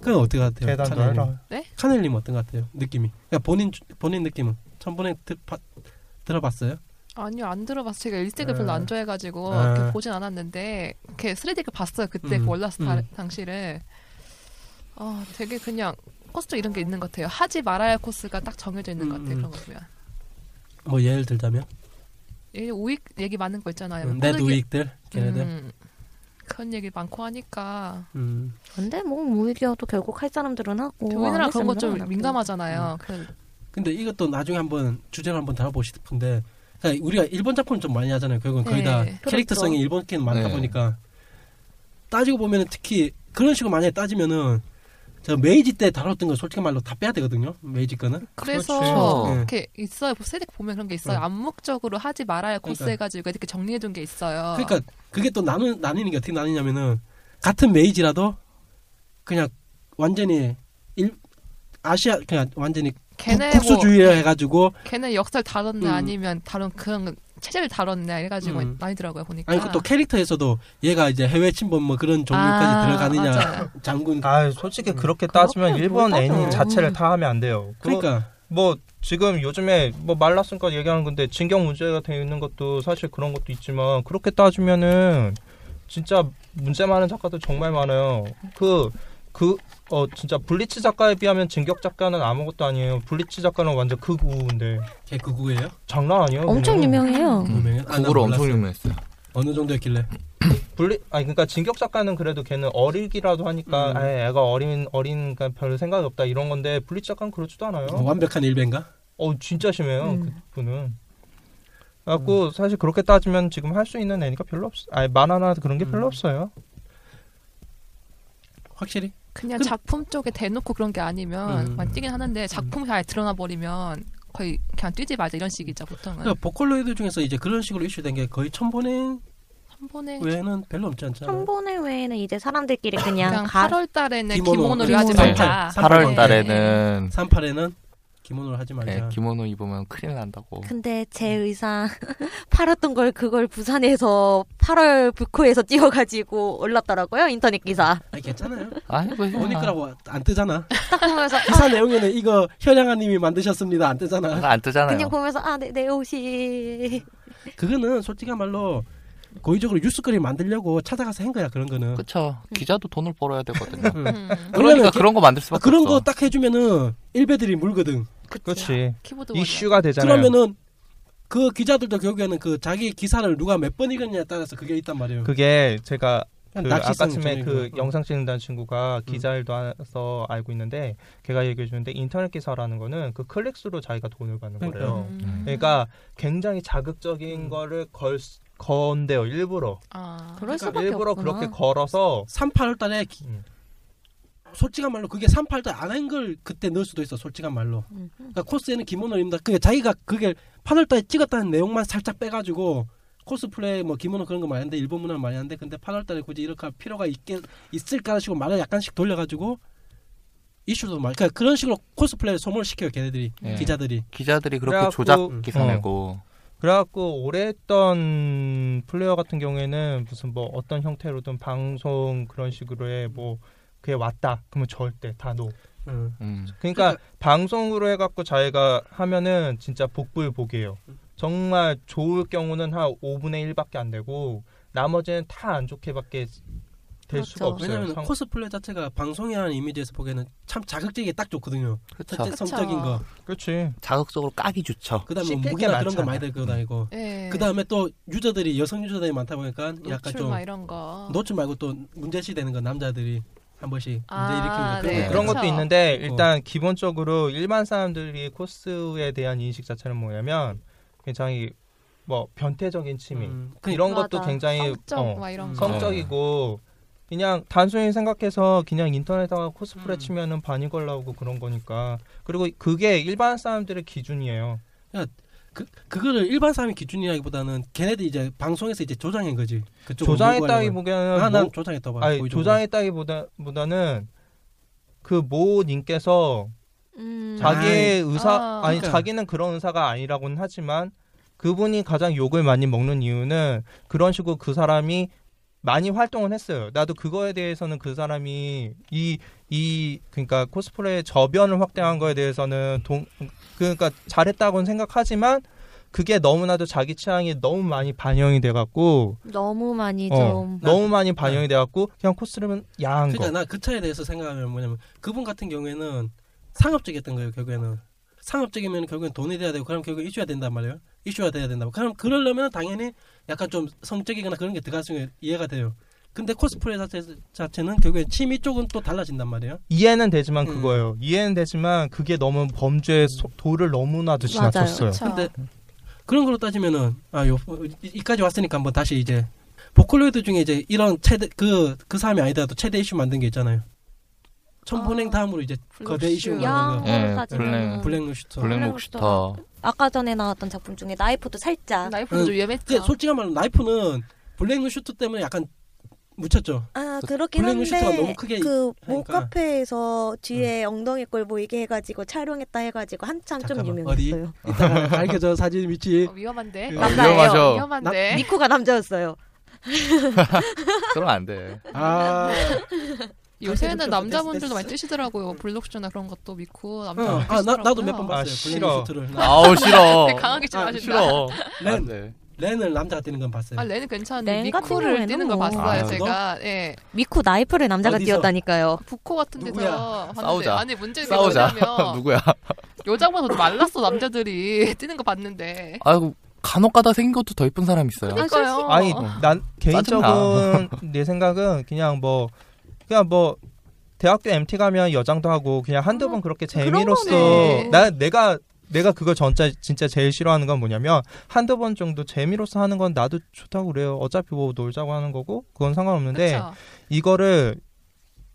Speaker 2: 그건 어떻게 같아요?
Speaker 5: 대단도
Speaker 2: 카넬님.
Speaker 5: 해라.
Speaker 2: 카넬님 어떤 것 같아요? 느낌이 그러니까 본인 주- 본인 느낌은 천번행 드- 파- 들어봤어요?
Speaker 6: 아니요 안 들어봤어요. 제가 일색을
Speaker 2: 네.
Speaker 6: 별로 안 좋아해가지고
Speaker 2: 네.
Speaker 6: 이렇게 보진 않았는데 이렇게 스레디를 봤어요 그때
Speaker 2: 음,
Speaker 6: 그 월라스타
Speaker 2: 음.
Speaker 6: 당시를. 어 되게 그냥 코스도 이런 게 있는 것 같아요. 하지 말아야 할 코스가 딱 정해져 있는 것
Speaker 2: 음,
Speaker 6: 같아요. 그런 거 보면.
Speaker 2: 뭐 예를 들자면
Speaker 6: 예, 우익 얘기 많은 거 있잖아요.
Speaker 2: 음,
Speaker 6: 꼬르기-
Speaker 2: 넷 우익들 걔네들
Speaker 6: 네, 뭐 음, 그런 얘기 많고 하니까
Speaker 2: 음.
Speaker 4: 근데 뭐 무의기여도 결국 할 사람들은 하고
Speaker 6: 교인이랑
Speaker 4: 안
Speaker 6: 그런
Speaker 4: 할
Speaker 6: 거 좀
Speaker 4: 사람들은
Speaker 2: 음.
Speaker 6: 민감하잖아요. 그래서
Speaker 2: 근데 이것도 나중에 한번 주제를 한번 다뤄보고 싶은데 그러니까 우리가 일본 작품 좀 많이 하잖아요. 결국은 거의
Speaker 6: 네.
Speaker 2: 다
Speaker 4: 그렇죠.
Speaker 2: 캐릭터성이 일본 게임 많다
Speaker 3: 네.
Speaker 2: 보니까 따지고 보면은 특히 그런 식으로 만약에 따지면은 저 메이지 때 다뤘던 거 솔직히 말로 다 빼야 되거든요. 메이지 거는
Speaker 6: 그래서
Speaker 2: 네.
Speaker 6: 이렇게 있어요. 뭐 세대 보면 그런 게 있어요.
Speaker 2: 네.
Speaker 6: 암묵적으로 하지 말아야 할 코스
Speaker 2: 그러니까.
Speaker 6: 해가지고 이렇게 정리해 준 게 있어요.
Speaker 2: 그러니까 그게 또 나누 나뉘는 게 어떻게 나뉘냐면은 같은 메이지라도 그냥 완전히 일 아시아 그냥 완전히 국-
Speaker 6: 걔네 뭐
Speaker 2: 국수주의라 해가지고
Speaker 6: 걔네 역사를 다뤘네
Speaker 2: 음.
Speaker 6: 아니면 다른 그런 체제를 다뤘네 이래가지고
Speaker 2: 음.
Speaker 6: 많이더라고요 보니까.
Speaker 2: 아니 또 캐릭터에서도 얘가 이제 해외 침범 뭐 그런 종류까지
Speaker 6: 아,
Speaker 2: 들어가느냐
Speaker 6: 맞아요.
Speaker 2: 장군
Speaker 5: 아 솔직히 그렇게 따지면
Speaker 4: 그렇게
Speaker 5: 일본
Speaker 4: 뭘
Speaker 5: 애니
Speaker 4: 따져.
Speaker 5: 자체를 다 하면 안 돼요. 그거
Speaker 2: 그러니까
Speaker 5: 뭐 지금 요즘에 뭐 말라슨까지 얘기하는 건데 진격 문제가 되어 있는 것도 사실 그런 것도 있지만 그렇게 따지면은 진짜 문제 많은 작가들 정말 많아요. 그 그 어 진짜 블리치 작가에 비하면 진격 작가는 아무것도 아니에요. 블리치 작가는 완전 극우인데
Speaker 2: 걔 그구예요?
Speaker 5: 장난 아니에요.
Speaker 4: 어, 엄청
Speaker 5: 그냥.
Speaker 4: 유명해요.
Speaker 2: 유명해요? 아, 난
Speaker 3: 구구로 음, 엄청
Speaker 2: 몰랐어요.
Speaker 3: 유명했어요.
Speaker 2: 어느 정도였길래?
Speaker 5: 블리 아니 그러니까 진격 작가는 그래도 걔는 어리기라도 하니까
Speaker 2: 음.
Speaker 5: 아예 애가 어린 어린니까 별 생각이 없다 이런 건데 블리치 작가는 그렇지도 않아요.
Speaker 2: 어, 완벽한 일배인가?
Speaker 5: 어 진짜 심해요
Speaker 6: 음.
Speaker 5: 그분은. 갖고 사실 그렇게 따지면 지금 할 수 있는 애니까 별로 없. 아니 만화나 그런 게 별로
Speaker 2: 음.
Speaker 5: 없어요.
Speaker 2: 확실히?
Speaker 6: 그냥
Speaker 2: 그-
Speaker 6: 작품 쪽에 대놓고 그런 게 아니면
Speaker 2: 음.
Speaker 6: 많이 뛰긴 하는데 작품이 아예 드러나 버리면 거의 그냥 뛰지 말자 이런 식이죠 보통은.
Speaker 2: 그러니까 보컬로이드 중에서 이제 그런 식으로 이슈된 게 거의 천번행
Speaker 6: 한 번에
Speaker 2: 외에는 별로 없지 않잖아요.
Speaker 4: 한 번에 외에는 이제 사람들끼리 그냥
Speaker 6: 음. 그냥
Speaker 4: 가
Speaker 6: 8월 달에는
Speaker 2: 기모노.
Speaker 6: 기모노를 하지
Speaker 2: 기모노.
Speaker 6: 말자.
Speaker 2: 네, 삼팔.
Speaker 3: 8월 달에는
Speaker 2: 38에는 기모노를 하지 말자.
Speaker 3: 네, 기모노 입으면 큰일 난다고.
Speaker 4: 근데 제 의상 팔았던 걸 그걸 부산에서 8월 부코에서 띄워가지고 올랐더라고요 인터넷 기사.
Speaker 2: 아니 괜찮아요.
Speaker 3: 아이고 이거
Speaker 2: 오니크라고 안 뜨잖아.
Speaker 4: 딱 보면서
Speaker 2: 기사 내용에는 이거 현양아님이 만드셨습니다. 안 뜨잖아.
Speaker 3: 안 뜨잖아요.
Speaker 4: 그냥 보면서 아내내 네, 옷이
Speaker 2: 그거는 솔직한 말로 고의적으로 뉴스거리 만들려고 찾아가서 한 거야 그런 거는.
Speaker 3: 그쵸. 기자도 돈을 벌어야 되거든요.
Speaker 2: 응.
Speaker 6: 음,
Speaker 2: 네. 왜냐면
Speaker 3: 그러니까
Speaker 2: 기-
Speaker 3: 그런 거 만들
Speaker 2: 아,
Speaker 3: 수밖에
Speaker 2: 그런 거
Speaker 3: 없어.
Speaker 2: 딱 해주면은 일배들이 물거든.
Speaker 5: 그렇지.
Speaker 6: 키보드
Speaker 5: 이슈가 되잖아요.
Speaker 2: 그러면은 그 기자들도 결국에는 그 자기 기사를 누가 몇 번 읽었냐에 따라서 그게 있단 말이에요.
Speaker 5: 그게 제가
Speaker 2: 그,
Speaker 5: 그 아까쯤에 그
Speaker 2: 응.
Speaker 5: 영상 찍는다는 친구가
Speaker 4: 음.
Speaker 5: 기자일도 해서 알고 있는데 걔가 얘기해 주는데 인터넷 기사라는 거는 그 클릭 수로 자기가 돈을 받는
Speaker 2: 그러니까.
Speaker 5: 거래요.
Speaker 6: 음.
Speaker 5: 그러니까 굉장히 자극적인
Speaker 4: 음.
Speaker 5: 거를 걸 수- 건데요 일부러 그러니까
Speaker 6: 아.
Speaker 4: 그럴 수밖에
Speaker 5: 일부러
Speaker 4: 없구나.
Speaker 5: 그렇게 걸어서
Speaker 2: 3, 8월 달에 기-
Speaker 5: 음.
Speaker 2: 솔직한 말로 그게 3, 8월 달안 한 걸 그때 넣을 수도 있어. 솔직한 말로.
Speaker 4: 음.
Speaker 2: 그러니까 코스에는 김원호 입니다. 그게 자기가 그게 8월 달에 찍었다는 내용만 살짝 빼 가지고 코스프레 뭐 김원호 그런 거 많이 하는데 일본 문화 많이 하는데 근데 8월 달에 굳이 이렇게 할 필요가 있겠 있을까 싶고 말을 약간씩 돌려 가지고 이슈도 말 그러니까 그런 식으로 코스프레를 소모시켜요 걔네들이
Speaker 3: 예.
Speaker 2: 기자들이
Speaker 3: 기자들이 그렇게
Speaker 5: 그래갖고-
Speaker 3: 조작 기사
Speaker 5: 어.
Speaker 3: 내고
Speaker 5: 그래갖고 오래 했던 플레이어 같은 경우에는 무슨 뭐 어떤 형태로든 방송 그런 식으로의 뭐 그게 왔다 그러면 절대 다 노.
Speaker 2: 음.
Speaker 3: 음.
Speaker 5: 그러니까 방송으로 해갖고 자기가 하면은 진짜 복불복이에요. 정말 좋을 경우는 한 5분의 1밖에 안 되고 나머지는 다 안 좋게밖에 될 수가
Speaker 6: 그렇죠.
Speaker 5: 없어요.
Speaker 2: 왜냐면
Speaker 5: 성-
Speaker 2: 코스플레 자체가 방송이라는 이미지에서 보기에는 참 자극적이기 딱 좋거든요.
Speaker 3: 그렇죠.
Speaker 2: 첫째 성적인 거.
Speaker 5: 그렇지.
Speaker 3: 자극적으로 까기 좋죠.
Speaker 2: 그다음에
Speaker 5: 씹힐
Speaker 2: 뭐
Speaker 5: 게
Speaker 2: 무기나 그런 거
Speaker 5: 많잖아.
Speaker 2: 많이 들고 다니고.
Speaker 6: 예.
Speaker 2: 그다음에 또 유저들이 여성 유저들이 많다 보니까 약간
Speaker 6: 노출
Speaker 2: 좀
Speaker 6: 막 이런 거.
Speaker 2: 노출 말고 또 문제시 되는 거 남자들이 한 번씩 문제
Speaker 6: 아,
Speaker 2: 일으키는 거 그런
Speaker 6: 네.
Speaker 2: 거. 음,
Speaker 5: 그런
Speaker 6: 그렇죠.
Speaker 5: 것도 있는데 일단 기본적으로 일반 사람들이 코스에 대한 인식 자체는 뭐냐면 굉장히 뭐 변태적인 취미
Speaker 2: 음, 그-
Speaker 5: 이런 것도
Speaker 4: 맞아.
Speaker 5: 굉장히
Speaker 6: 성적
Speaker 5: 어,
Speaker 6: 막 이런
Speaker 2: 음.
Speaker 6: 거.
Speaker 3: 성-
Speaker 5: 성적이고 그냥 단순히 생각해서 그냥 인터넷에다가 코스프레
Speaker 2: 음.
Speaker 5: 치면은 반이걸 나오고 그런 거니까 그리고 그게 일반 사람들의 기준이에요.
Speaker 2: 그 그거를 일반 사람이 기준이라기보다는 걔네들 이제 방송에서 이제 조장한 거지. 그쪽
Speaker 5: 조장했다기보다는
Speaker 2: 하나
Speaker 5: 뭐-
Speaker 2: 조장했다 봐.
Speaker 5: 아니 조장했다기보다는 그 모 님께서
Speaker 4: 음.
Speaker 5: 자기의 의사
Speaker 6: 아.
Speaker 5: 아니
Speaker 2: 그러니까.
Speaker 5: 자기는 그런 의사가 아니라고는 하지만 그분이 가장 욕을 많이 먹는 이유는 그런 식으로 그 사람이 많이 활동을 했어요. 나도 그거에 대해서는 그 사람이 이 이 그러니까 코스프레의 저변을 확대한 거에 대해서는 동 그러니까 잘했다고는 생각하지만 그게 너무나도 자기 취향이 너무 많이 반영이 돼 갖고
Speaker 4: 너무 많이
Speaker 5: 어,
Speaker 4: 좀
Speaker 5: 너무 많이 반영이 돼 갖고 그냥 코스름은 야한
Speaker 2: 네. 그러니까
Speaker 5: 거.
Speaker 2: 나 그 차에 대해서 생각하면 뭐냐면 그분 같은 경우에는 상업적이었던 거예요 결국에는 상업적이면 결국엔 돈이 돼야 되고 그럼 결국 이슈가 된단 말이에요 이슈가 돼야 된다 그럼 그러려면 당연히 약간 좀 성적이거나 그런 게 들어갈 수 있는 게 이해가 돼요 근데 코스프레 자체, 자체는 결국엔 취미 쪽은 또 달라진단 말이에요
Speaker 5: 이해는 되지만
Speaker 2: 음.
Speaker 5: 그거예요. 이해는 되지만 그게 너무 범죄의 소- 도를 너무나도
Speaker 4: 맞아요.
Speaker 5: 지나쳤어요.
Speaker 6: 그쵸.
Speaker 2: 음. 근데 그런 걸로 따지면은 아 요 이까지 왔으니까 한번 다시 이제 보컬로이드 중에 이제 이런 최대 그그 사람이 아니더라도 최대 이슈 만든 게 있잖아요 천본행
Speaker 6: 아,
Speaker 2: 다음으로 이제 거대 이슈
Speaker 6: 블록슈.
Speaker 2: 만든 거
Speaker 3: 예,
Speaker 4: 양으로 따지면
Speaker 3: 블랙.
Speaker 2: 네. 블랙루시터
Speaker 3: 블랙록스터.
Speaker 4: 아까 전에 나왔던 작품 중에 나이프도 살짝
Speaker 6: 나이프도 좀 위험했죠.
Speaker 3: 아.
Speaker 2: 근데 그 솔직한 말로 나이프는 블랙 슈트 때문에 약간 묻혔죠.
Speaker 7: 아 그렇긴
Speaker 2: 블랙 슈트가
Speaker 7: 한데
Speaker 2: 너무 크게
Speaker 7: 그
Speaker 2: 하니까.
Speaker 7: 몸카페에서 뒤에 엉덩이 꼴 보이게 해가지고 촬영했다 해가지고 한참 좀
Speaker 2: 잠깐만,
Speaker 7: 유명했어요.
Speaker 2: 이따가 가르쳐줘 사진 위치.
Speaker 6: 어, 위험한데.
Speaker 2: 그-
Speaker 4: 남자예요.
Speaker 3: 아, 위험하죠.
Speaker 6: 위험한데.
Speaker 7: 니코가 남자였어요.
Speaker 3: 그러면 안 돼.
Speaker 2: 아,
Speaker 6: 요새는
Speaker 2: 됐어,
Speaker 6: 남자분들도
Speaker 2: 됐어.
Speaker 6: 많이 뜨시더라고. 요 블록쇼나 그런 것도 믿고
Speaker 2: 어,
Speaker 6: 남자.
Speaker 2: 아 나, 나도 몇 번
Speaker 5: 아,
Speaker 2: 봤어요. 아,
Speaker 5: 싫어.
Speaker 2: 블랙 슈트를. 나-
Speaker 3: 아우 싫어.
Speaker 6: 강하게 지나가신다.
Speaker 3: 싫어. 아, 네. 안
Speaker 2: 렌
Speaker 3: 돼.
Speaker 2: 렌을 남자가 뛰는 건 봤어요.
Speaker 6: 아, 렌은 괜찮은데
Speaker 4: 렌
Speaker 6: 미쿠를
Speaker 4: 같은
Speaker 6: 뛰는
Speaker 4: 경우에는
Speaker 6: 걸
Speaker 4: 뭐.
Speaker 6: 봤어요,
Speaker 3: 아,
Speaker 6: 제가. 예.
Speaker 4: 미쿠 나이프를 남자가
Speaker 2: 어디서?
Speaker 4: 뛰었다니까요.
Speaker 6: 부코 같은 데서
Speaker 2: 누구야?
Speaker 6: 봤는데
Speaker 3: 싸우자.
Speaker 6: 아니 문제는
Speaker 3: 싸우자.
Speaker 6: 뭐냐면
Speaker 3: 누구야?
Speaker 6: 여자보다 더 말랐어 남자들이 뛰는 거 봤는데.
Speaker 3: 아이고 간혹가다 생긴 것도 더 이쁜 사람 있어요.
Speaker 6: 그러니까요.
Speaker 5: 아니 난 개인적인
Speaker 3: 짜증나.
Speaker 5: 내 생각은 그냥 뭐 그냥 뭐 대학교 MT 가면 여장도 하고 그냥 한두 번 그렇게 재미로써
Speaker 6: 어, 거네.
Speaker 5: 나 내가 내가 그걸 전짜 진짜 제일 싫어하는 건 뭐냐면 한두 번 정도 재미로써 하는 건 나도 좋다고 그래요. 어차피 뭐 놀자고 하는 거고 그건 상관없는데
Speaker 6: 그쵸?
Speaker 5: 이거를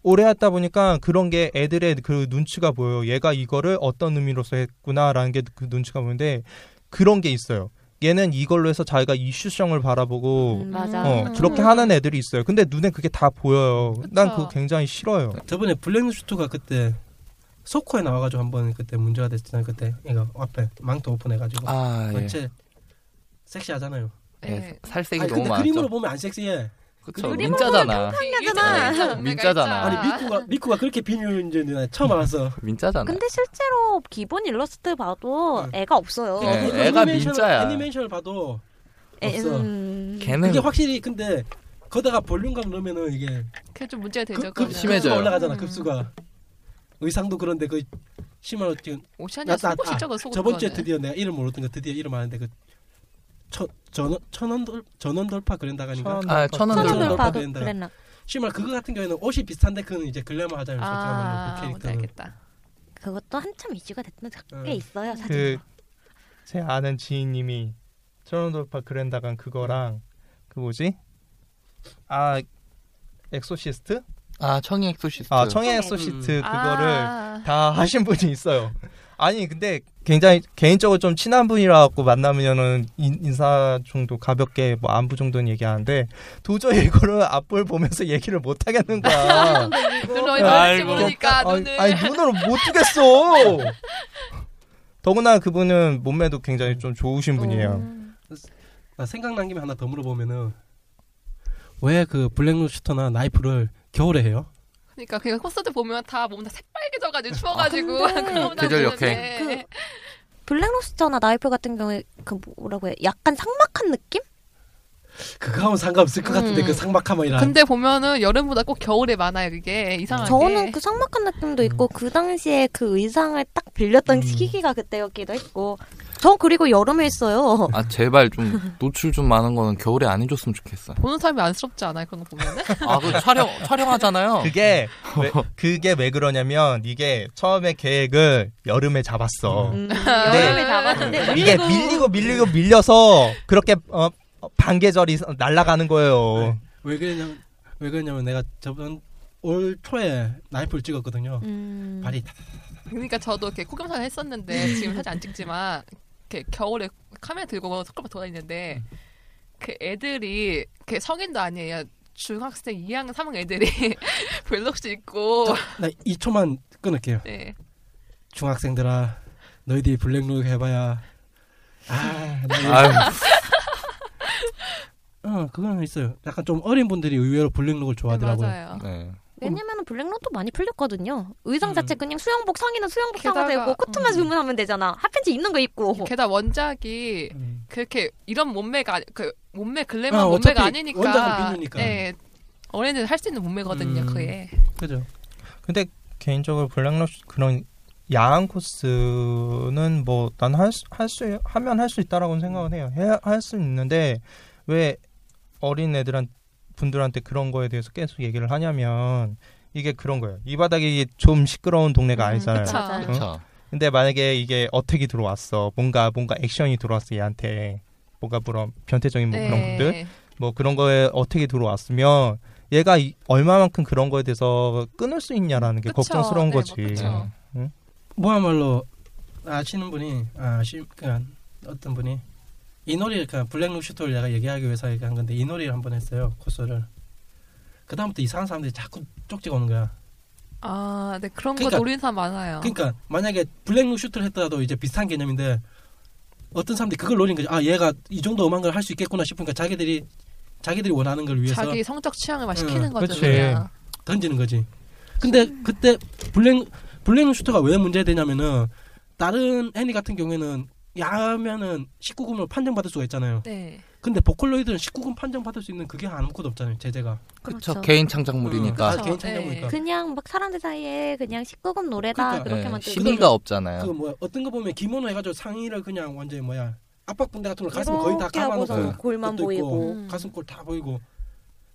Speaker 5: 오래 하다 보니까 그런 게 애들의 그 눈치가 보여요. 얘가 이거를 어떤 의미로서 했구나라는 게 그 눈치가 보이는데 그런 게 있어요. 얘는 이걸로 해서 자기가 이슈성을 바라보고
Speaker 4: 음, 맞아.
Speaker 5: 어, 그렇게
Speaker 6: 음.
Speaker 5: 하는 애들이 있어요. 근데 눈에 그게 다 보여요. 난
Speaker 6: 그쵸.
Speaker 5: 그거 굉장히 싫어요.
Speaker 2: 저번에 블랙 슈트가 그때 소코에 나와가지고 한 번 그때 문제가 됐잖아요. 그때 이거 앞에 망토 오픈해가지고
Speaker 3: 아 예.
Speaker 2: 전체 섹시하잖아요.
Speaker 6: 예.
Speaker 2: 네.
Speaker 3: 예. 살색이
Speaker 2: 아니,
Speaker 3: 너무
Speaker 2: 근데
Speaker 3: 많죠.
Speaker 2: 그림으로 보면 안 섹시해.
Speaker 3: 그쵸.
Speaker 2: 그림으로는
Speaker 3: 민짜잖아.
Speaker 6: 일자잖아, 일자 몸매가
Speaker 3: 민짜잖아.
Speaker 6: 일자.
Speaker 2: 아니 미쿠가 미쿠가 그렇게 비밀인지 나 처음 알았어.
Speaker 3: 그 민짜잖아.
Speaker 4: 근데
Speaker 7: 어,
Speaker 4: 실제로 기본 일러스트 봐도
Speaker 2: 네.
Speaker 4: 애가 없어요.
Speaker 3: 네.
Speaker 2: 그러니까
Speaker 3: 애가
Speaker 2: 애니메이션을-
Speaker 3: 민자야.
Speaker 2: 애니메이션을 봐도
Speaker 4: 애-
Speaker 2: 없어.
Speaker 4: 음.
Speaker 3: 걔는
Speaker 2: 그게 확실히 근데 거다가 볼륨감 넣으면은 이게
Speaker 6: 그게 좀 문제가 되죠.
Speaker 2: 급,
Speaker 6: 그러면.
Speaker 2: 급,
Speaker 3: 심해져요.
Speaker 2: 급수가 올라가잖아
Speaker 6: 음.
Speaker 2: 급수가 의상도 그런데 그 심한 지금
Speaker 6: 오션이
Speaker 2: 나- 나-
Speaker 6: 속옷 진짜 그 속옷.
Speaker 2: 저번 주에
Speaker 6: 그거는.
Speaker 2: 드디어 내가 이름 모르던 거 드디어 이름 아는데 그 천, 전원, 천원 돌, 전원 돌파 그랜다가니까
Speaker 5: 천원
Speaker 3: 아
Speaker 5: 돌파.
Speaker 3: 천원
Speaker 2: 천원
Speaker 3: 돌파.
Speaker 2: 돌파.
Speaker 4: 천원돌파도
Speaker 2: 된다.
Speaker 4: 그랬나?
Speaker 2: 심한 그거 같은 경우에는 옷이 비슷한데 그건 이제 글래머 하자면서
Speaker 6: 아,
Speaker 2: 아,
Speaker 6: 뭔지
Speaker 2: 캐릭터는
Speaker 6: 알겠다.
Speaker 4: 그것도 한참 이슈가 됐던 게
Speaker 2: 응.
Speaker 4: 있어요. 사진.
Speaker 5: 그 제 아는 지인님이 천원돌파 그랜다간 그거랑 그 뭐지? 아 엑소시스트?
Speaker 3: 아 청이 엑소시스트.
Speaker 5: 아 청해 엑소시스트 그거를
Speaker 6: 음. 아,
Speaker 5: 다 하신 분이 있어요. 아니 근데 굉장히 개인적으로 좀 친한 분이라 갖고 만나면은 인- 인사 정도 가볍게 뭐 안부 정도는 얘기하는데 도저히 이거를 앞볼 보면서 얘기를 못 하겠는 거야.
Speaker 6: 눈을 어디 놨지
Speaker 3: 아이고.
Speaker 6: 모르니까
Speaker 5: 아니,
Speaker 6: 눈을.
Speaker 5: 아니 눈으로 못 뜨겠어. 더구나 그분은 몸매도 굉장히 좀 좋으신 분이에요.
Speaker 6: 음.
Speaker 2: 나 생각난 김에 하나 더 물어보면은 왜 그 블랙루슈터나 나이프를 겨울에 해요?
Speaker 6: 그러니까 그 콘서트 보면 다 몸 다 새빨개져가지고 추워가지고
Speaker 4: 근데
Speaker 6: 그런
Speaker 3: 계절 역행.
Speaker 6: 그,
Speaker 4: 블랙로스터나 나이프 같은 경우에 그 뭐라고 해? 약간 삭막한 느낌?
Speaker 2: 그거하고는 상관없을 것 같은데
Speaker 6: 음.
Speaker 2: 그 상막함이랑
Speaker 6: 근데 보면은 여름보다 꼭 겨울에 많아요 그게 이상하게.
Speaker 2: 네.
Speaker 4: 저는 그 삭막한 느낌도 있고 그 당시에 그 의상을 딱 빌렸던
Speaker 2: 음.
Speaker 4: 시기가 그때였기도 했고 저 그리고 여름에 했어요.
Speaker 3: 아 제발 좀 노출 좀 많은 거는 겨울에 안 해줬으면 좋겠어.
Speaker 6: 보는 사람이 안쓰럽지 않아요 그런 거 보면은?
Speaker 3: 아그 촬영 촬영하잖아요.
Speaker 5: 그게 왜, 그게 왜 그러냐면 이게 처음에 계획을 여름에 잡았어.
Speaker 2: 음.
Speaker 7: 음,
Speaker 6: 네.
Speaker 7: 여름에 잡았는데
Speaker 5: 이게 밀리고 밀리고 밀려서 그렇게 어, 반계절이 날아가는
Speaker 4: 네.
Speaker 5: 거예요.
Speaker 2: 왜 그랬냐면 왜 그랬냐면 내가 저번 올 초에 나이프를 찍었거든요.
Speaker 6: 음.
Speaker 2: 발이 다-
Speaker 6: 그러니까 저도 이렇게 코겸사진 했었는데 지금 사진 안 찍지만 이렇게 겨울에 카메라 들고 섞어만 돌아다니는데
Speaker 2: 음.
Speaker 6: 그 애들이 그 성인도 아니에요. 중학생 2학년 3학년 애들이 벨록스 입고
Speaker 2: 나 2초만 끊을게요.
Speaker 6: 네.
Speaker 2: 중학생들아 너희들이 블랙룩 해봐야 아, 너희-
Speaker 3: 아유,
Speaker 2: 어 그거는 있어요. 약간 좀 어린 분들이 의외로 블랙룩을 좋아하더라고요. 그러니까.
Speaker 6: 맞아요.
Speaker 3: 네.
Speaker 4: 왜냐면 블랙런도 많이 풀렸거든요. 의상
Speaker 2: 음.
Speaker 4: 자체 그냥 수영복 성인은 수영복 사면
Speaker 6: 게다가,
Speaker 4: 되고 코트만
Speaker 6: 음.
Speaker 4: 주문하면 되잖아. 핫팬츠 입는 거 입고.
Speaker 2: 그렇죠.
Speaker 6: 게다가 원작이
Speaker 2: 음.
Speaker 6: 그렇게 이런 몸매가 아니- 그 몸매 글래머
Speaker 2: 아, 어차피
Speaker 6: 몸매가 아니니까
Speaker 2: 원작은 미녀니까.
Speaker 6: 네. 어린애들 할 수 있는 몸매거든요
Speaker 2: 음.
Speaker 6: 그게
Speaker 2: 그죠?
Speaker 5: 근데 개인적으로 블랙러쉬 그런 야한 코스는 뭐 난 할 수 하면 할 수 있다라고 생각은 해요. 할 수 있는데 왜 어린 애들한 분들한테 그런 거에 대해서 계속 얘기를 하냐면 이게 그런 거예요. 이 바닥이 좀 시끄러운 동네가
Speaker 4: 음,
Speaker 2: 그러니까
Speaker 5: 아니잖아요.
Speaker 4: 그쵸.
Speaker 6: 맞아요.
Speaker 3: 그렇죠.
Speaker 5: 근데 만약에 이게 어택이 들어왔어. 뭔가 뭔가 액션이 들어왔어 얘한테. 뭔가 그런 변태적인 뭐 그런
Speaker 4: 네.
Speaker 6: 네.
Speaker 5: 것들. 뭐 그런 거에 어떻게 들어왔으면 얘가 이- 얼마만큼 그런 거에 대해서 끊을 수 있냐라는 게
Speaker 6: 그쵸.
Speaker 5: 걱정스러운
Speaker 6: 네,
Speaker 5: 거지.
Speaker 6: 뭐 그쵸.
Speaker 2: 뭐야말로 아시는 분이 아시 그러니까 어떤 분이 이 놀이를 그냥 블랙룩 슈터를 내가 얘기하기 위해서 얘기한 건데 이 놀이를 한번 했어요 코스를. 그 다음부터 이상한 사람들이 자꾸 쪽지가 오는 거야.
Speaker 6: 아, 네 그런
Speaker 2: 그러니까-
Speaker 6: 거 노린 사람 많아요.
Speaker 2: 그러니까 만약에 블랙룩 슈트를 했더라도 이제 비슷한 개념인데 어떤 사람들이 그걸 노린 거지. 아 얘가 이 정도 음악을 할 수 있겠구나 싶으니까 자기들이 자기들이 원하는 걸 위해서 음.
Speaker 6: 자기 성적 취향을 막 시키는
Speaker 2: 응,
Speaker 6: 거죠.
Speaker 5: 그치.
Speaker 6: 그냥.
Speaker 2: 던지는 거지. 근데 그때 블랙 블랙 슈터가 왜 문제되냐면은 다른 애니 같은 경우에는 야하면은 19금으로 판정받을 수가 있잖아요.
Speaker 6: 네.
Speaker 2: 근데 보컬로이드는 19금 판정받을 수 있는 그게 아무것도 없잖아요. 제재가.
Speaker 3: 그렇죠. 개인 창작물이니까
Speaker 2: 다 개인
Speaker 6: 그렇죠.
Speaker 7: 네,
Speaker 2: 창작물이니까.
Speaker 4: 그냥 막 사람들 사이에 그냥 19금 노래다
Speaker 2: 그러니까.
Speaker 4: 그렇게만
Speaker 3: 네,
Speaker 4: 뜨
Speaker 3: 심의가
Speaker 2: 그
Speaker 3: 없잖아요.
Speaker 2: 뭐야 어떤 거 보면 기모노 해가지고 상의를 그냥 완전 히 뭐야 압박분대 같은 걸 가슴 거의 다
Speaker 7: 이렇게
Speaker 2: 감아놓고
Speaker 7: 하고서 뭐 골만
Speaker 2: 것도 있고,
Speaker 7: 보이고
Speaker 6: 음.
Speaker 2: 가슴골 다 보이고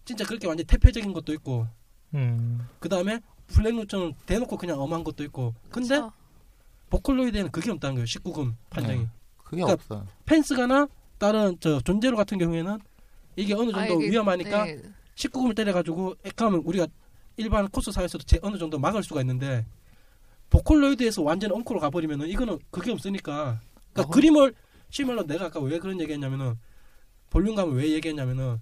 Speaker 2: 진짜 그렇게 완전 태폐적인 것도 있고
Speaker 5: 음.
Speaker 2: 그 다음에 블랙루처럼 대놓고 그냥 엄한 것도 있고 근데
Speaker 6: 그쵸.
Speaker 2: 보컬로이드에는 그게 없다는 거예요 19금 판정이
Speaker 3: 네. 그게
Speaker 2: 그러니까-
Speaker 3: 없어.
Speaker 2: 펜스가나 다른 저 존재로 같은 경우에는 이게 어느 정도
Speaker 6: 아, 이게-
Speaker 2: 위험하니까
Speaker 6: 네.
Speaker 2: 19금을 때려가지고 액하면 우리가 일반 코스 사에서도 제 어느 정도 막을 수가 있는데 보컬로이드에서 완전 엉코로 가버리면은 이거는 그게 없으니까 그러니까
Speaker 3: 어허.
Speaker 2: 그림을 실말로 내가 아까 왜 그런 얘기했냐면은 볼륨감을 왜 얘기했냐면은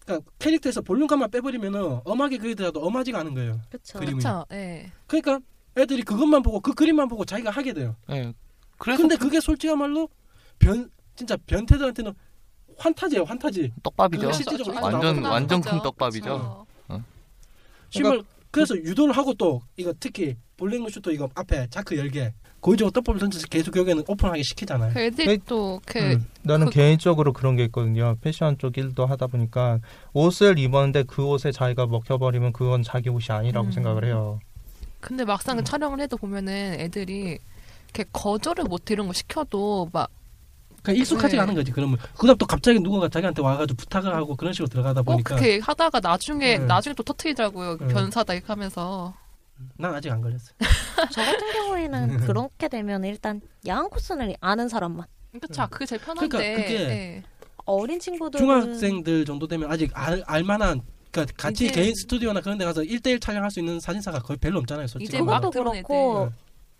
Speaker 2: 그러니까 캐릭터에서 볼륨감만 빼버리면은 엄하게 그리더라도 엄하지가 않은 거예요.
Speaker 4: 그렇죠.
Speaker 2: 그림이.
Speaker 6: 그렇죠. 네.
Speaker 2: 그러니까 애들이 그것만 보고 그 그림만 보고 자기가 하게 돼요.
Speaker 3: 네. 그래서
Speaker 2: 근데 그게 솔직한 말로 변 진짜 변태들한테는 환타지예요, 환타지.
Speaker 3: 떡밥이죠.
Speaker 2: 그거 실제적으로
Speaker 6: 아,
Speaker 2: 완전-
Speaker 6: 나오구나.
Speaker 3: 완전 큰
Speaker 6: 그렇죠.
Speaker 3: 떡밥이죠.
Speaker 6: 그렇죠. 그러니까
Speaker 2: 심을 그래서 유도를 하고 또 이거 특히 볼링 슛도 이거 앞에 자크 열개 고의적으로 떡밥을 던져서 계속 여기는 오픈하게 시키잖아요.
Speaker 6: 그
Speaker 5: 네.
Speaker 6: 애들이 또그
Speaker 5: 음. 나는
Speaker 6: 그-
Speaker 5: 개인적으로 그런 게 있거든요. 패션 쪽 일도 하다 보니까 옷을 입었는데 그 옷에 자기가 먹혀버리면 그건 자기 옷이 아니라고
Speaker 6: 음.
Speaker 5: 생각을 해요.
Speaker 6: 근데 막상 촬영을 해도 보면은 애들이 이렇게 거절을 못 해, 이런 거 시켜도 막
Speaker 2: 그러니까 익숙하지가
Speaker 6: 네.
Speaker 2: 않은 거지. 그러면 그다음 또 갑자기 누군가 자기한테 와가지고 부탁을 하고 그런 식으로 들어가다
Speaker 6: 꼭
Speaker 2: 보니까
Speaker 6: 그렇게 하다가 나중에
Speaker 2: 네.
Speaker 6: 나중에 또 터트리더라고요
Speaker 2: 네.
Speaker 6: 변사다 이렇게 하면서
Speaker 2: 난 아직 안 걸렸어.
Speaker 4: 저 같은 경우에는
Speaker 2: 음.
Speaker 4: 그렇게 되면 일단 야한 코스는 아는 사람만
Speaker 6: 그쵸 그게 제일 편한데
Speaker 2: 그러니까 그게
Speaker 6: 네.
Speaker 4: 어린 친구들은
Speaker 2: 중학생들 정도 되면 아직 알, 알만한 그러니까 같이
Speaker 6: 이제-
Speaker 2: 개인 스튜디오나 그런 데 가서 일대일 촬영할 수 있는 사진사가 거의 별로 없잖아요, 솔직히.
Speaker 6: 이제 막
Speaker 4: 그것도
Speaker 6: 들어온
Speaker 4: 그렇고
Speaker 2: 애들.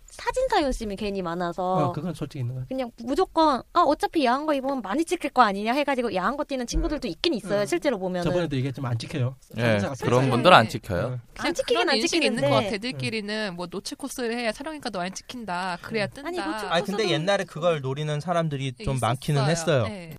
Speaker 4: 사진사 욕심이 괜히 많아서
Speaker 2: 어, 네. 그건 솔직히 있는 거야.
Speaker 4: 그냥 무조건 아 어차피 야한 거 입으면 많이 찍힐 거 아니냐 해가지고 야한 거 뛰는 친구들도 있긴 있어요
Speaker 6: 음.
Speaker 2: 응.
Speaker 4: 실제로 보면은
Speaker 2: 네. 저번에도 얘기했지만 안 찍혀요.
Speaker 3: 예,
Speaker 2: 사진사가
Speaker 3: 그런
Speaker 2: 사진사가-
Speaker 3: 분들 안
Speaker 2: 네.
Speaker 3: 찍혀요.
Speaker 4: 안 찍히긴
Speaker 6: 그런
Speaker 4: 안
Speaker 6: 인식이 있는
Speaker 4: 찍히는데.
Speaker 6: 것 같아 애들끼리는 뭐 노출 코스를 해야 촬영이니까도 안 찍힌다 그래야 뜬다
Speaker 4: 아니, 노출
Speaker 5: 아니 근데
Speaker 4: 코스도-
Speaker 5: 옛날에 그걸 노리는 사람들이
Speaker 6: 네,
Speaker 5: 좀
Speaker 6: 있었어요.
Speaker 5: 많기는 했어요.
Speaker 6: 네.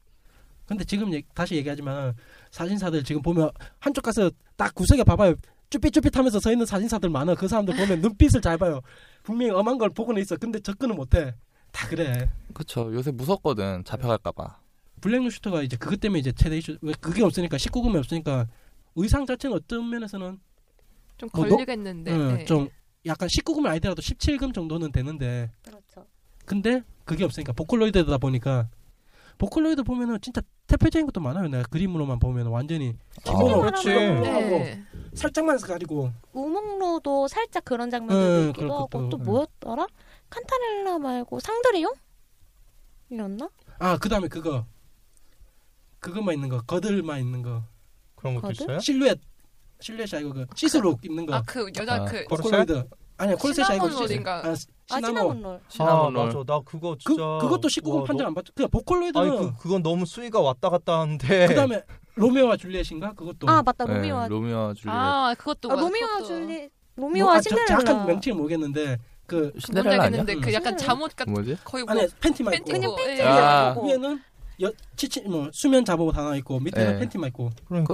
Speaker 2: 근데 지금 얘- 다시 얘기하지만 사진사들 지금 보면 한쪽 가서 딱 구석에 봐봐요. 쭈삣쭈삣하면서 서 있는 사진사들 많아. 그 사람들 보면 눈빛을 잘 봐요. 분명히 엄한 걸 보고는 있어. 근데 접근을 못해. 다 그래.
Speaker 3: 그렇죠. 요새 무섭거든. 잡혀갈까봐.
Speaker 2: 블랙 슈터가 이제 그것 때문에 이제 최대 이슈 왜 그게 없으니까 19금이 없으니까 의상 자체는 어떤 면에서는
Speaker 6: 좀
Speaker 2: 뭐, 너-
Speaker 6: 걸리겠는데.
Speaker 2: 어,
Speaker 6: 네.
Speaker 2: 좀 약간 19금은 아니더라도 17금 정도는 되는데
Speaker 7: 그렇죠.
Speaker 2: 근데 그게 없으니까 보컬로이드다 보니까 보컬로이드 보면은 진짜 대표적인 것도 많아요. 내가 그림으로만 보면 완전히 기본으로
Speaker 5: 아, 그렇지.
Speaker 6: 네.
Speaker 5: 뭐,
Speaker 2: 하고 살짝만 가리고
Speaker 4: 우몽로도 살짝 그런
Speaker 2: 응,
Speaker 4: 장면들이 있기도
Speaker 2: 네, 그렇기도
Speaker 4: 하고 또
Speaker 2: 하고, 응.
Speaker 4: 뭐였더라? 칸타렐라 말고 상드레용? 이었나?
Speaker 2: 아 그다음에 그거 그것만 있는 거 거들만 있는 거
Speaker 5: 그런 것도
Speaker 4: 거들?
Speaker 5: 있어요?
Speaker 2: 실루엣 실루엣이 네? 아니고 그 시스룩 입는 거
Speaker 6: 아 그 여자
Speaker 3: 아,
Speaker 6: 그
Speaker 5: 코르셋?
Speaker 2: 보컬로이드 아니야 콜셋이 아니고
Speaker 6: 시나몬 롤인가?
Speaker 2: 아,
Speaker 4: 아
Speaker 2: 시나몬
Speaker 4: 시나몬롤.
Speaker 5: 아
Speaker 3: 시나몬 롤.
Speaker 5: 맞아 나 그거
Speaker 2: 그
Speaker 5: 진짜
Speaker 2: 그것도 19금
Speaker 5: 와,
Speaker 2: 판정 안 받죠. 그
Speaker 5: 너- 아니
Speaker 2: 보컬로이드는
Speaker 5: 그, 그건 너무 수위가 왔다 갔다 하는데
Speaker 2: 그다음에 로메오와 줄리엣인가 그것도
Speaker 4: 아 맞다
Speaker 3: 네,
Speaker 4: 로미오와
Speaker 3: 로미오와 줄리엣.
Speaker 6: 아 그것도
Speaker 4: 아,
Speaker 6: 맞아,
Speaker 4: 로미오와
Speaker 6: 그것도.
Speaker 4: 줄리
Speaker 2: 뭐,
Speaker 4: 로미오와
Speaker 2: 아, 저-
Speaker 4: 신데렐라.
Speaker 2: 정확한 명칭은 모르겠는데 그
Speaker 6: 뭔지
Speaker 3: 신데렐라 아니야?
Speaker 6: 알겠는데
Speaker 2: 아니야?
Speaker 6: 그 약간
Speaker 4: 음.
Speaker 6: 잠옷 같은
Speaker 3: 뭐지?
Speaker 6: 거의 뭐
Speaker 2: 안에 팬티만
Speaker 6: 팬티
Speaker 2: 입고
Speaker 6: 그냥
Speaker 4: 예, 그냥
Speaker 6: 팬티
Speaker 4: 팬티
Speaker 8: 뭐.
Speaker 3: 아.
Speaker 4: 입고
Speaker 2: 어. 위에는 여, 치치 뭐 수면 잠옷 하나 있고 밑에는
Speaker 3: 네.
Speaker 2: 팬티만 있고
Speaker 5: 그러니까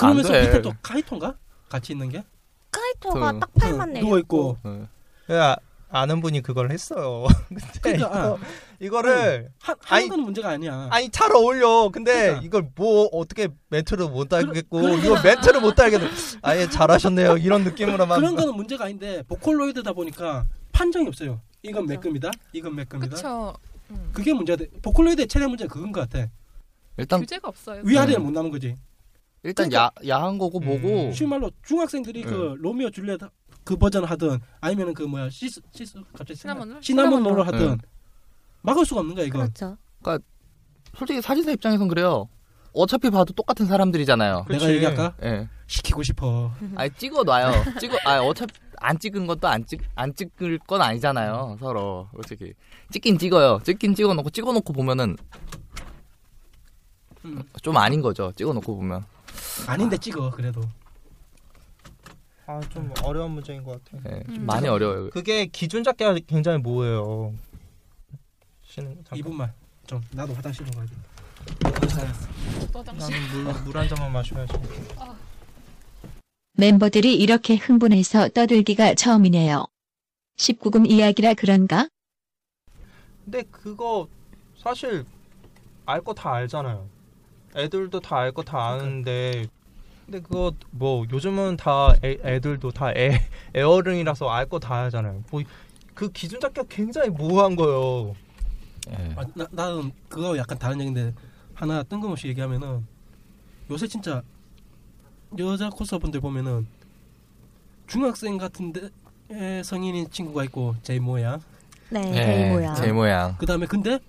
Speaker 3: 안
Speaker 2: 그러면서
Speaker 3: 돼.
Speaker 2: 밑에 또 카이톤가 같이 있는 게
Speaker 7: 카이토가
Speaker 3: 그-
Speaker 7: 딱 팔만 내려.
Speaker 2: 누워 있고
Speaker 3: 네.
Speaker 5: 야, 예, 아는 분이 그걸 했어요. 근데
Speaker 2: 그러니까,
Speaker 5: 이거, 를
Speaker 2: 하,
Speaker 5: 아니,
Speaker 2: 하는 건 문제가 아니야.
Speaker 5: 아니 잘 어울려. 근데
Speaker 2: 그러니까.
Speaker 5: 이걸 뭐 어떻게 멘트를 못 달겠고 이거 멘트를 못 달겠고 아예 잘하셨네요. 이런 느낌으로만
Speaker 2: 그런 거는 문제가 아닌데 보컬로이드다 보니까 판정이 없어요. 이건
Speaker 7: 그렇죠.
Speaker 2: 매금이다. 이건 매금이다.
Speaker 6: 그쵸. 음.
Speaker 2: 그게 문제가 돼. 보컬로이드의 최대 문제는 그건 것 같아.
Speaker 3: 일단
Speaker 6: 규제가 없어요.
Speaker 2: 위아래를
Speaker 3: 네.
Speaker 2: 못 나눈 거지.
Speaker 3: 일단 야 야한 거고
Speaker 5: 음.
Speaker 3: 뭐고
Speaker 2: 쉬운 말로 중학생들이
Speaker 5: 네.
Speaker 2: 그 로미오 줄리엣 그 버전 하든 아니면은 그 뭐야 시스 시스 갑자기
Speaker 6: 시나몬 롤?
Speaker 2: 시나몬 롤을
Speaker 3: 시나몬
Speaker 2: 하든
Speaker 3: 롤.
Speaker 5: 네.
Speaker 2: 막을 수가 없는 거야 이건.
Speaker 7: 그렇죠.
Speaker 3: 솔직히 사진사 입장에선 그래요. 어차피 봐도 똑같은 사람들이잖아요.
Speaker 2: 내가
Speaker 5: 그렇지.
Speaker 2: 얘기할까?
Speaker 3: 예.
Speaker 2: 시키고 싶어.
Speaker 3: 아니 찍어놔요. 찍어. 아 어차피 안 찍은 것도 안 찍 안 찍을 건 아니잖아요. 서로 솔직히 찍긴 찍어요. 찍긴 찍어놓고 찍어놓고 보면은
Speaker 2: 음.
Speaker 3: 좀 아닌 거죠. 찍어놓고 보면.
Speaker 2: 아닌데 찍어 그래도.
Speaker 5: 아 좀 어려운 문제인 것 같아.
Speaker 3: 예, 좀
Speaker 6: 음.
Speaker 3: 많이 어려워요.
Speaker 5: 그게 기준 잡기가 굉장히 모호해요. 쉬는 잠깐.
Speaker 2: 이분만 좀 나도 화장실 좀 가야 돼.
Speaker 6: 화장실.
Speaker 5: 나는 물물한 잔만 마셔야지.
Speaker 1: 멤버들이 이렇게 흥분해서 떠들기가 처음이네요. 19금 이야기라 그런가?
Speaker 5: 근데 그거 사실 알 거 다 알잖아요. 애들도 다 알 거 다 아는데 근데 그거 뭐 요즘은 다 애, 애들도 다 애, 애어른이라서 알 거 다 알잖아요. 뭐 그 기준 잡기가 굉장히 모호한 거예요.
Speaker 3: 예.
Speaker 2: 아, 나, 나는 그거 약간 다른 얘기인데 하나 뜬금없이 얘기하면은 요새 진짜 여자 코스분들 보면은 중학생 같은데 에, 성인인 친구가 있고 제 모양
Speaker 7: 네.
Speaker 3: 예,
Speaker 7: 네. 모양.
Speaker 3: 제 모양.
Speaker 2: 그 다음에 근데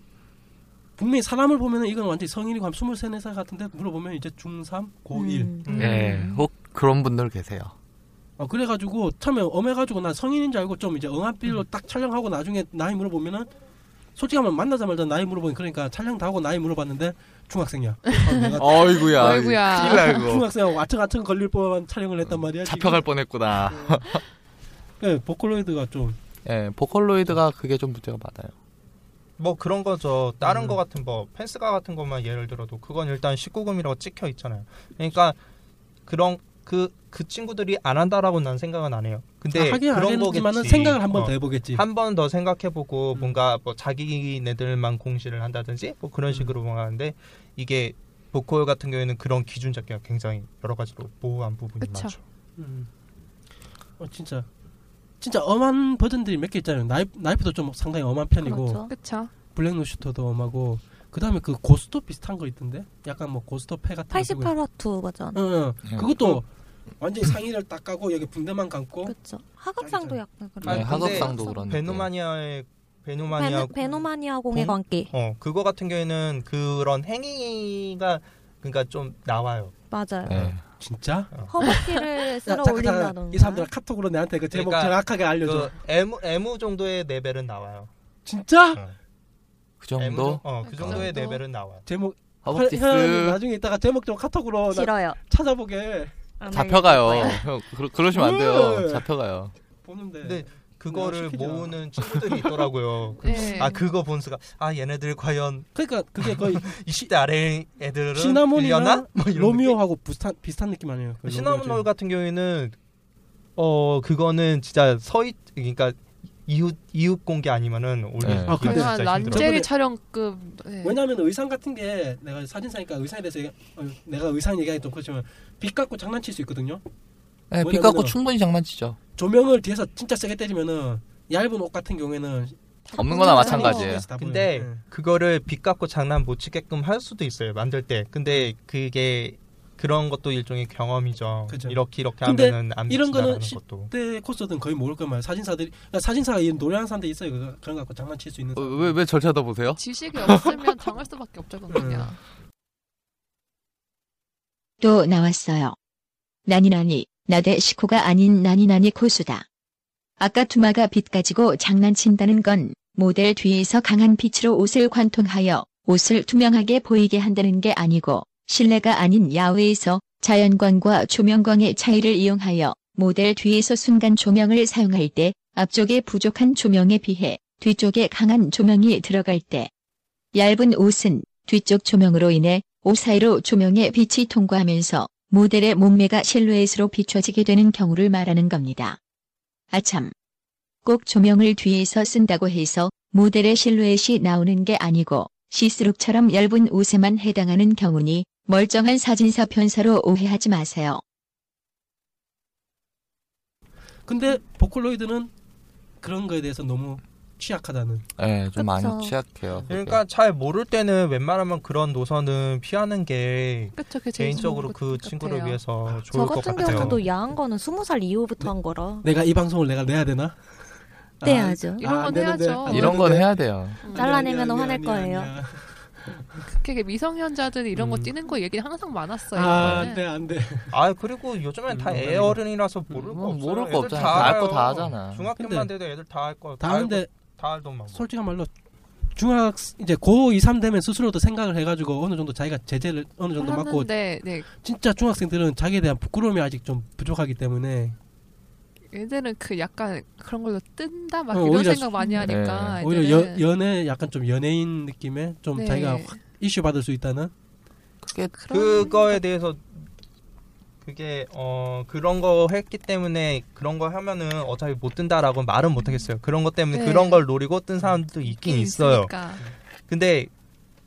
Speaker 2: 분명히 사람을 보면은 이건 완전히 성인이고 한 23, 4 같은데 물어보면 이제 중3, 고1
Speaker 5: 음.
Speaker 3: 예. 혹 그런 분들 계세요.
Speaker 2: 어, 그래가지고 처음에 엄해가지고 나 성인인 줄 알고 좀 이제 응합비로 딱 촬영하고 나중에 나이 물어보면은 솔직히 하면 만나자마자 나이 물어보니 그러니까 촬영 다 하고 나이 물어봤는데 중학생이야. 어, 내가
Speaker 3: 어이구야.
Speaker 6: 아이고야.
Speaker 3: 큰일 날고.
Speaker 2: 중학생하고 아청아청 걸릴 뻔한 촬영을
Speaker 5: 어,
Speaker 2: 했단 말이야.
Speaker 3: 잡혀갈 뻔했구나.
Speaker 2: 지금. 예, 보컬로이드가 좀
Speaker 3: 예, 보컬로이드가 그게 좀 문제가 많아요.
Speaker 5: 뭐 그런 거죠. 다른
Speaker 2: 음.
Speaker 5: 거 같은 뭐 펜스가 같은 것만 예를 들어도 그건 일단 19금이라고 찍혀 있잖아요. 그러니까 그런 그 그 친구들이 안 한다라고 난 생각은 안 해요. 근데
Speaker 2: 하긴 안
Speaker 5: 그런
Speaker 2: 했지만은
Speaker 5: 거겠지.
Speaker 2: 생각을 한 번
Speaker 5: 어.
Speaker 2: 더 해보겠지.
Speaker 5: 한 번 더 생각해보고
Speaker 2: 예. 음.
Speaker 5: 뭔가 뭐 자기네들만 공시를 한다든지 뭐 그런
Speaker 2: 음.
Speaker 5: 식으로 뭔가 하는데 이게 보컬 같은 경우에는 그런 기준 잡기가 굉장히 여러 가지로 모호한 부분이
Speaker 6: 그쵸.
Speaker 5: 많죠.
Speaker 2: 음. 어, 진짜 진짜 엄한 버전들이 몇 개 있잖아요. 나이프, 나이프도 좀 상당히 엄한 편이고
Speaker 5: 음.
Speaker 7: 그렇죠.
Speaker 6: 그쵸.
Speaker 2: 블랙노슈터도 엄하고 그 다음에 그 고스톱 비슷한 거 있던데 약간 뭐 고스톱 패 같은 거 쓰고
Speaker 7: 88화투 버전.
Speaker 2: 응, 응.
Speaker 5: 네.
Speaker 3: 예.
Speaker 2: 그것도 완전히 상의를 딱 까고 여기 붕대만 감고
Speaker 7: 어. 그렇죠. 하각상도 약간
Speaker 3: 예,
Speaker 5: 아니,
Speaker 7: 그런.
Speaker 5: 근데
Speaker 3: 학업상도 그런.
Speaker 5: 베노마니아의 음. 베노마니아
Speaker 7: 베노마니아 공의
Speaker 2: 네.
Speaker 5: 공?
Speaker 7: 관계.
Speaker 5: 어 그거 같은 경우에는 그런 행위가 그러니까 좀 나와요.
Speaker 7: 맞아요.
Speaker 3: 예.
Speaker 2: 진짜?
Speaker 7: 허벅지를
Speaker 2: 야,
Speaker 7: 쓸어
Speaker 2: 잠깐, 잠깐.
Speaker 7: 올린다던가.
Speaker 2: 이 사람들 카톡으로 내한테 그 제목
Speaker 5: 그러니까
Speaker 2: 정확하게 알려줘.
Speaker 5: 그 M M 정도의 레벨은 나와요. 어.
Speaker 2: 진짜?
Speaker 3: 그 정도
Speaker 5: M 정- 어, 그 정도의
Speaker 6: 정도?
Speaker 5: 레벨은 나와요.
Speaker 2: 제목 현
Speaker 3: 허벅지스
Speaker 2: 나중에 이따가 제목 좀 카톡으로 나
Speaker 7: 싫어요.
Speaker 2: 찾아보게
Speaker 5: 네.
Speaker 7: 안
Speaker 3: 잡혀가요.
Speaker 5: 음.
Speaker 7: 알려줄 거예요.
Speaker 3: 형 그러, 그러시면 안 돼요.
Speaker 2: 음.
Speaker 3: 잡혀가요.
Speaker 2: 보는데.
Speaker 5: 근데 그거를
Speaker 2: 네. 시키지 마.
Speaker 5: 모으는 친구들이 있더라고요.
Speaker 6: 예.
Speaker 5: 아 그거 본 수가 아 얘네들 과연
Speaker 2: 그러니까 그게 거의
Speaker 5: 20대 아래 애들은
Speaker 2: 시나몬이나
Speaker 5: 빌려나? 뭐 이런
Speaker 2: 로미오하고 비슷한 비슷한 느낌 아니에요? 그
Speaker 5: 느낌? 시나몬
Speaker 2: 로미오
Speaker 5: 롤 같은 경우에는 어 그거는 진짜 서있 그러니까 이웃 이웃 공개 아니면은 올릴
Speaker 3: 네.
Speaker 5: 수
Speaker 2: 아, 근데
Speaker 5: 진짜
Speaker 6: 거의 한
Speaker 5: 힘들어요.
Speaker 6: 란제리 촬영급. 네.
Speaker 2: 왜냐하면 의상 같은 게 내가 사진사니까 의상에 대해서 얘기, 어, 내가 의상 얘기하기 좀 그렇지만 빛 갖고 장난칠 수 있거든요.
Speaker 3: 네, 빛
Speaker 2: 뭐냐면은-
Speaker 3: 갖고 충분히 장난치죠.
Speaker 2: 조명을 뒤에서 진짜 세게 때리면은 얇은 옷 같은 경우에는
Speaker 3: 없는 거나 아, 마찬가지예요.
Speaker 2: 뒤에서 다 보여요.
Speaker 5: 근데
Speaker 2: 예.
Speaker 5: 네. 그거를 빚 갖고 장난 못 치게끔 할 수도 있어요 만들 때 근데 그게 그런 것도 일종의 경험이죠
Speaker 2: 그죠.
Speaker 5: 이렇게 이렇게
Speaker 2: 근데
Speaker 5: 하면은 안
Speaker 2: 이런
Speaker 5: 비친다라는
Speaker 2: 거는 시-
Speaker 5: 것도
Speaker 2: 그때 코스든 거의 모를 거말 사진사들이 그러니까 사진사가 이 노래하는 사람들 있어요 그거, 그런 거 갖고 장난칠 수 있는
Speaker 5: 어,
Speaker 2: 사람.
Speaker 3: 어, 왜 왜 절 쳐다보세요?
Speaker 6: 지식이 없으면 당할 수밖에 없죠 그냥.
Speaker 5: 음.
Speaker 1: 또 나왔어요. 나니나니, 나대 시코가 아닌 나니나니 코수다. 아까 투마가 빛 가지고 장난친다는 건 모델 뒤에서 강한 빛으로 옷을 관통하여 옷을 투명하게 보이게 한다는 게 아니고 실내가 아닌 야외에서 자연광과 조명광의 차이를 이용하여 모델 뒤에서 순간 조명을 사용할 때 앞쪽에 부족한 조명에 비해 뒤쪽에 강한 조명이 들어갈 때 얇은 옷은 뒤쪽 조명으로 인해 옷 사이로 조명의 빛이 통과하면서 모델의 몸매가 실루엣으로 비춰지게 되는 경우를 말하는 겁니다. 아참. 꼭 조명을 뒤에서 쓴다고 해서 모델의 실루엣이 나오는 게 아니고 시스룩처럼 얇은 옷에만 해당하는 경우니 멀쩡한 사진사 편사로 오해하지 마세요.
Speaker 2: 근데 보컬로이드는 그런 거에 대해서 너무 취약하다는
Speaker 3: 네, 좀
Speaker 4: 그쵸.
Speaker 3: 많이 취약해요. 그게.
Speaker 5: 그러니까 잘 모를 때는 웬만하면 그런 노선은 피하는 게
Speaker 6: 그쵸, 그게 제일
Speaker 5: 개인적으로
Speaker 6: 좋은
Speaker 5: 그
Speaker 6: 것
Speaker 5: 친구를
Speaker 6: 같아요.
Speaker 5: 위해서 좋을
Speaker 4: 저
Speaker 5: 것
Speaker 4: 같은
Speaker 5: 같아요
Speaker 4: 경우도 야한 거는 스무 살 이후부터 한 거라
Speaker 2: 내가 이 방송을 내가 내야 되나? 아,
Speaker 4: 떼야죠.
Speaker 6: 이런 건
Speaker 2: 안 되는데.
Speaker 6: 해야죠.
Speaker 2: 안
Speaker 3: 이런 건
Speaker 2: 되는데.
Speaker 3: 해야 돼요.
Speaker 4: 네, 잘라내면
Speaker 2: 네, 아니야,
Speaker 4: 화낼
Speaker 2: 아니야,
Speaker 4: 거예요.
Speaker 2: 아니야.
Speaker 6: 그게 미성년자들이 이런
Speaker 5: 음.
Speaker 6: 거 뛰는 거 얘기 항상 많았어요. 네.
Speaker 2: 아,
Speaker 6: 저는.
Speaker 2: 안 돼, 안 돼.
Speaker 5: 아 그리고 요즘엔 다
Speaker 2: 음,
Speaker 5: 애어른이라서 모를
Speaker 3: 음,
Speaker 5: 거 없어요
Speaker 3: 모를 거
Speaker 5: 애들
Speaker 3: 없잖아. 다 알거
Speaker 5: 알아요.
Speaker 3: 다 하잖아.
Speaker 5: 중학교만 돼도 애들 다 알 거
Speaker 2: 다 하는데
Speaker 5: 다 알더만
Speaker 2: 솔직한 말로 중학 이제 고 2, 3 되면 스스로도 생각을 해가지고 어느 정도 자기가 제재를 어느 정도 맞고
Speaker 6: 하는데 네,
Speaker 2: 진짜 중학생들은 자기에 대한 부끄러움이 아직 좀 부족하기 때문에
Speaker 6: 얘들은 그 약간 그런 걸로 뜬다 막
Speaker 2: 어,
Speaker 6: 이런
Speaker 2: 오히려
Speaker 6: 생각 아, 많이
Speaker 3: 네.
Speaker 6: 하니까
Speaker 2: 오히려
Speaker 6: 얘들은
Speaker 2: 여- 연애 약간 좀 연예인 느낌의 좀
Speaker 6: 네.
Speaker 2: 자기가 확 이슈 받을 수 있다는
Speaker 3: 그게
Speaker 6: 그런
Speaker 5: 그거에 대해서 그게 어 그런 거 했기 때문에 그런 거 하면은 어차피 못 뜬다라고 말은 못 하겠어요. 그런 것 때문에
Speaker 6: 네.
Speaker 5: 그런 걸 노리고 뜬 사람도 있긴 있어요.
Speaker 6: 있으니까.
Speaker 5: 근데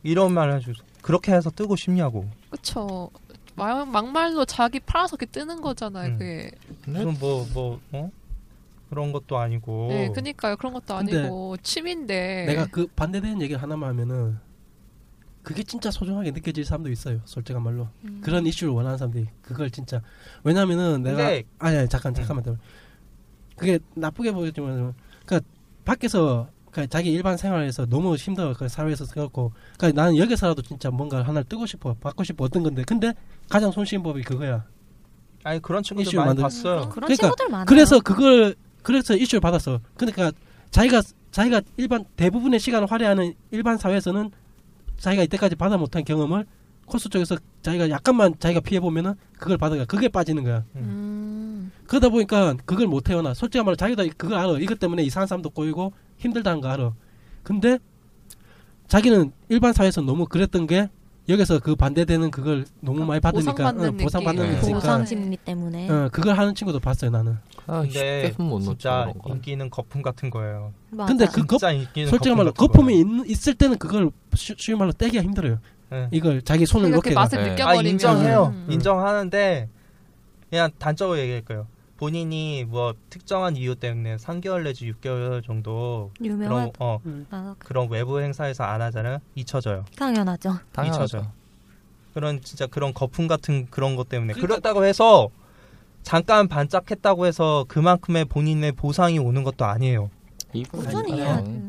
Speaker 5: 이런 말을 해주죠. 그렇게 해서 뜨고 싶냐고.
Speaker 6: 그쵸. 막, 막말로 자기 팔아서 이렇게 뜨는 거잖아요.
Speaker 5: 음.
Speaker 6: 그게.
Speaker 3: 네?
Speaker 5: 무슨 뭐뭐 어? 그런 것도 아니고.
Speaker 6: 네, 그니까요. 그런 것도
Speaker 2: 근데
Speaker 6: 아니고 취미인데.
Speaker 2: 내가 그 반대되는 얘기를 하나만 하면은 그게 진짜 소중하게 느껴질 사람도 있어요 솔직한 말로
Speaker 6: 음.
Speaker 2: 그런 이슈를 원하는 사람들이 그걸 진짜 왜냐면은 내가
Speaker 5: 근데-
Speaker 2: 아니 아니 잠깐 잠깐만 음. 그게 나쁘게 보였지만 그러니까 밖에서 그러니까 자기 일반 생활에서 너무 힘들어 그 사회에서 그렇고 그러니까 나는 여기서라도 진짜 뭔가 하나를 뜨고 싶어 받고 싶어 어떤 건데 근데 가장 손쉬운 법이 그거야
Speaker 5: 아니 그런 친구들
Speaker 2: 이슈
Speaker 5: 많이
Speaker 2: 만들-
Speaker 5: 봤어요.
Speaker 4: 그런, 그런
Speaker 2: 그러니까
Speaker 4: 친구들 많아요.
Speaker 2: 그래서 그걸 그래서 이슈를 받았어. 그러니까 자기가 자기가 일반 대부분의 시간을 할애하는 일반 사회에서는 자기가 이때까지 받아 못한 경험을 코스 쪽에서 자기가 약간만 자기가 피해 보면은 그걸 받아가 그게 빠지는 거야.
Speaker 6: 음.
Speaker 2: 그러다 보니까 그걸 못 헤어나. 솔직히 말로 자기도 그걸 알아. 이것 때문에 이상한 사람도 꼬이고 힘들다는 거 알아. 근데 자기는 일반 사회에서 너무 그랬던 게 여기서 그 반대되는 그걸 너무 많이 받으니까
Speaker 6: 보상받는
Speaker 2: 어, 보상받는
Speaker 6: 느낌.
Speaker 2: 거니까
Speaker 4: 보상 심리 때문에
Speaker 2: 어, 그걸 하는 친구도 봤어요 나는.
Speaker 3: 아, 쉽게
Speaker 5: 근데
Speaker 3: 손못 놓죠.
Speaker 5: 진짜
Speaker 3: 그런 건.
Speaker 5: 인기는 거품 같은 거예요.
Speaker 4: 맞아.
Speaker 2: 근데 그 겁-
Speaker 5: 진짜 인기는
Speaker 2: 솔직히 말로
Speaker 5: 같은 거예요.
Speaker 2: 거품이 있, 을 때는 그걸 쉬, 위 말로 떼기가 힘들어요.
Speaker 5: 예.
Speaker 2: 이걸 자기 손을
Speaker 6: 그러니까 그렇게
Speaker 2: 이렇게 가-
Speaker 6: 맛을
Speaker 3: 네.
Speaker 5: 아
Speaker 6: 느껴버리면.
Speaker 5: 인정해요.
Speaker 6: 음.
Speaker 5: 인정하는데 그냥 단적으로 얘기할 거예요. 본인이 뭐 특정한 이유 때문에 3개월 내지 6개월 정도 그런
Speaker 4: 유명한
Speaker 5: 어
Speaker 4: 아,
Speaker 5: 그런 외부 행사에서 안 하잖아요. 잊혀져요.
Speaker 4: 당연하죠.
Speaker 3: 당연하죠.
Speaker 5: 미쳐져요. 그런 진짜 그런 거품 같은 그런 것 때문에 그
Speaker 2: 그러니까-
Speaker 5: 렇다고 해서 잠깐 반짝했다고 해서 그만큼의 본인의 보상이 오는 것도 아니에요.
Speaker 3: 이분
Speaker 4: 꾸준히
Speaker 2: 아니에요.
Speaker 4: 해야
Speaker 3: 아니에요.
Speaker 4: 돼.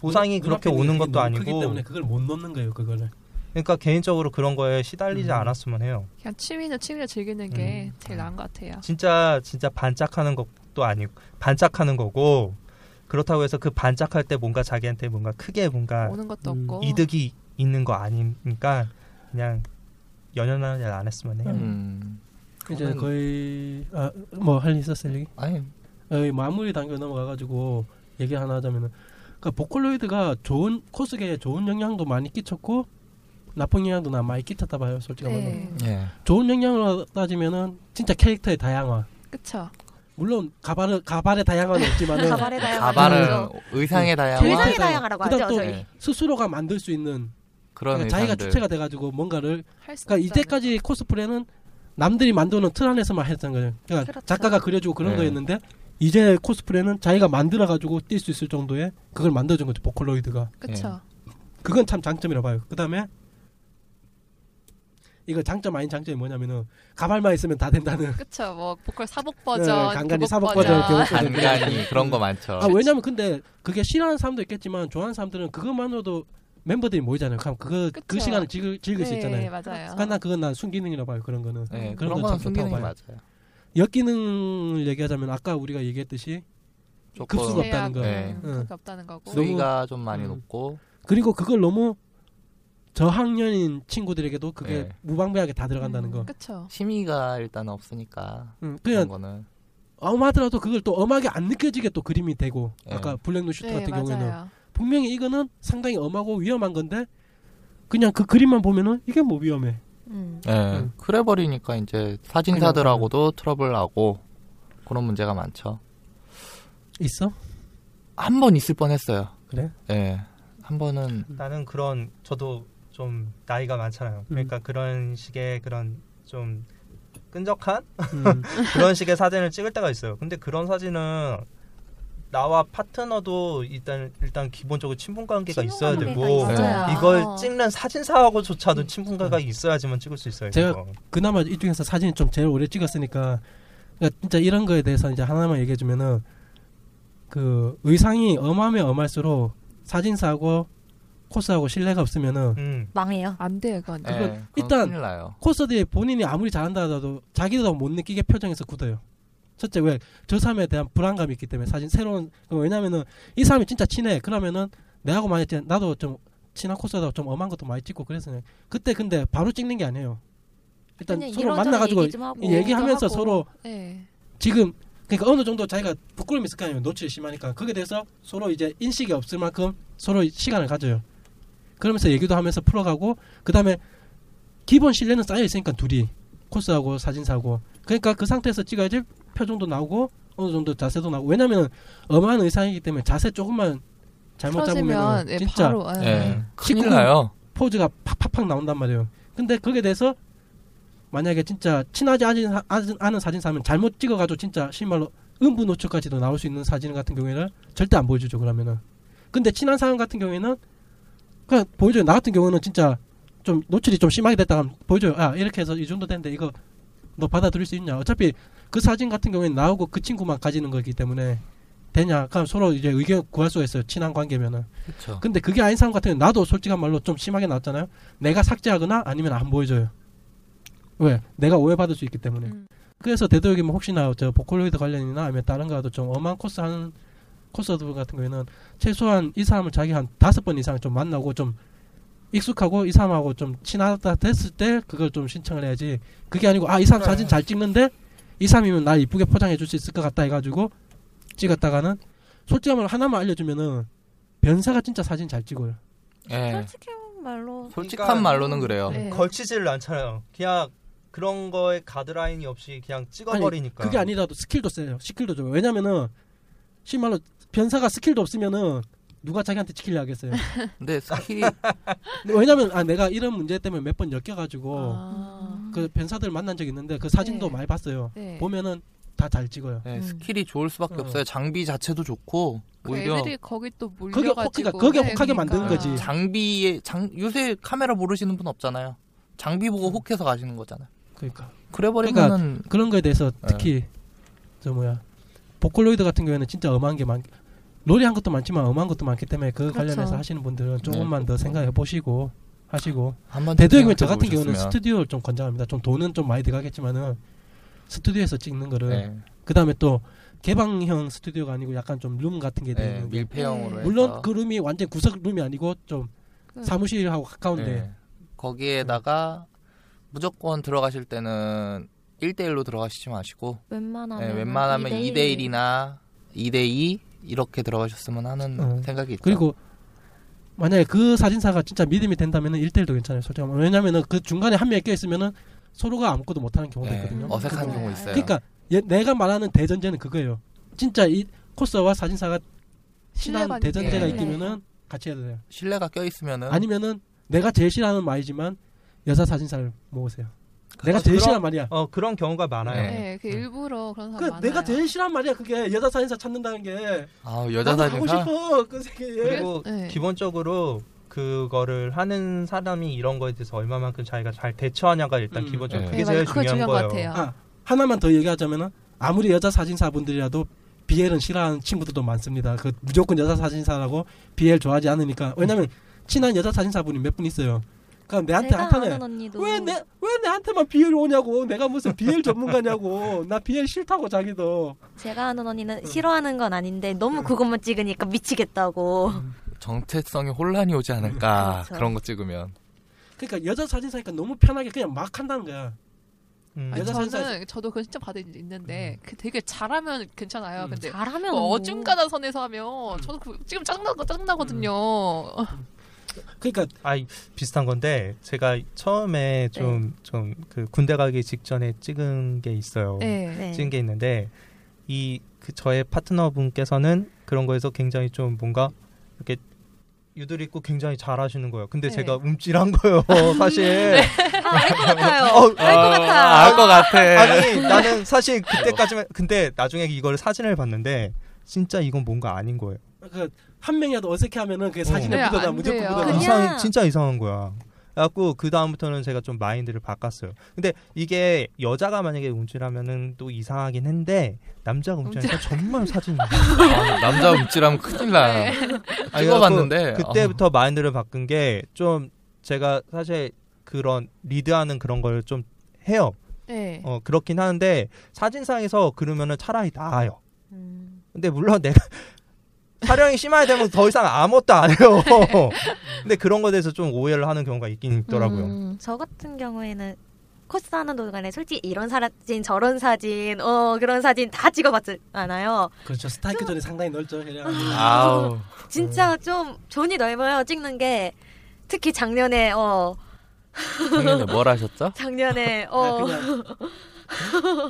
Speaker 5: 보상이 그렇게 오는
Speaker 2: 눈앞에
Speaker 5: 것도
Speaker 2: 너무 크기
Speaker 5: 아니고
Speaker 2: 때문에 그걸 못 넣는 거예요. 그거를.
Speaker 5: 그러니까 개인적으로 그런 거에 시달리지
Speaker 2: 음.
Speaker 5: 않았으면 해요.
Speaker 6: 그냥 취미는 취미를 즐기는 게 제일 나은 것 같아요.
Speaker 5: 진짜 진짜 반짝하는 것도 아니고 반짝하는 거고 그렇다고 해서 그 반짝할 때 뭔가 자기한테 뭔가 크게 뭔가
Speaker 6: 오는 것도
Speaker 2: 음.
Speaker 6: 없고.
Speaker 5: 이득이 있는 거 아니니까 그냥 연연하지 않았으면 해요.
Speaker 3: 음.
Speaker 2: 이제
Speaker 3: 그거는-
Speaker 2: 거의 아 뭐 할 일 있었어요 여기?
Speaker 3: 아니,
Speaker 2: 어, 마무리 단계 넘어가가지고 얘기 하나 하자면은 그러니까 보컬로이드가 좋은 코스계에 좋은 영향도 많이 끼쳤고 나쁜 영향도 나 많이 끼쳤다 봐요. 솔직히 말로.
Speaker 6: 네.
Speaker 3: 예.
Speaker 2: 좋은 영향으로 따지면은 진짜 캐릭터의 다양화.
Speaker 6: 그쵸.
Speaker 2: 물론 가발은 가발의 다양화는 없지만은
Speaker 4: 가발에 다양한
Speaker 3: 가발은 의상의 다양화
Speaker 4: 네, 의상에
Speaker 2: 의상에
Speaker 4: 다양하라고
Speaker 2: 그다음
Speaker 4: 하죠
Speaker 2: 또
Speaker 4: 저희.
Speaker 2: 스스로가 만들 수 있는
Speaker 3: 그런
Speaker 2: 그러니까 자기가
Speaker 3: 의상들.
Speaker 2: 주체가 돼가지고 뭔가를
Speaker 6: 할 수도
Speaker 2: 그러니까
Speaker 6: 없잖아요.
Speaker 2: 이때까지 코스프레는 남들이 만드는 틀 안에서만 했던 거예요. 그러니까
Speaker 4: 그렇죠.
Speaker 2: 작가가 그려주고 그런
Speaker 3: 네.
Speaker 2: 거였는데 이제 코스프레는 자기가 만들어가지고 뛸 수 있을 정도의 그걸 만들어준 거죠 보컬로이드가.
Speaker 6: 그쵸.
Speaker 2: 그건 참 장점이라 봐요. 그다음에 이거 장점 아닌 장점이 뭐냐면은 가발만 있으면 다 된다는.
Speaker 6: 그쵸. 뭐 보컬 사복
Speaker 2: 네,
Speaker 6: 버전,
Speaker 2: 간간히
Speaker 6: 교복
Speaker 2: 사복
Speaker 6: 버전.
Speaker 2: 버전, 교복 버전.
Speaker 3: 간간히 그런 거 많죠.
Speaker 2: 아 왜냐면 근데 그게 싫어하는 사람도 있겠지만 좋아하는 사람들은 그것만으로도 멤버들이 모이잖아요. 그럼 그거 그
Speaker 6: 그쵸.
Speaker 2: 시간을 즐길, 즐길 수 있잖아요.
Speaker 6: 네, 맞아요.
Speaker 2: 그러니까 난 그건 난 순기능이라 봐요. 그런 거는.
Speaker 3: 네,
Speaker 2: 그런
Speaker 3: 그런
Speaker 2: 건참
Speaker 3: 거는 숨기는 게
Speaker 2: 좋다고 봐요.
Speaker 3: 맞아요.
Speaker 2: 역기능을 얘기하자면 아까 우리가 얘기했듯이 급수가
Speaker 3: 조금
Speaker 2: 없- 없다는 거.
Speaker 6: 네.
Speaker 3: 네.
Speaker 6: 그게 없다는 거고.
Speaker 2: 너무-
Speaker 3: 수위가 좀 많이
Speaker 2: 음.
Speaker 3: 높고
Speaker 2: 그리고 그걸 너무 저학년인 친구들에게도 그게
Speaker 3: 네.
Speaker 2: 무방비하게 다 들어간다는
Speaker 6: 음,
Speaker 2: 거.
Speaker 6: 그쵸.
Speaker 3: 심의가 일단 없으니까
Speaker 2: 음,
Speaker 3: 그런
Speaker 2: 그냥
Speaker 3: 거는
Speaker 2: 엄하더라도 그걸 또 엄하게 안 느껴지게 또 그림이 되고
Speaker 3: 네.
Speaker 2: 아까 블랙노 슈트
Speaker 6: 네,
Speaker 2: 같은
Speaker 6: 맞아요.
Speaker 2: 경우에는 분명히 이거는 상당히 엄하고 위험한 건데 그냥 그 그림만 보면은 이게 뭐 위험해.
Speaker 4: 음.
Speaker 3: 네,
Speaker 2: 음.
Speaker 3: 그래 버리니까 이제 사진사들하고도 트러블 나고 그런 문제가 많죠.
Speaker 2: 있어?
Speaker 3: 한 번 있을 뻔했어요.
Speaker 2: 그래?
Speaker 3: 예. 한 번은
Speaker 5: 나는 그런 저도 좀 나이가 많잖아요. 그러니까 그런 식의 그런 좀 끈적한
Speaker 2: 음.
Speaker 5: 그런 식의 사진을 찍을 때가 있어요. 근데 그런 사진은 나와 파트너도 일단 일단 기본적으로 친분 관계가 있어야
Speaker 4: 친분관계가
Speaker 5: 되고
Speaker 4: 있어요.
Speaker 6: 아.
Speaker 5: 이걸 찍는 사진사하고조차도 친분 관계가 있어야지만 찍을 수 있어요.
Speaker 2: 음. 제가
Speaker 5: 이거.
Speaker 2: 그나마 이 중에서 사진이 좀 제일 오래 찍었으니까 그러니까 진짜 이런 거에 대해서 이제 하나만 얘기해 주면은 그 의상이 엄하면 엄할수록 사진사하고 코스하고 신뢰가 없으면은
Speaker 5: 음.
Speaker 4: 망해요.
Speaker 6: 안 돼, 그건.
Speaker 3: 예,
Speaker 2: 그건
Speaker 3: 그건
Speaker 2: 일단-
Speaker 3: 큰일 나요.
Speaker 2: 코스들이 본인이 아무리 잘한다 하더라도 자기도 못 느끼게 표정에서 굳어요. 첫째 왜 저 사람에 대한 불안감이 있기 때문에 사진 새로운 왜냐면은 이 사람이 진짜 친해 그러면은 내하고 많이 친- 나도 좀 친한 코스하고 좀 엄한 것도 많이 찍고 그래서 그냥 그때 근데 바로 찍는 게 아니에요. 일단
Speaker 4: 그냥
Speaker 2: 서로
Speaker 4: 이런저런
Speaker 2: 만나가지고
Speaker 4: 얘기 좀 하고
Speaker 2: 얘기하면서
Speaker 4: 하고.
Speaker 2: 서로
Speaker 6: 네.
Speaker 2: 지금 그러니까 어느 정도 자기가 부끄러움이 있을 거 아니에요. 노출이 심하니까 거기에 대해서 서로 이제 인식이 없을 만큼 서로 시간을 가져요. 그러면서 얘기도 하면서 풀어가고 그 다음에 기본 신뢰는 쌓여 있으니까 둘이 코스하고 사진사고 그러니까 그 상태에서 찍어야지 표정도 나오고 어느 정도 자세도 나오고 왜냐면 엄한 의상이기 때문에 자세 조금만 잘못 잡으면
Speaker 6: 틀어지면 예,
Speaker 2: 진짜
Speaker 6: 바로 예.
Speaker 3: 예. 큰일
Speaker 2: 아, 네. 식구-
Speaker 3: 나요.
Speaker 2: 포즈가 팍팍팍 나온단 말이에요. 근데 거기에 대해서 만약에 진짜 친하지 않은, 사- 않은- 않은 사진사면 잘못 찍어가지고 진짜 실말로 음부 노출까지도 나올 수 있는 사진 같은 경우에는 절대 안 보여주죠 그러면은. 근데 친한 사람 같은 경우에는 그냥 보여줘요. 나 같은 경우는 진짜 좀 노출이 좀 심하게 됐다 하면 보여줘요. 아 이렇게 해서 이 정도 됐는데 이거 너 받아들일 수 있냐? 어차피 그 사진 같은 경우에는 나오고 그 친구만 가지는 거기 때문에 되냐? 그럼 서로 이제 의견 구할 수가 있어요. 친한 관계면은.
Speaker 3: 그렇죠.
Speaker 2: 근데 그게 아닌 사람 같은 경우 나도 솔직한 말로 좀 심하게 나왔잖아요. 내가 삭제하거나 아니면 안 보여줘요. 왜? 내가 오해받을 수 있기 때문에.
Speaker 6: 음.
Speaker 2: 그래서 되도록이면 혹시나 저 보컬로이드 관련이나 아니면 다른 거라도 좀 엄한 코스 하는 코스들 같은 경우에는 최소한 이 사람을 자기 한 다섯 번 이상 좀 만나고 좀 익숙하고 이 사람하고 좀 친하다 됐을 때 그걸 좀 신청을 해야지. 그게 아니고 아 이 사람 사진 잘 찍는데 이 사람이면 나 이쁘게 포장해 줄 수 있을 것 같다 해가지고 찍었다가는 솔직한 말로 하나만 알려주면은 변사가 진짜 사진 잘 찍어요. 네.
Speaker 3: 예.
Speaker 4: 솔직히 말로
Speaker 3: 솔직한
Speaker 5: 그러니까-
Speaker 3: 말로는 그래요.
Speaker 6: 네.
Speaker 5: 걸치지를 않잖아요. 그냥 그런 거에 가드라인이 없이 그냥 찍어버리니까.
Speaker 2: 그게 아니라도 스킬도 세요. 스킬도 줘요. 왜냐면은 실말로 변사가 스킬도 없으면은 누가 자기한테 지킬려 하겠어요.
Speaker 3: 근데 스킬이
Speaker 4: 음.
Speaker 2: 왜냐면 아 내가 이런 문제 때문에 몇 번 엮여가지고
Speaker 6: 아.
Speaker 2: 그 변사들 만난 적 있는데 그 사진도
Speaker 6: 네.
Speaker 2: 많이 봤어요.
Speaker 6: 네.
Speaker 2: 보면은 다 잘 찍어요.
Speaker 3: 예,
Speaker 6: 음.
Speaker 3: 스킬이 좋을 수밖에
Speaker 2: 어.
Speaker 3: 없어요. 장비 자체도 좋고
Speaker 6: 그
Speaker 4: 네,
Speaker 3: 오히려
Speaker 6: 애들이 거기 또
Speaker 2: 거기에
Speaker 6: 물려가지고.
Speaker 2: 혹- 그러니까 거기에
Speaker 6: 네,
Speaker 2: 혹하게 만드는
Speaker 6: 그러니까.
Speaker 2: 거지.
Speaker 3: 장비에 장 요새 카메라 모르시는 분 없잖아요. 장비 보고
Speaker 4: 그렇죠.
Speaker 3: 혹해서 가시는 거잖아요.
Speaker 2: 그러니까
Speaker 3: 그래 버리면은
Speaker 2: 그런 거에 대해서
Speaker 3: 네.
Speaker 2: 특히 저 뭐야 보컬로이드 같은 경우에는 진짜 엄한 게 많. 노래한 것도 많지만 엄한 것도 많기 때문에 그
Speaker 4: 그렇죠.
Speaker 2: 관련해서 하시는
Speaker 3: 네.
Speaker 2: 분들은 조금만 더 생각해 보시고 하시고
Speaker 3: 한번
Speaker 2: 대도형면 저
Speaker 3: 생각해
Speaker 2: 같은 경우는
Speaker 3: 보셨으면.
Speaker 2: 스튜디오를 좀 권장합니다. 좀 돈은 좀 많이 들어가겠지만은 스튜디오에서 찍는 거를
Speaker 3: 네.
Speaker 2: 그 다음에 또 개방형 스튜디오가 아니고 약간 좀 룸 같은 게
Speaker 3: 네,
Speaker 2: 되는 데
Speaker 3: 밀폐형으로 해서.
Speaker 2: 물론 그 룸이 완전 구석 룸이 아니고 좀
Speaker 6: 그-
Speaker 2: 사무실하고 가까운데
Speaker 3: 네. 거기에다가 무조건 들어가실 때는 1대1로 들어가시지 마시고
Speaker 4: 웬만하면
Speaker 3: 네, 웬만하면
Speaker 4: 2대1 이나
Speaker 3: 2대1이나 2대2 이렇게 들어가셨으면 하는
Speaker 2: 어.
Speaker 3: 생각이 있죠.
Speaker 2: 그리고 만약에 그 사진사가 진짜 믿음이 된다면은 1대1도 괜찮아요. 솔직히 말하면. 왜냐면은 그 중간에 한 명이 껴 있으면은 서로가 아무것도 못하는 경우도
Speaker 3: 네,
Speaker 2: 있거든요.
Speaker 3: 어색한 네.
Speaker 6: 그거.
Speaker 3: 경우 있어요.
Speaker 2: 그러니까 얘- 내가 말하는 대전제는 그거예요. 진짜 이 코스와 사진사가
Speaker 6: 신뢰가
Speaker 2: 친한
Speaker 6: 있는
Speaker 2: 대전제가
Speaker 3: 게.
Speaker 2: 있기면은 같이 해야 돼요.
Speaker 3: 신뢰가 껴있으면은
Speaker 2: 아니면은 내가 제일 싫어하는 말이지만 여자 사진사를 모으세요. 내가
Speaker 5: 아,
Speaker 2: 제일
Speaker 5: 그럼-
Speaker 2: 싫어하는 말이야.
Speaker 5: 어 그런 경우가 많아요.
Speaker 3: 네.
Speaker 6: 네, 그 일부러 그런 사람
Speaker 2: 그
Speaker 6: 많아요.
Speaker 2: 내가 제일 싫어하는 말이야. 그게 여자 사진사 찾는다는 게
Speaker 3: 아 여자
Speaker 2: 나도 하고
Speaker 3: 사진사
Speaker 2: 싶어. 그 세계에.
Speaker 5: 그리고
Speaker 6: 네.
Speaker 5: 기본적으로 그거를 하는 사람이 이런 거에 대해서 얼마만큼 자기가 잘 대처하냐가 일단
Speaker 2: 음.
Speaker 5: 기본적으로
Speaker 3: 네.
Speaker 5: 그게
Speaker 6: 네,
Speaker 5: 제일
Speaker 6: 맞아요. 그거
Speaker 5: 중요한,
Speaker 6: 중요한
Speaker 5: 거예요.
Speaker 6: 것 같아요.
Speaker 2: 아, 하나만 더 얘기하자면은 아무리 여자 사진사분들이라도 BL은 싫어하는 친구들도 많습니다. 그 무조건 여자 사진사라고 BL 좋아하지 않으니까 왜냐면 친한 여자 사진사분이 몇 분 있어요. 그러니까 내한테
Speaker 4: 제가
Speaker 2: 한탄해.
Speaker 4: 아는 언니도
Speaker 2: 왜 내 왜 내한테만 BL 오냐고 내가 무슨 BL 전문가냐고 나 BL 싫다고 자기도
Speaker 4: 제가 아는 언니는 싫어하는 건 아닌데 너무 그것만 찍으니까 미치겠다고.
Speaker 3: 정체성에 혼란이 오지 않을까
Speaker 4: 그렇죠.
Speaker 3: 그런거 찍으면
Speaker 2: 그러니까 여자 사진사니까 너무 편하게 그냥 막 한다는 거야.
Speaker 5: 음.
Speaker 6: 아니,
Speaker 2: 여자
Speaker 6: 저는
Speaker 2: 사진사-
Speaker 6: 저도 그건 진짜 받은 일 있는데 그 되게 잘하면 괜찮아요.
Speaker 2: 음.
Speaker 6: 근데
Speaker 4: 잘하면
Speaker 6: 뭐
Speaker 4: 뭐.
Speaker 6: 어중간한 선에서 하면 저도 그, 지금 짜증나 짜증나거든요.
Speaker 2: 음.
Speaker 6: 어,
Speaker 2: 그러니까
Speaker 5: 아이 비슷한 건데 제가 처음에 좀
Speaker 6: 네.
Speaker 5: 좀 그 군대 가기 직전에 찍은 게 있어요.
Speaker 6: 네.
Speaker 4: 네.
Speaker 5: 찍은 게 있는데 이 그 저의 파트너분께서는 그런 거에서 굉장히 좀 뭔가 이렇게 유들 있고 굉장히 잘하시는 거예요. 근데
Speaker 6: 네.
Speaker 5: 제가 움찔한 거예요, 사실.
Speaker 4: 아알것 같아요.
Speaker 2: 어,
Speaker 4: 알 것 같아.
Speaker 3: 알것 같아
Speaker 5: 아니 나는 사실 그때까지만 근데 나중에 이걸 사진을 봤는데 진짜 이건 뭔가 아닌 거예요.
Speaker 2: 그 한 명이라도 어색해하면은 그게 사진에
Speaker 6: 네,
Speaker 2: 묻어나
Speaker 6: 안
Speaker 2: 무조건
Speaker 6: 돼요.
Speaker 2: 묻어나.
Speaker 4: 그냥-
Speaker 5: 이상 진짜 이상한 거야. 그래갖고 그 다음부터는 제가 좀 마인드를 바꿨어요. 근데 이게 여자가 만약에 움찔하면은 또 이상하긴 한데 남자가 움찔하니까 정말 사진이
Speaker 3: 아, 남자 움찔하면 큰일 나요
Speaker 5: 아,
Speaker 3: 찍어봤는데
Speaker 5: 그래갖고 그때부터 마인드를 바꾼 게 좀 제가 사실 그런 리드하는 그런 걸 좀 해요.
Speaker 6: 네.
Speaker 5: 어 그렇긴 하는데 사진상에서 그러면은 차라리 나아요.
Speaker 4: 음.
Speaker 5: 근데 물론 내가 촬영이 심하게 되면 더 이상 아무것도 안 해요. 근데 그런 거에 대해서 좀 오해를 하는 경우가 있긴 있더라고요.
Speaker 4: 음, 저 같은 경우에는 코스 하는 동안에 솔직히 이런 사진 저런 사진 어 그런 사진 다 찍어봤잖아요.
Speaker 2: 그렇죠. 스타일크 전이 상당히 넓죠. 그냥
Speaker 3: 아우
Speaker 4: 진짜
Speaker 2: 음.
Speaker 4: 좀 존이 넓어요 찍는 게 특히 작년에 어
Speaker 3: 작년에 뭘 하셨죠?
Speaker 4: 작년에
Speaker 2: 아,
Speaker 4: 어
Speaker 2: 그냥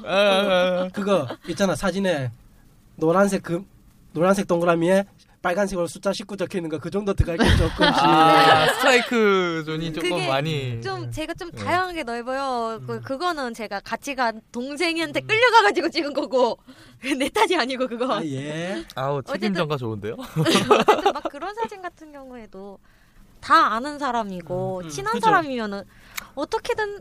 Speaker 3: 아,
Speaker 2: 그거 있잖아 사진에 노란색 금 노란색 동그라미에 빨간색으로 숫자 19 적혀 있는 거 그 정도 들어갈 게 조금씩
Speaker 4: 아.
Speaker 3: 아. 스트라이크 존이 조금
Speaker 4: 그게
Speaker 3: 많이
Speaker 4: 좀 제가 좀
Speaker 3: 네.
Speaker 4: 다양하게 넓어요. 그,
Speaker 2: 음.
Speaker 4: 그거는 제가 같이 간 동생한테 끌려가가지고 찍은 거고 내 탓이 아니고 그거.
Speaker 2: 아, 예.
Speaker 3: 아우 책임전가 좋은데요?
Speaker 4: 어쨌든 막 그런 사진 같은 경우에도 다 아는 사람이고
Speaker 2: 음, 음,
Speaker 4: 친한
Speaker 2: 그죠.
Speaker 4: 사람이면은 어떻게든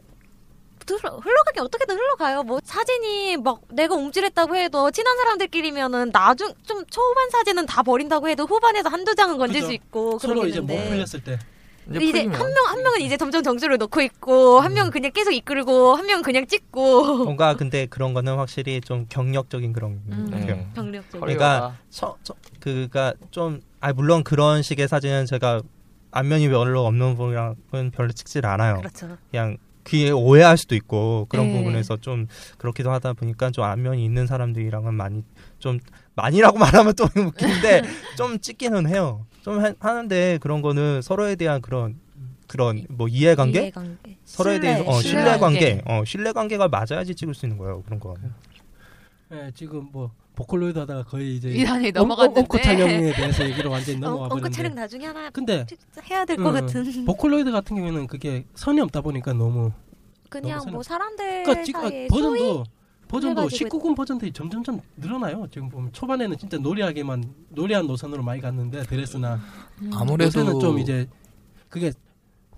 Speaker 4: 들어- 흘러가긴 어떻게든 흘러가요. 뭐 사진이 막 내가 움찔했다고 해도 친한 사람들끼리면은 나중 좀 초반 사진은 다 버린다고 해도 후반에서 한두 장은 건질
Speaker 2: 그죠.
Speaker 4: 수 있고
Speaker 2: 서로 이제 뭐 못
Speaker 4: 그러겠는데.
Speaker 2: 풀렸을 때
Speaker 4: 근데 이제 한 명 한 명은 이제 점점 정수를 놓고 있고 한
Speaker 2: 음.
Speaker 4: 명은 그냥 계속 이끌고 한 명은 그냥 찍고
Speaker 5: 뭔가 근데 그런 거는 확실히 좀 경력적인 그런
Speaker 6: 음.
Speaker 5: 것
Speaker 3: 네.
Speaker 5: 같아요.
Speaker 4: 경력적으로.
Speaker 5: 그러니까 처, 처, 그니까 좀, 아, 물론 그런 식의 사진은 제가 안면이 별로 없는 분이랑은 별로 찍질 않아요.
Speaker 4: 그렇죠.
Speaker 5: 그냥 귀에 오해할 수도 있고 그런
Speaker 6: 네.
Speaker 5: 부분에서 좀 그렇기도 하다 보니까 좀 안면이 있는 사람들이랑은 많이 좀 많이라고 말하면 또 웃기는데 좀 찍기는 해요. 좀 하, 는데 그런 거는 서로에 대한 그런 그런 뭐 이해관계
Speaker 4: 이해관계.
Speaker 5: 서로에 대해서 어,
Speaker 6: 예, 신뢰.
Speaker 5: 신뢰관계 어, 신뢰관계가 맞아야지 찍을 수 있는 거예요. 그런 거.
Speaker 2: 예, 지금 뭐 보컬로이드 하다가 거의
Speaker 6: 이
Speaker 2: 이제
Speaker 6: 단이
Speaker 2: 네. 엉- 엉코
Speaker 6: 넘어갔는데
Speaker 2: 촬영에 대해서 얘기로 완전히
Speaker 4: 어,
Speaker 2: 넘어가
Speaker 4: 엉크 촬영
Speaker 2: 버렸는데
Speaker 4: 나중에 하나
Speaker 2: 근데
Speaker 4: 해야 될 것
Speaker 2: 음.
Speaker 4: 같은.
Speaker 2: 보컬로이드 같은 경우에는 그게 선이 없다 보니까 너무
Speaker 4: 그냥
Speaker 2: 너무
Speaker 4: 뭐 사람들
Speaker 2: 그러니까 지금
Speaker 4: 사이에 소위
Speaker 2: 버전도 버전도
Speaker 4: 해가지고
Speaker 2: 19금 버전들이 점점점 늘어나요. 지금 보면 초반에는 진짜 노리하게만 노리한 노선으로 많이 갔는데 드레스나
Speaker 3: 아무래도
Speaker 2: 요새는 좀 이제 그게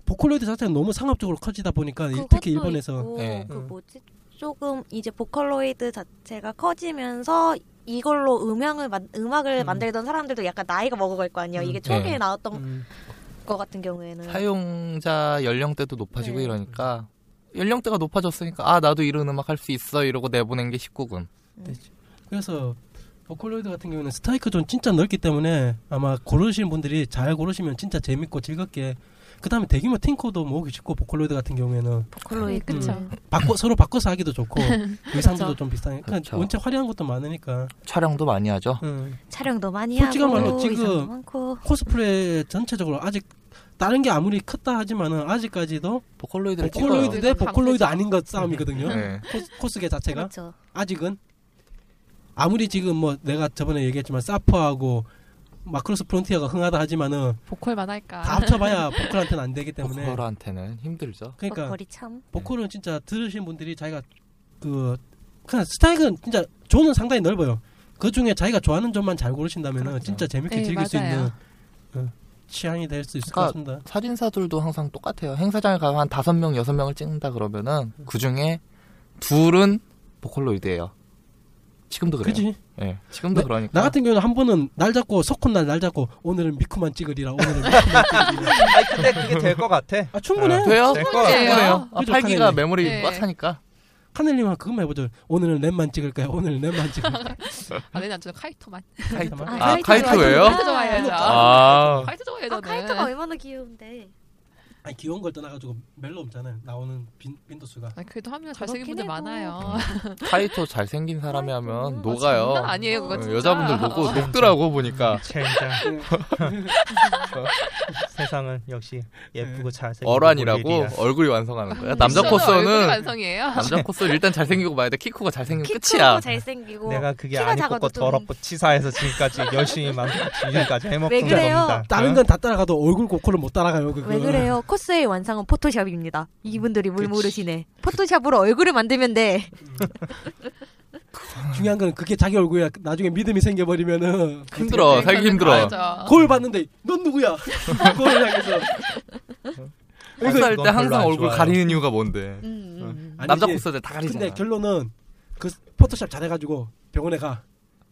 Speaker 2: 보컬로이드 자체가 너무 상업적으로 커지다 보니까 이-
Speaker 4: 그것도
Speaker 2: 특히 일본에서
Speaker 4: 있고,
Speaker 3: 네.
Speaker 4: 그
Speaker 5: 음.
Speaker 4: 뭐지 조금 이제 보컬로이드 자체가 커지면서 이걸로 음향을 만- 음악을
Speaker 2: 음.
Speaker 4: 만들던 사람들도 약간 나이가 먹어갈 거 아니에요.
Speaker 2: 음.
Speaker 4: 이게 초기에
Speaker 3: 네.
Speaker 4: 나왔던
Speaker 2: 음,
Speaker 4: 거 같은 경우에는
Speaker 3: 사용자 연령대도 높아지고
Speaker 4: 네.
Speaker 3: 이러니까 연령대가 높아졌으니까 아 나도 이런 음악 할 수 있어 이러고 내보낸 게 19군
Speaker 2: 그래서 보컬로이드 같은 경우는 스트라이크 존 진짜 넓기 때문에 아마 고르시는 분들이 잘 고르시면 진짜 재밌고 즐겁게 그다음에 대규모 팅코도 모으기 쉽고 보컬로이드 같은 경우에는
Speaker 4: 보컬로이드
Speaker 3: 음.
Speaker 6: 네, 그쵸.
Speaker 2: 바꿔 서로 바꿔서 하기도 좋고 의상도
Speaker 4: 그렇죠.
Speaker 2: 좀 비슷하니까
Speaker 3: 그렇죠.
Speaker 2: 원체 화려한 것도 많으니까
Speaker 3: 촬영도 많이 하죠.
Speaker 2: 음.
Speaker 4: 촬영도 많이
Speaker 2: 솔직한
Speaker 4: 하고
Speaker 2: 말로 지금
Speaker 4: 의상도 많고
Speaker 2: 코스프레 전체적으로 아직 다른 게 아무리 컸다 하지만은 아직까지도
Speaker 3: 보컬로이드를
Speaker 2: 보컬로이드
Speaker 3: 네, 찍어요.
Speaker 2: 대 보컬로이드 아닌 것 싸움이거든요
Speaker 3: 네.
Speaker 2: 코스, 코스계 자체가
Speaker 4: 그렇죠.
Speaker 2: 아직은 아무리 지금 뭐 내가 저번에 얘기했지만 사퍼하고 마크로스 프론티어가 흥하다 하지만은
Speaker 6: 보컬만
Speaker 3: 아.
Speaker 6: 할까? 아,
Speaker 2: 다 합쳐봐야 보컬한테는 안 되기 때문에
Speaker 3: 보컬한테는 힘들죠.
Speaker 2: 그러니까
Speaker 4: 거리 참.
Speaker 2: 보컬은 진짜 들으신 분들이 자기가 그 그냥 스타일은 진짜 존은 상당히 넓어요. 그 중에 자기가 좋아하는 점만 잘 고르신다면은
Speaker 3: 그렇죠.
Speaker 2: 진짜 재밌게
Speaker 6: 네,
Speaker 2: 즐길 수 있는 어,
Speaker 6: 맞아요.
Speaker 2: 취향이 될 수 있을 것
Speaker 3: 그러니까
Speaker 2: 같습니다.
Speaker 3: 살인사들도 항상 똑같아요. 행사장에 가면 한 다섯 명, 여섯 명을 찍는다 그러면은 그 중에 둘은 보컬로이드예요. 지금도 그래요.
Speaker 2: 그지?
Speaker 3: 예, 지금도
Speaker 2: 나-
Speaker 3: 그러니까.
Speaker 2: 나 같은 경우는 한 번은 날 잡고 석훈날 날 잡고 오늘은 미쿠만 찍으리라 오늘은 미쿠만 찍으리라
Speaker 5: 아니 근데 그게 될 것 같아.
Speaker 2: 아 충분해
Speaker 3: 돼요?
Speaker 5: 될것
Speaker 6: 같아요.
Speaker 3: 돼요. 아,
Speaker 2: 그죠,
Speaker 3: 8기가
Speaker 2: 당연히.
Speaker 3: 메모리
Speaker 6: 네.
Speaker 3: 꽉 차니까.
Speaker 2: 카넬님 한 그것만 해보죠 오늘은 랩만 찍을까요 오늘은 랩만 찍을까요
Speaker 6: 아, 내는 안 좋아. 카이토만.
Speaker 3: 카이토.
Speaker 2: 아,
Speaker 3: 아,
Speaker 4: 카이토
Speaker 3: 카이토예요?
Speaker 4: 좋아해요.
Speaker 6: 카이토 좋아해요.
Speaker 3: 아.
Speaker 6: 카이토 좋아해요.
Speaker 7: 아
Speaker 6: 저는.
Speaker 7: 카이토가
Speaker 4: 뭐
Speaker 7: 얼마나 귀여운데.
Speaker 2: 아니 귀여운 걸 떠나가지고 멜로 없잖아요 나오는 빈, 빈도수가
Speaker 6: 아, 그래도 하면
Speaker 4: 그렇긴
Speaker 6: 잘생긴 분들
Speaker 4: 해도.
Speaker 6: 많아요.
Speaker 3: 카이토 잘생긴 사람이 하면 녹아요.
Speaker 6: 장난 아니에요, 그거
Speaker 3: 어,
Speaker 6: 진짜.
Speaker 3: 여자분들 녹고 녹더라고
Speaker 2: 음,
Speaker 3: 보니까
Speaker 5: 젠장. 세상은 역시 예쁘고 잘생긴
Speaker 3: 어란이라고
Speaker 5: 고릴이야.
Speaker 3: 얼굴이 완성하는 거야. 남자
Speaker 6: 저는 아, 얼굴
Speaker 3: 코스는 아,
Speaker 6: 완성이에요.
Speaker 3: 남자 코스 일단 잘생기고 봐야 돼. 키크가 잘생기면
Speaker 7: 키
Speaker 3: 그 끝이야.
Speaker 7: 크고 잘생기고.
Speaker 5: 내가 그게
Speaker 7: 키가
Speaker 5: 안
Speaker 7: 작아도
Speaker 5: 입고
Speaker 7: 좀-
Speaker 5: 더럽고 치사해서 지금까지 열심히 만들고 지금까지 해먹던
Speaker 4: 왜 그래요?
Speaker 5: 겁니다. 네?
Speaker 2: 다른 건 다 따라가도 얼굴 고퀄은 못 따라가요 그거
Speaker 4: 왜 그래요? 코스의 완성은 포토샵입니다. 이분들이 뭘 모르시네. 포토샵으로 얼굴을 만들면 돼.
Speaker 2: 중요한 건 그게 자기 얼굴이야 나중에 믿음이 생겨버리면은
Speaker 4: 그
Speaker 6: 그러니까 네,
Speaker 3: 힘들어. 살기 힘들어.
Speaker 6: 맞아.
Speaker 2: 거울 봤는데 넌 누구야 거울 향해서
Speaker 3: 코스할
Speaker 5: 이건
Speaker 3: 때
Speaker 5: 별로
Speaker 3: 항상
Speaker 5: 안
Speaker 3: 얼굴
Speaker 5: 좋아요.
Speaker 3: 가리는 이유가 뭔데?
Speaker 4: 음.
Speaker 2: 아니,
Speaker 3: 남자
Speaker 2: 이게-
Speaker 3: 코스할 때 다 가리잖아.
Speaker 2: 근데 결론은 그 포토샵 잘해가지고 병원에 가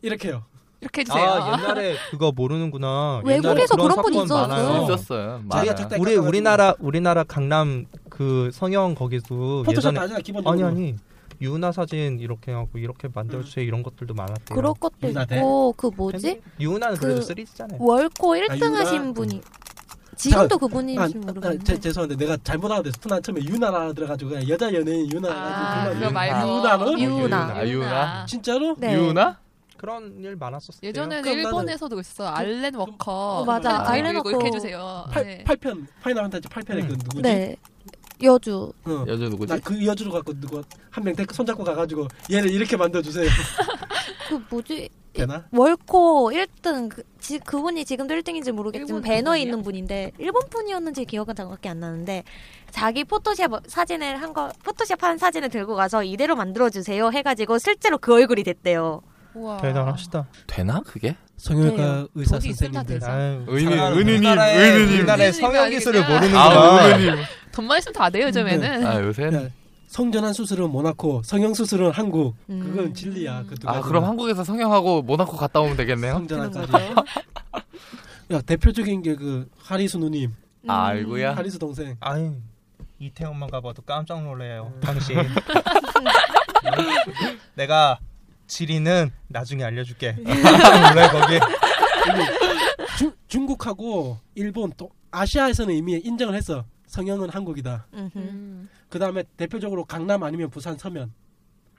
Speaker 2: 이렇게요
Speaker 6: 이렇게 해주세요.
Speaker 5: 아 옛날에 그거 모르는구나.
Speaker 4: 외국에서
Speaker 5: 옛날에
Speaker 4: 그런 분
Speaker 5: 사건
Speaker 4: 있었어.
Speaker 5: 많아요.
Speaker 3: 있었어요.
Speaker 2: 자기가
Speaker 3: 맞아요.
Speaker 2: 적당히
Speaker 5: 우리
Speaker 2: 깎아가지고
Speaker 5: 우리나라 우리나라 강남 그 성형 거기서
Speaker 2: 포토샵
Speaker 5: 예전에
Speaker 2: 다잖아 기본적으로
Speaker 5: 아니 아니 유나 사진 이렇게 하고 이렇게 만들어 주세요 이런 것들도 많았대요.
Speaker 9: 그럴 것도
Speaker 2: 유나 대?
Speaker 9: 있고 그 뭐지
Speaker 5: 유나는 그, 래도
Speaker 9: 그-
Speaker 4: 뭐
Speaker 5: 3D잖아요.
Speaker 9: 월코 1등
Speaker 2: 유나-
Speaker 9: 하신 분이
Speaker 2: 자,
Speaker 6: 음.
Speaker 9: 지금도
Speaker 2: 아,
Speaker 9: 그분인지
Speaker 2: 아,
Speaker 9: 모르겠는데
Speaker 2: 제, 죄송한데 내가 잘못 알아들었어. 난 처음에 유나라 들어가지고 그냥 여자 연예인 유나
Speaker 6: 아,
Speaker 2: 아,
Speaker 6: 그거 말고.
Speaker 2: 유나는
Speaker 9: 유나.
Speaker 3: 아, 유나.
Speaker 2: 진짜로?
Speaker 9: 네.
Speaker 3: 유나?
Speaker 5: 그런 일 많았었어요.
Speaker 6: 예전에는
Speaker 2: 그럼 나는-
Speaker 6: 일본에서도 있어. 알렌 워커.
Speaker 2: 어, 맞아.
Speaker 6: 팔짱
Speaker 9: 알렌
Speaker 6: 들고
Speaker 9: 워커.
Speaker 6: 이렇게 해주세요.
Speaker 2: 팔
Speaker 6: 네.
Speaker 2: 8편 파이널 판타지 8편에 그 누구지?
Speaker 9: 네 여주
Speaker 2: 어.
Speaker 3: 여자 누구지?
Speaker 2: 나그 여주로 갖고 누구 한명 손잡고 가가지고 얘를 이렇게 만들어주세요.
Speaker 9: 그 뭐지
Speaker 2: 되나?
Speaker 9: 월코 1등 그, 지, 그분이 지금도 1등인지 모르겠지만
Speaker 6: 일본
Speaker 9: 배너에
Speaker 6: 분이에요?
Speaker 9: 있는 분인데 일본 분이었는지 기억은 정확히 안 나는데 자기 포토샵 사진을 한 거 포토샵 한 사진을 들고 가서 이대로 만들어 주세요 해가지고 실제로 그 얼굴이 됐대요.
Speaker 6: 우와.
Speaker 5: 대단하시다.
Speaker 3: 되나 그게?
Speaker 2: 성형외과 의사
Speaker 6: 돈이 있으면 다
Speaker 2: 선생님들.
Speaker 6: 되죠.
Speaker 5: 아유,
Speaker 3: 은인,
Speaker 5: 잘하는
Speaker 3: 은인님,
Speaker 5: 우리나라의-
Speaker 3: 은인님.
Speaker 5: 우리나라의
Speaker 6: 은인님이
Speaker 5: 성형 기술을
Speaker 6: 아니구나.
Speaker 5: 모르는구나.
Speaker 6: 돈만 있으면 다 돼요, 요즘에는.
Speaker 3: 아 요새는
Speaker 2: 음. 야, 성전환 수술은 모나코, 성형 수술은 한국.
Speaker 9: 음.
Speaker 2: 그건 진리야. 그 두
Speaker 3: 아
Speaker 2: 가지는.
Speaker 3: 그럼 한국에서 성형하고 모나코 갔다 오면 되겠네요.
Speaker 2: 성전환까지. 야 대표적인 게 그 하리수 누님,
Speaker 3: 아이고야.
Speaker 2: 하리수 동생.
Speaker 5: 아유, 이태원만 가봐도 깜짝 놀래요.
Speaker 3: 음.
Speaker 5: 당신. 내가 지리는 나중에 알려줄게. 깜짝 놀래 거기.
Speaker 2: 중, 중국하고 일본 또 아시아에서는 이미 인정을 했어. 성형은 한국이다.
Speaker 9: 음흠.
Speaker 6: 음.
Speaker 2: 그 다음에 대표적으로 강남 아니면 부산 서면.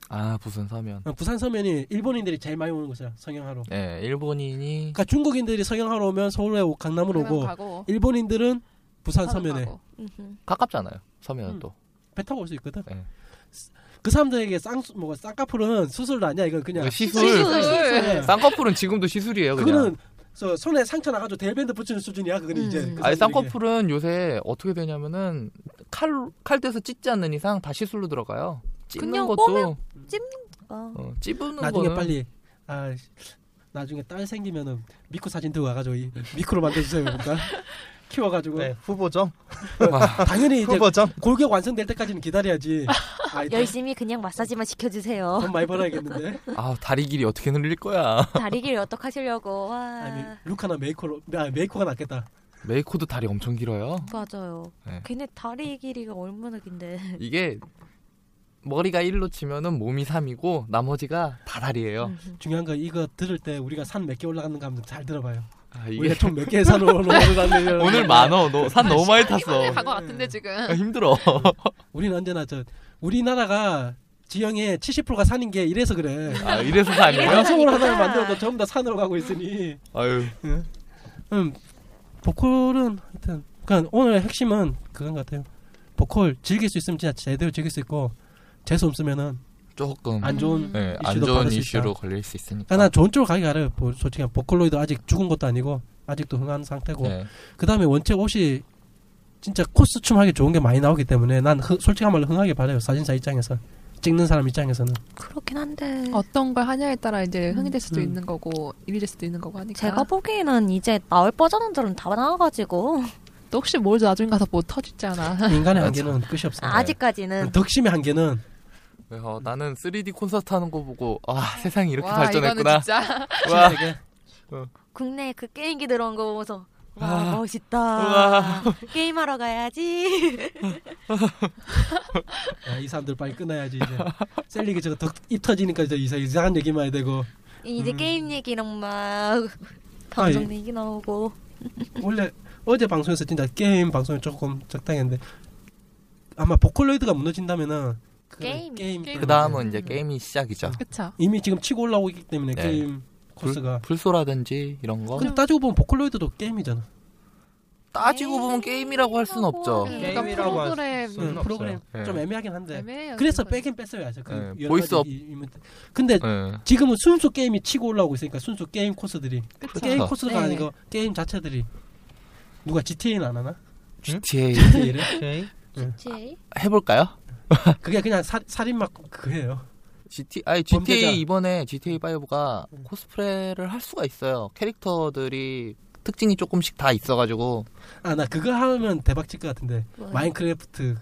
Speaker 3: 아 부산 서면.
Speaker 2: 어, 부산 서면이 일본인들이 제일 많이 오는 곳이야 성형하러.
Speaker 3: 예, 일본인이
Speaker 2: 그러니까 중국인들이 성형하러 오면 서울에 오고 강남으로
Speaker 6: 그러면
Speaker 2: 오고
Speaker 6: 가고.
Speaker 2: 일본인들은 부산 서면에
Speaker 6: 가고.
Speaker 9: 음흠.
Speaker 3: 가깝잖아요. 서면은
Speaker 2: 음.
Speaker 3: 또.
Speaker 2: 배 타고 올 수 있거든.
Speaker 3: 네.
Speaker 2: 그 사람들에게 쌍 뭐 쌍꺼풀은 수술도 아니야. 이건 그냥
Speaker 3: 그 시술.
Speaker 2: 네.
Speaker 3: 쌍꺼풀은 지금도 시술이에요. 그냥.
Speaker 2: 그거는 저 손에 상처 나가지고 델밴드 붙이는 수준이야. 그건 이제.
Speaker 9: 음.
Speaker 2: 그
Speaker 3: 아니
Speaker 2: 사람들에게.
Speaker 3: 쌍꺼풀은 요새 어떻게 되냐면은 칼 칼대서 찢지 않는 이상 다 시술로 들어가요. 찝는
Speaker 9: 그냥
Speaker 3: 것도
Speaker 9: 어.
Speaker 3: 어, 찝는
Speaker 2: 나중에
Speaker 3: 거는
Speaker 2: 빨리 아 씨, 나중에 딸 생기면은 미쿠 사진 들고 와가지고 이 미쿠로 만들어주세요 그러니까 키워가지고
Speaker 5: 네, 후보죠.
Speaker 2: 당연히 이제
Speaker 3: 뭐-
Speaker 5: 후보죠.
Speaker 2: 골격 완성될 때까지는 기다려야지 아, 이
Speaker 9: 열심히 그냥 마사지만 시켜주세요.
Speaker 2: 돈 많이 벌어야겠는데
Speaker 3: 아 다리 길이 어떻게 늘릴 거야.
Speaker 9: 다리 길 어떡하시려고 와
Speaker 2: 아니 루카나 메이커로 아, 메이커가 낫겠다
Speaker 3: 메이코도 다리 엄청 길어요.
Speaker 9: 맞아요.
Speaker 3: 네.
Speaker 9: 걔네 다리 길이가 얼마나 긴데.
Speaker 3: 이게 머리가 1로 치면은 몸이 3이고 나머지가 다 다리예요.
Speaker 2: 중요한 건 이거 들을 때 우리가 산 몇 개 올라갔는가 한번 잘 들어봐요
Speaker 3: 아,
Speaker 2: 우리가
Speaker 3: 이게
Speaker 2: 총 몇 개의 산으로 올라갔는지
Speaker 3: 오늘 많어. 너 산 너무 많이 탔어.
Speaker 6: 일본에 간것 같은데,
Speaker 3: 아,
Speaker 6: 지금.
Speaker 3: 힘들어.
Speaker 2: 우리는 언제나 저 우리나라가 지형의 70%가 산인 게 이래서 그래
Speaker 3: 아, 이래서 산이에요?
Speaker 2: 양성을 하다가
Speaker 3: 그러니까.
Speaker 2: 만들어도 전부 다 산으로 가고 있으니
Speaker 3: 아유.
Speaker 2: 음, 보컬은 하여튼 그러니까 오늘의 핵심은 그건 것 같아요. 보컬 즐길 수 있으면 진짜 제대로 즐길 수 있고 재수 없으면은
Speaker 3: 조금
Speaker 2: 안 좋은
Speaker 3: 네, 안
Speaker 2: 이슈도
Speaker 3: 좋은
Speaker 2: 받을 수
Speaker 3: 이슈로
Speaker 2: 있다.
Speaker 3: 걸릴 수 있으니까.
Speaker 2: 아, 나 좋은 쪽으로 가기 알아요. 보- 솔직히 보컬로이드 아직 죽은 것도 아니고 아직도 흥한 상태고
Speaker 3: 네.
Speaker 2: 그 다음에 원체 옷이 진짜 코스튬 하기 좋은 게 많이 나오기 때문에 난 흥- 솔직한 말로 흥하게 바래요 사진사 입장에서 찍는 사람 입장에서는
Speaker 9: 그렇긴 한데
Speaker 6: 어떤 걸 하냐에 따라 이제 흥이 될 수도
Speaker 2: 음.
Speaker 6: 있는 거고 일이 될 수도 있는 거고 하니까.
Speaker 9: 제가 보기에는 이제 나올 버전들은 다 나와가지고
Speaker 3: 네.
Speaker 6: 또 혹시 모르죠 나중에 가서 뭐 터지지 않아.
Speaker 2: 인간의
Speaker 3: 맞아.
Speaker 2: 한계는 끝이 없어. 요
Speaker 9: 아직까지는 음.
Speaker 2: 덕심의 한계는
Speaker 3: 그래서 나는 3D 콘서트 하는 거 보고 아 세상이 이렇게
Speaker 6: 와,
Speaker 3: 발전했구나.
Speaker 6: 이거는 진짜
Speaker 3: 와,
Speaker 9: 국내에 그 게임기 들어온 거 보면서 와
Speaker 3: 아.
Speaker 9: 멋있다
Speaker 3: 우와.
Speaker 9: 게임하러 가야지
Speaker 2: 야, 아, 이 사람들 빨리 끊어야지 이제 셀리기 저거 덕, 입 터지니까 이제 이상- 이상한 얘기만 해야 되고
Speaker 9: 이제
Speaker 2: 음.
Speaker 9: 게임 얘기랑 막 방송
Speaker 2: 아니.
Speaker 9: 얘기 나오고
Speaker 2: 원래 어제 방송에서 진짜 게임 방송이 조금 적당했는데 아마 보컬로이드가 무너진다면은 그
Speaker 9: 게임.
Speaker 2: 게임
Speaker 6: 게임.
Speaker 3: 그 다음은 이제 게임이 시작이죠.
Speaker 6: 그쵸.
Speaker 2: 이미 지금 치고 올라오기 때문에
Speaker 3: 네.
Speaker 2: 게임 코스가
Speaker 3: 불, 소라든지 이런 거
Speaker 2: 근데 따지고 보면 보컬로이드도 게임이잖아.
Speaker 3: 따지고 보면 게임이라고 할 수는 없죠.
Speaker 8: 음.
Speaker 6: 그러니까
Speaker 5: 게임이라고 할
Speaker 6: 프로그램
Speaker 5: 수는 없어요.
Speaker 2: 프로그램
Speaker 3: 네.
Speaker 2: 좀 애매하긴 한데.
Speaker 6: 애매해요.
Speaker 2: 그래서
Speaker 6: 이거는.
Speaker 2: 빼긴 뺐어야죠. 그
Speaker 3: 네,
Speaker 2: 여러 가지
Speaker 3: 보이스업.
Speaker 2: 이- 이- 이면- 근데
Speaker 3: 예.
Speaker 2: 지금은 순수 게임이 치고 올라오고 있으니까 순수 게임 코스들이
Speaker 6: 그쵸.
Speaker 2: 게임 코스가
Speaker 6: 네.
Speaker 2: 아니고 게임 자체들이 누가 GTA는 안 하나?
Speaker 3: GTA
Speaker 2: GTA를?
Speaker 5: 오케이.
Speaker 9: 제
Speaker 3: 해볼까요?
Speaker 2: 그게 그냥 사, 살인막 그거예요.
Speaker 3: GTA 아니,
Speaker 2: 범죄자.
Speaker 3: GTA 이번에 GTA 5가
Speaker 5: 음.
Speaker 3: 코스프레를 할 수가 있어요. 캐릭터들이 특징이 조금씩 다 있어가지고
Speaker 2: 아 나 그거 하면 대박 칠 것 같은데
Speaker 9: 뭐.
Speaker 6: 어.
Speaker 2: 마인크래프트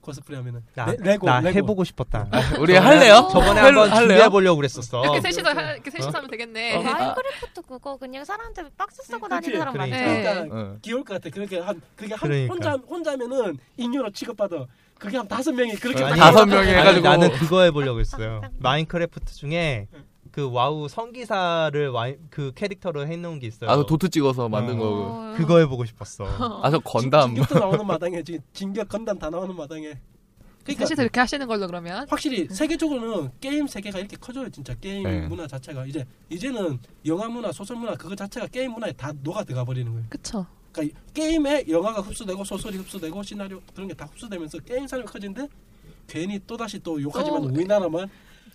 Speaker 2: 코스프레 하면은
Speaker 5: 나,
Speaker 2: 레- 레고
Speaker 5: 나
Speaker 2: 레고.
Speaker 5: 해보고 싶었다.
Speaker 3: 우리 할래요?
Speaker 5: 아, 저번에
Speaker 3: 아, 할-
Speaker 5: 한번
Speaker 3: 할래요?
Speaker 5: 준비해보려고 그랬었어.
Speaker 6: 이렇게 셋이서 하- 이렇게 셋이서 하면 되겠네.
Speaker 3: 어.
Speaker 9: 마인크래프트 그거 그냥 사람들 박스 쓰고 다니는 사람
Speaker 5: 그러니까.
Speaker 9: 많죠
Speaker 6: 네.
Speaker 2: 그러니까
Speaker 3: 예.
Speaker 2: 귀여울 것 같아. 그렇게 한 그게 한
Speaker 5: 그러니까.
Speaker 2: 혼자 혼자면은 인류로 취급받아. 그게 한 다섯 명이 그렇게
Speaker 5: 아니,
Speaker 2: 많이
Speaker 3: 다섯 명이 해가지고
Speaker 5: 아니, 나는 그거 해보려고 했어요. 마인크래프트 중에 그 와우 성기사를 와이, 그 캐릭터로 해놓은 게 있어요.
Speaker 3: 아, 그 도트 찍어서 만든
Speaker 5: 어.
Speaker 3: 거고.
Speaker 5: 그거 해보고 싶었어.
Speaker 3: 아, 저 건담.
Speaker 2: 진격도 나오는 마당에 지금 진격 건담 다 나오는 마당에. 그러니까
Speaker 6: 셋이서 이렇게 하시는 걸로 그러면.
Speaker 2: 확실히 세계적으로는 게임 세계가 이렇게 커져요 진짜 게임
Speaker 3: 네.
Speaker 2: 문화 자체가 이제 이제는 영화 문화 소설 문화 그거 자체가 게임 문화에 다 녹아 들어가 버리는 거예요.
Speaker 6: 그쵸.
Speaker 2: 그러니까 이- 게임에 영화가 흡수되고 소설이 흡수되고 시나리오 그런 게 다 흡수되면서 게임 산업이 커지는데 괜히 또 다시 또 욕하지만
Speaker 6: 또-
Speaker 2: 우리나라만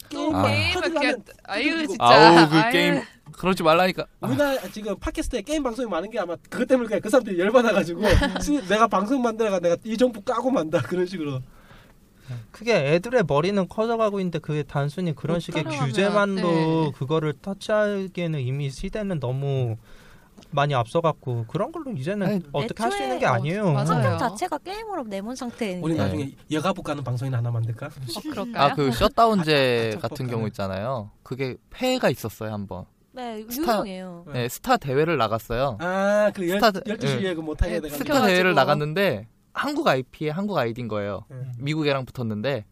Speaker 6: 또
Speaker 3: 아.
Speaker 2: 게임만
Speaker 6: 음, 게임
Speaker 2: 커지려면
Speaker 6: 이렇게 아유 진짜.
Speaker 3: 아우 그
Speaker 6: 아유.
Speaker 3: 게임 그러지 말라니까. 아,
Speaker 2: 우리나라 지금 팟캐스트에 게임 방송이 많은 게 아마 그것 때문에 그냥 그 사람들이 열받아가지고 시- 내가 방송 만들어가 내가 이 정부 까고 만다 그런 식으로
Speaker 5: 그게 애들의 머리는 커져가고 있는데 그게 단순히 그런
Speaker 6: 못
Speaker 5: 식의
Speaker 6: 따라가면,
Speaker 5: 규제만도
Speaker 6: 네.
Speaker 5: 그거를 터치하기에는 이미 시대는 너무 많이 앞서갔고 그런 걸로 이제는
Speaker 3: 아니,
Speaker 5: 어떻게 할 수 있는 게
Speaker 9: 애초에
Speaker 5: 아니에요.
Speaker 6: 맞아요.
Speaker 9: 환경 자체가 게임으로 내몬 상태니까
Speaker 2: 우리
Speaker 3: 네.
Speaker 2: 나중에 여가부 가는 방송이나 하나 만들까?
Speaker 6: 어, 그럴까요?
Speaker 3: 아 그 셧다운제
Speaker 2: 아, 아,
Speaker 3: 같은
Speaker 2: 아,
Speaker 3: 경우 있잖아요. 그게 폐해가 있었어요 한번.
Speaker 9: 네
Speaker 3: 스타-
Speaker 9: 유명해요
Speaker 3: 네, 스타 대회를 나갔어요.
Speaker 2: 아그
Speaker 3: 스타트-
Speaker 2: 12시
Speaker 3: 예.
Speaker 2: 이후에 그 못하게
Speaker 6: 예,
Speaker 2: 돼가지고
Speaker 6: 스타-
Speaker 3: 스타 대회를
Speaker 6: 웃겨가지고.
Speaker 3: 나갔는데 한국 IP에 한국 아이디인 거예요.
Speaker 2: 예.
Speaker 3: 미국 애랑 붙었는데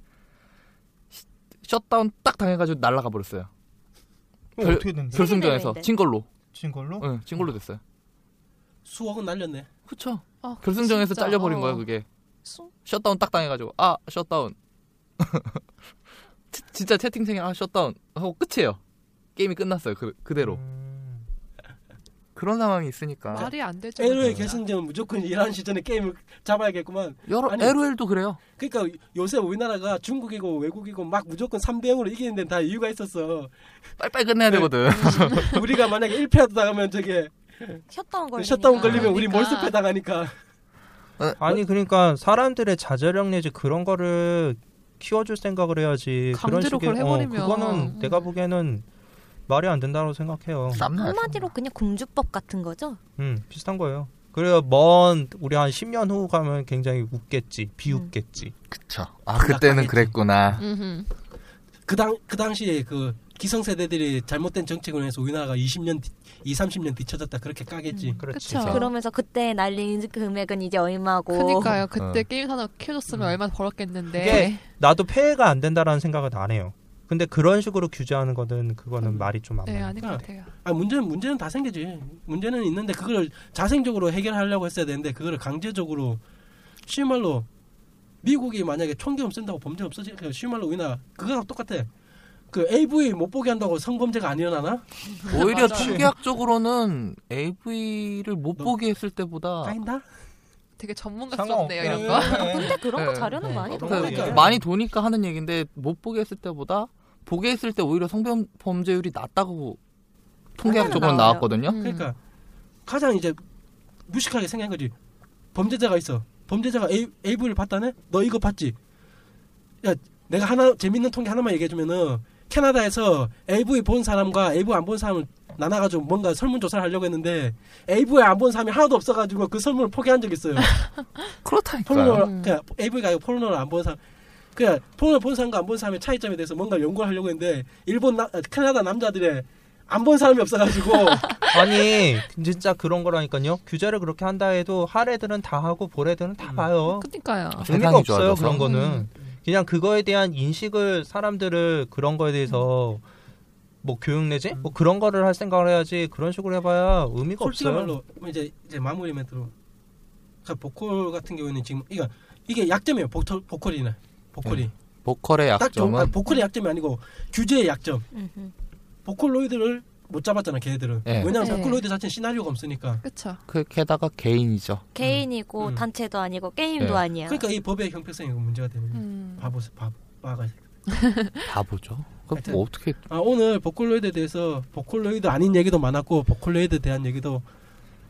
Speaker 3: 시- 셧다운 딱 당해가지고 날아가 버렸어요.
Speaker 5: 어, 어떻게 된 거야?
Speaker 3: 결승전에서 진 걸로,
Speaker 5: 진 걸로?
Speaker 3: 응, 진 걸로 됐어요.
Speaker 2: 수억은 날렸네.
Speaker 3: 그쵸?
Speaker 6: 어,
Speaker 3: 결승전에서
Speaker 6: 진짜.
Speaker 3: 잘려버린 거예요
Speaker 6: 어.
Speaker 3: 그게.
Speaker 9: 수-
Speaker 3: 셧다운 딱 당해가지고 아 셧다운. 치- 진짜 채팅창에 아 셧다운 하고 끝이에요. 게임이 끝났어요 그 그대로.
Speaker 5: 음.
Speaker 3: 그런 상황이 있으니까
Speaker 6: 말이 안 되죠.
Speaker 2: LOL
Speaker 6: 진짜.
Speaker 2: 결승전 무조건 11시 전에 게임을 잡아야겠구만.
Speaker 3: 여러
Speaker 2: 아니-
Speaker 3: LOL도 그래요.
Speaker 2: 그러니까 요새 우리나라가 중국이고 외국이고 막 무조건 3대 0으로 이기는 데는 다 이유가 있었어.
Speaker 3: 빨리빨리 끝내야
Speaker 2: 네.
Speaker 3: 되거든.
Speaker 2: 우리가 만약에 1패라도 나가면 저게
Speaker 9: 셧다운 걸리니까
Speaker 2: 셧다운 걸리면
Speaker 4: 음.
Speaker 2: 우리
Speaker 6: 그러니까.
Speaker 2: 몰수패 당하니까.
Speaker 5: 아니 그러니까 사람들의 자제력 내지 그런 거를 키워줄 생각을 해야지. 그런
Speaker 6: 강제로
Speaker 5: 식의-
Speaker 6: 그걸
Speaker 5: 어,
Speaker 6: 해버리면.
Speaker 5: 그거는
Speaker 6: 음.
Speaker 5: 내가 보기에는 말이 안 된다고 생각해요.
Speaker 3: 쌈나.
Speaker 9: 한마디로 그냥 공주법 같은 거죠
Speaker 5: 음, 비슷한 거예요. 그래요. 먼 우리 한 10년 후 가면 굉장히 웃겠지, 비웃겠지.
Speaker 3: 그쵸. 아 그때는 그랬구나.
Speaker 6: 음흠.
Speaker 2: 그당 그 당시에 그 기성세대들이 잘못된 정책으로 해서 우리나라가 20년 뒤, 2, 30년 뒤쳐졌다 그렇게 까겠지.
Speaker 4: 음.
Speaker 5: 그렇지.
Speaker 6: 그쵸.
Speaker 9: 그러면서 그때 날린 금액은 이제 얼마고
Speaker 6: 그니까요. 그때
Speaker 3: 어.
Speaker 6: 게임 산업 키워줬으면
Speaker 2: 음.
Speaker 6: 얼마나 벌었겠는데.
Speaker 5: 그게 나도 폐해가 안 된다라는 생각은 안 해요. 근데 그런 식으로 규제하는 거는 그거는 말이 좀 안
Speaker 6: 네,
Speaker 5: 맞아요.
Speaker 6: 아닌 것 같아요.
Speaker 2: 아 문제는 문제는 다 생기지. 문제는 있는데 그걸 자생적으로 해결하려고 했어야 되는데 그걸 강제적으로 쉬운 말로 미국이 만약에 총기범 쓴다고 범죄 없어지 그 쉬운 말로 우리나 그거랑 똑같아. 그 AV 못 보게 한다고 성범죄가 안 일어나나?
Speaker 3: 오히려
Speaker 6: 맞아요.
Speaker 3: 통계학적으로는 AV를 못
Speaker 2: 너-
Speaker 3: 보게 했을 때보다
Speaker 2: 까인다?
Speaker 6: 되게 전문가스럽네요 이런 거.
Speaker 4: 근데 그런 거 자려는 거 많이
Speaker 3: 그러니까
Speaker 4: 도니까
Speaker 3: 많이 도니까 하는 얘기인데 못 보게 했을 때보다 보게 했을 때 오히려 성범 범죄율이 낮다고 통계학적으로
Speaker 2: 나와요.
Speaker 3: 나왔거든요.
Speaker 2: 그러니까 가장 이제 무식하게 생각한 거지. 범죄자가 있어. 범죄자가 A, AV를 봤다네? 너 이거 봤지? 야, 내가 하나, 재밌는 통계 하나만 얘기해주면은, 캐나다에서 AV 본 사람과 AV 안 본 사람을 나눠가지고 뭔가 설문조사를 하려고 했는데, AV 안 본 사람이 하나도 없어가지고 그 설문을 포기한 적이 있어요.
Speaker 3: 그렇다니까요. 음.
Speaker 2: 포르노를,
Speaker 6: 음.
Speaker 2: 그냥 AV가 아니고 포르노를 안 본 사람, 그냥 포르노를 본 사람과 안 본 사람의 차이점에 대해서 뭔가 연구를 하려고 했는데, 일본, 나, 캐나다 남자들의 안 본 사람이 없어가지고,
Speaker 5: 아니 진짜 그런 거라니까요. 규제를 그렇게 한다 해도 할 애들은 다 하고 볼 애들은 다 봐요.
Speaker 6: 그러니까요.
Speaker 5: 의미가
Speaker 3: 음. 세상이
Speaker 5: 없어요
Speaker 3: 좋아져서.
Speaker 5: 그런 거는.
Speaker 3: 음.
Speaker 5: 그냥 그거에 대한 인식을 사람들을 그런 거에 대해서 뭐 교육 내지
Speaker 3: 음.
Speaker 5: 뭐 그런 거를 할 생각을 해야지 그런 식으로 해봐야 의미가
Speaker 2: 솔직한
Speaker 5: 없어요.
Speaker 2: 말로 그럼 이제 이제 마무리 멘트로 그러니까 보컬 같은 경우에는 지금 이거 이게 약점이에요 보컬 보컬이나 보컬이
Speaker 3: 보컬의
Speaker 2: 딱 정-
Speaker 3: 음,
Speaker 2: 아니,
Speaker 3: 약점은
Speaker 2: 보컬의 약점이 아니고 규제의 약점 보컬로이드를 못 잡았잖아 걔네들은
Speaker 3: 예.
Speaker 2: 왜냐하면
Speaker 4: 네.
Speaker 2: 보컬로이드 자체는 시나리오가 없으니까
Speaker 6: 그렇죠.
Speaker 3: 그 게다가 개인이죠.
Speaker 4: 개인이고
Speaker 2: 음.
Speaker 4: 단체도 아니고
Speaker 3: 네.
Speaker 4: 게임도 아니야.
Speaker 2: 그러니까 이 법의 형평성이 문제가 되는
Speaker 4: 음.
Speaker 2: 거예요
Speaker 6: 음.
Speaker 2: 바보 바보 바가
Speaker 3: 바보죠. 그럼
Speaker 2: 하여튼.
Speaker 3: 뭐 어떻게
Speaker 2: 아 오늘 보컬로이드에 대해서 보컬로이드 아닌 얘기도 많았고 보컬로이드에 대한 얘기도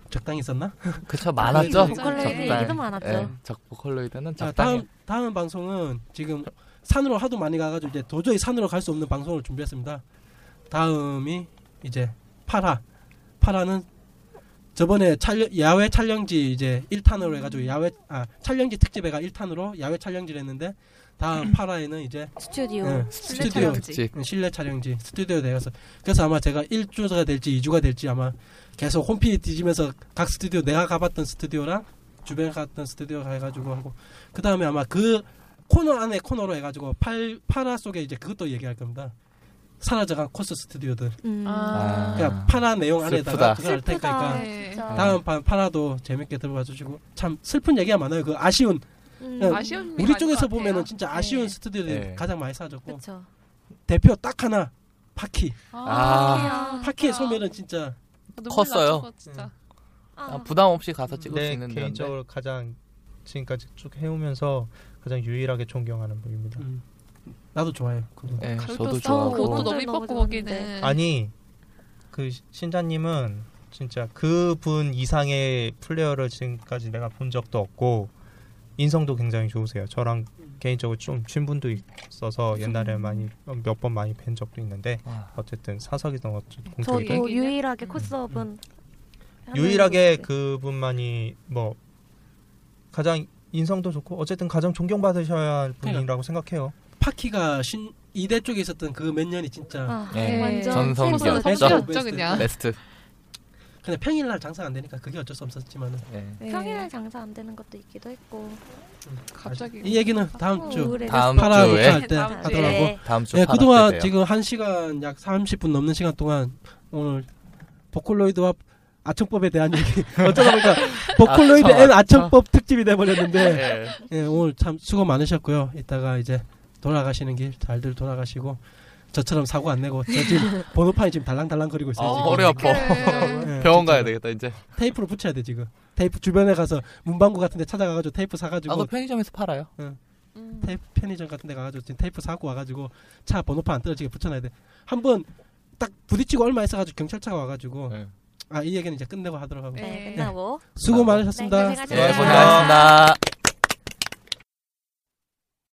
Speaker 2: 적당히 있었나? 네,
Speaker 3: 그쵸 많았죠.
Speaker 2: 그렇죠.
Speaker 4: 보컬로이드
Speaker 3: 적당히.
Speaker 4: 얘기도 많았죠.
Speaker 3: 예, 적 보컬로이드는
Speaker 2: 자,
Speaker 3: 적당히.
Speaker 2: 다음 다음 방송은 지금 산으로 하도 많이 가가지고 이제 도저히 산으로 갈 수 없는 방송을 준비했습니다. 다음이 이제 파라. 파라는 저번에 촬영, 야외 촬영지 이제 1탄으로 해가지고 야외 아 촬영지 특집에가 1탄으로 야외 촬영지를 했는데 다음 파라에는 이제
Speaker 4: 스튜디오.
Speaker 2: 예,
Speaker 6: 실내
Speaker 2: 스튜디오.
Speaker 6: 촬영지.
Speaker 3: 특집.
Speaker 2: 음, 실내 촬영지 스튜디오 내가서 그래서 아마 제가 1주가 될지 2주가 될지 아마 계속 홈피 뒤지면서 각 스튜디오 내가 가봤던 스튜디오랑 주변에 갔던 스튜디오 가가지고 하고 그 다음에 아마 그 코너 안에 코너로 해가지고 팔 파라 속에 이제 그것도 얘기할 겁니다. 사라져간 코스 스튜디오들
Speaker 4: 음.
Speaker 6: 아.
Speaker 2: 그냥 파라 내용
Speaker 3: 슬프다.
Speaker 2: 안에다가 그걸 할 테니까
Speaker 6: 네.
Speaker 4: 진짜.
Speaker 2: 다음 판 파라도 재밌게 들어봐 주시고 참 슬픈 얘기가 많아요. 그 아쉬운
Speaker 4: 음.
Speaker 2: 그냥
Speaker 6: 아쉬운
Speaker 2: 우리 쪽에서 보면은 진짜 아쉬운
Speaker 6: 네.
Speaker 2: 스튜디오들이
Speaker 3: 네.
Speaker 2: 가장 많이 사줬고
Speaker 4: 그렇죠.
Speaker 2: 대표 딱 하나 파키
Speaker 3: 아.
Speaker 6: 그러니까.
Speaker 2: 파키의 소멸은 진짜
Speaker 3: 컸어요.
Speaker 6: 진짜.
Speaker 3: 아, 부담 없이 가서 찍을 수
Speaker 5: 내
Speaker 3: 있는 데인데.
Speaker 5: 네, 개인적으로 가장 지금까지 쭉 해오면서 가장 유일하게 존경하는 분입니다.
Speaker 2: 음, 나도 좋아해요. 그거.
Speaker 3: 예, 저도
Speaker 6: 가을도 싸우고
Speaker 3: 좋아하고.
Speaker 6: 옷도
Speaker 4: 그건
Speaker 6: 너무
Speaker 4: 좀
Speaker 6: 이뻤고
Speaker 4: 너무
Speaker 6: 거기는.
Speaker 4: 음.
Speaker 5: 아니 그 시- 신자님은 진짜 그 분 이상의 플레이어를 지금까지 내가 본 적도 없고 인성도 굉장히 좋으세요. 저랑
Speaker 4: 음.
Speaker 5: 개인적으로 좀 친분도 있어서 옛날에 많이 몇 번 많이 뵌 적도 있는데
Speaker 3: 아.
Speaker 5: 어쨌든 사석이든 어쨌든 공적이든
Speaker 4: 저도
Speaker 6: 얘기냐?
Speaker 4: 유일하게 코스업은 네.
Speaker 5: 유일하게 그분만이 뭐 가장 인성도 좋고 어쨌든 가장 존경받으셔야 할
Speaker 4: 네.
Speaker 5: 분이라고 생각해요.
Speaker 2: 파키가 신 이대 쪽에 있었던 그 몇 년이
Speaker 6: 어.
Speaker 2: 진짜
Speaker 4: 아,
Speaker 3: 네.
Speaker 4: 완전
Speaker 3: 전성기
Speaker 4: 최고였죠.
Speaker 3: 성격
Speaker 2: 성격.
Speaker 6: 성격이었죠 그러니까 그냥.
Speaker 3: 베스트.
Speaker 2: 그냥 평일날 장사가 안 되니까 그게 어쩔 수 없었지만은
Speaker 6: 네.
Speaker 3: 예.
Speaker 4: 평일에 장사 안 되는 것도 있기도 했고 뭐
Speaker 6: 갑자기. 어,
Speaker 2: 이 얘기는 다음 주
Speaker 4: 우울해서
Speaker 3: 다음
Speaker 2: 파라
Speaker 3: 주에
Speaker 2: 녹화할 때
Speaker 6: 다음 주에.
Speaker 2: 하더라고.
Speaker 3: 다음 주
Speaker 2: 네,
Speaker 3: 파라
Speaker 2: 그동안
Speaker 3: 때요.
Speaker 2: 지금 한 시간 약 30분 넘는 시간 동안 오늘 보컬로이드와 아청법에 대한 얘기 어쩌다 보니까 보컬로이드
Speaker 3: 아청,
Speaker 2: 앤 아청법 특집이 돼버렸는데
Speaker 3: 예.
Speaker 2: 예, 오늘 참 수고 많으셨고요. 이따가 이제 돌아가시는 길 잘들 돌아가시고 저처럼 사고 안 내고 저 지금 번호판이 지금 달랑달랑 거리고
Speaker 3: 아,
Speaker 2: 있어요. 지금.
Speaker 3: 허리 아파.
Speaker 6: 네. 그래.
Speaker 2: 예,
Speaker 3: 네. 병원 가야
Speaker 2: 진짜.
Speaker 3: 되겠다 이제.
Speaker 2: 테이프로 붙여야 돼 지금. 테이프 주변에 가서 문방구 같은 데 찾아가가지고 테이프 사가지고
Speaker 3: 아, 그 편의점에서 팔아요.
Speaker 6: 음.
Speaker 2: 테이프 편의점 같은 데 가가지고 지금 테이프 사고 와가지고 차 번호판 안 떨어지게 붙여놔야 돼. 한 번 딱 부딪히고 얼마 있어가지고 경찰차가 와가지고
Speaker 3: 네.
Speaker 2: 아 이 얘기는 이제 끝내고 하도록 하고
Speaker 4: 네,
Speaker 6: 네.
Speaker 4: 끝나고
Speaker 2: 수고 많으셨습니다.
Speaker 4: 네,
Speaker 3: 예,
Speaker 4: 고생하셨습니다.
Speaker 3: 고생하셨습니다.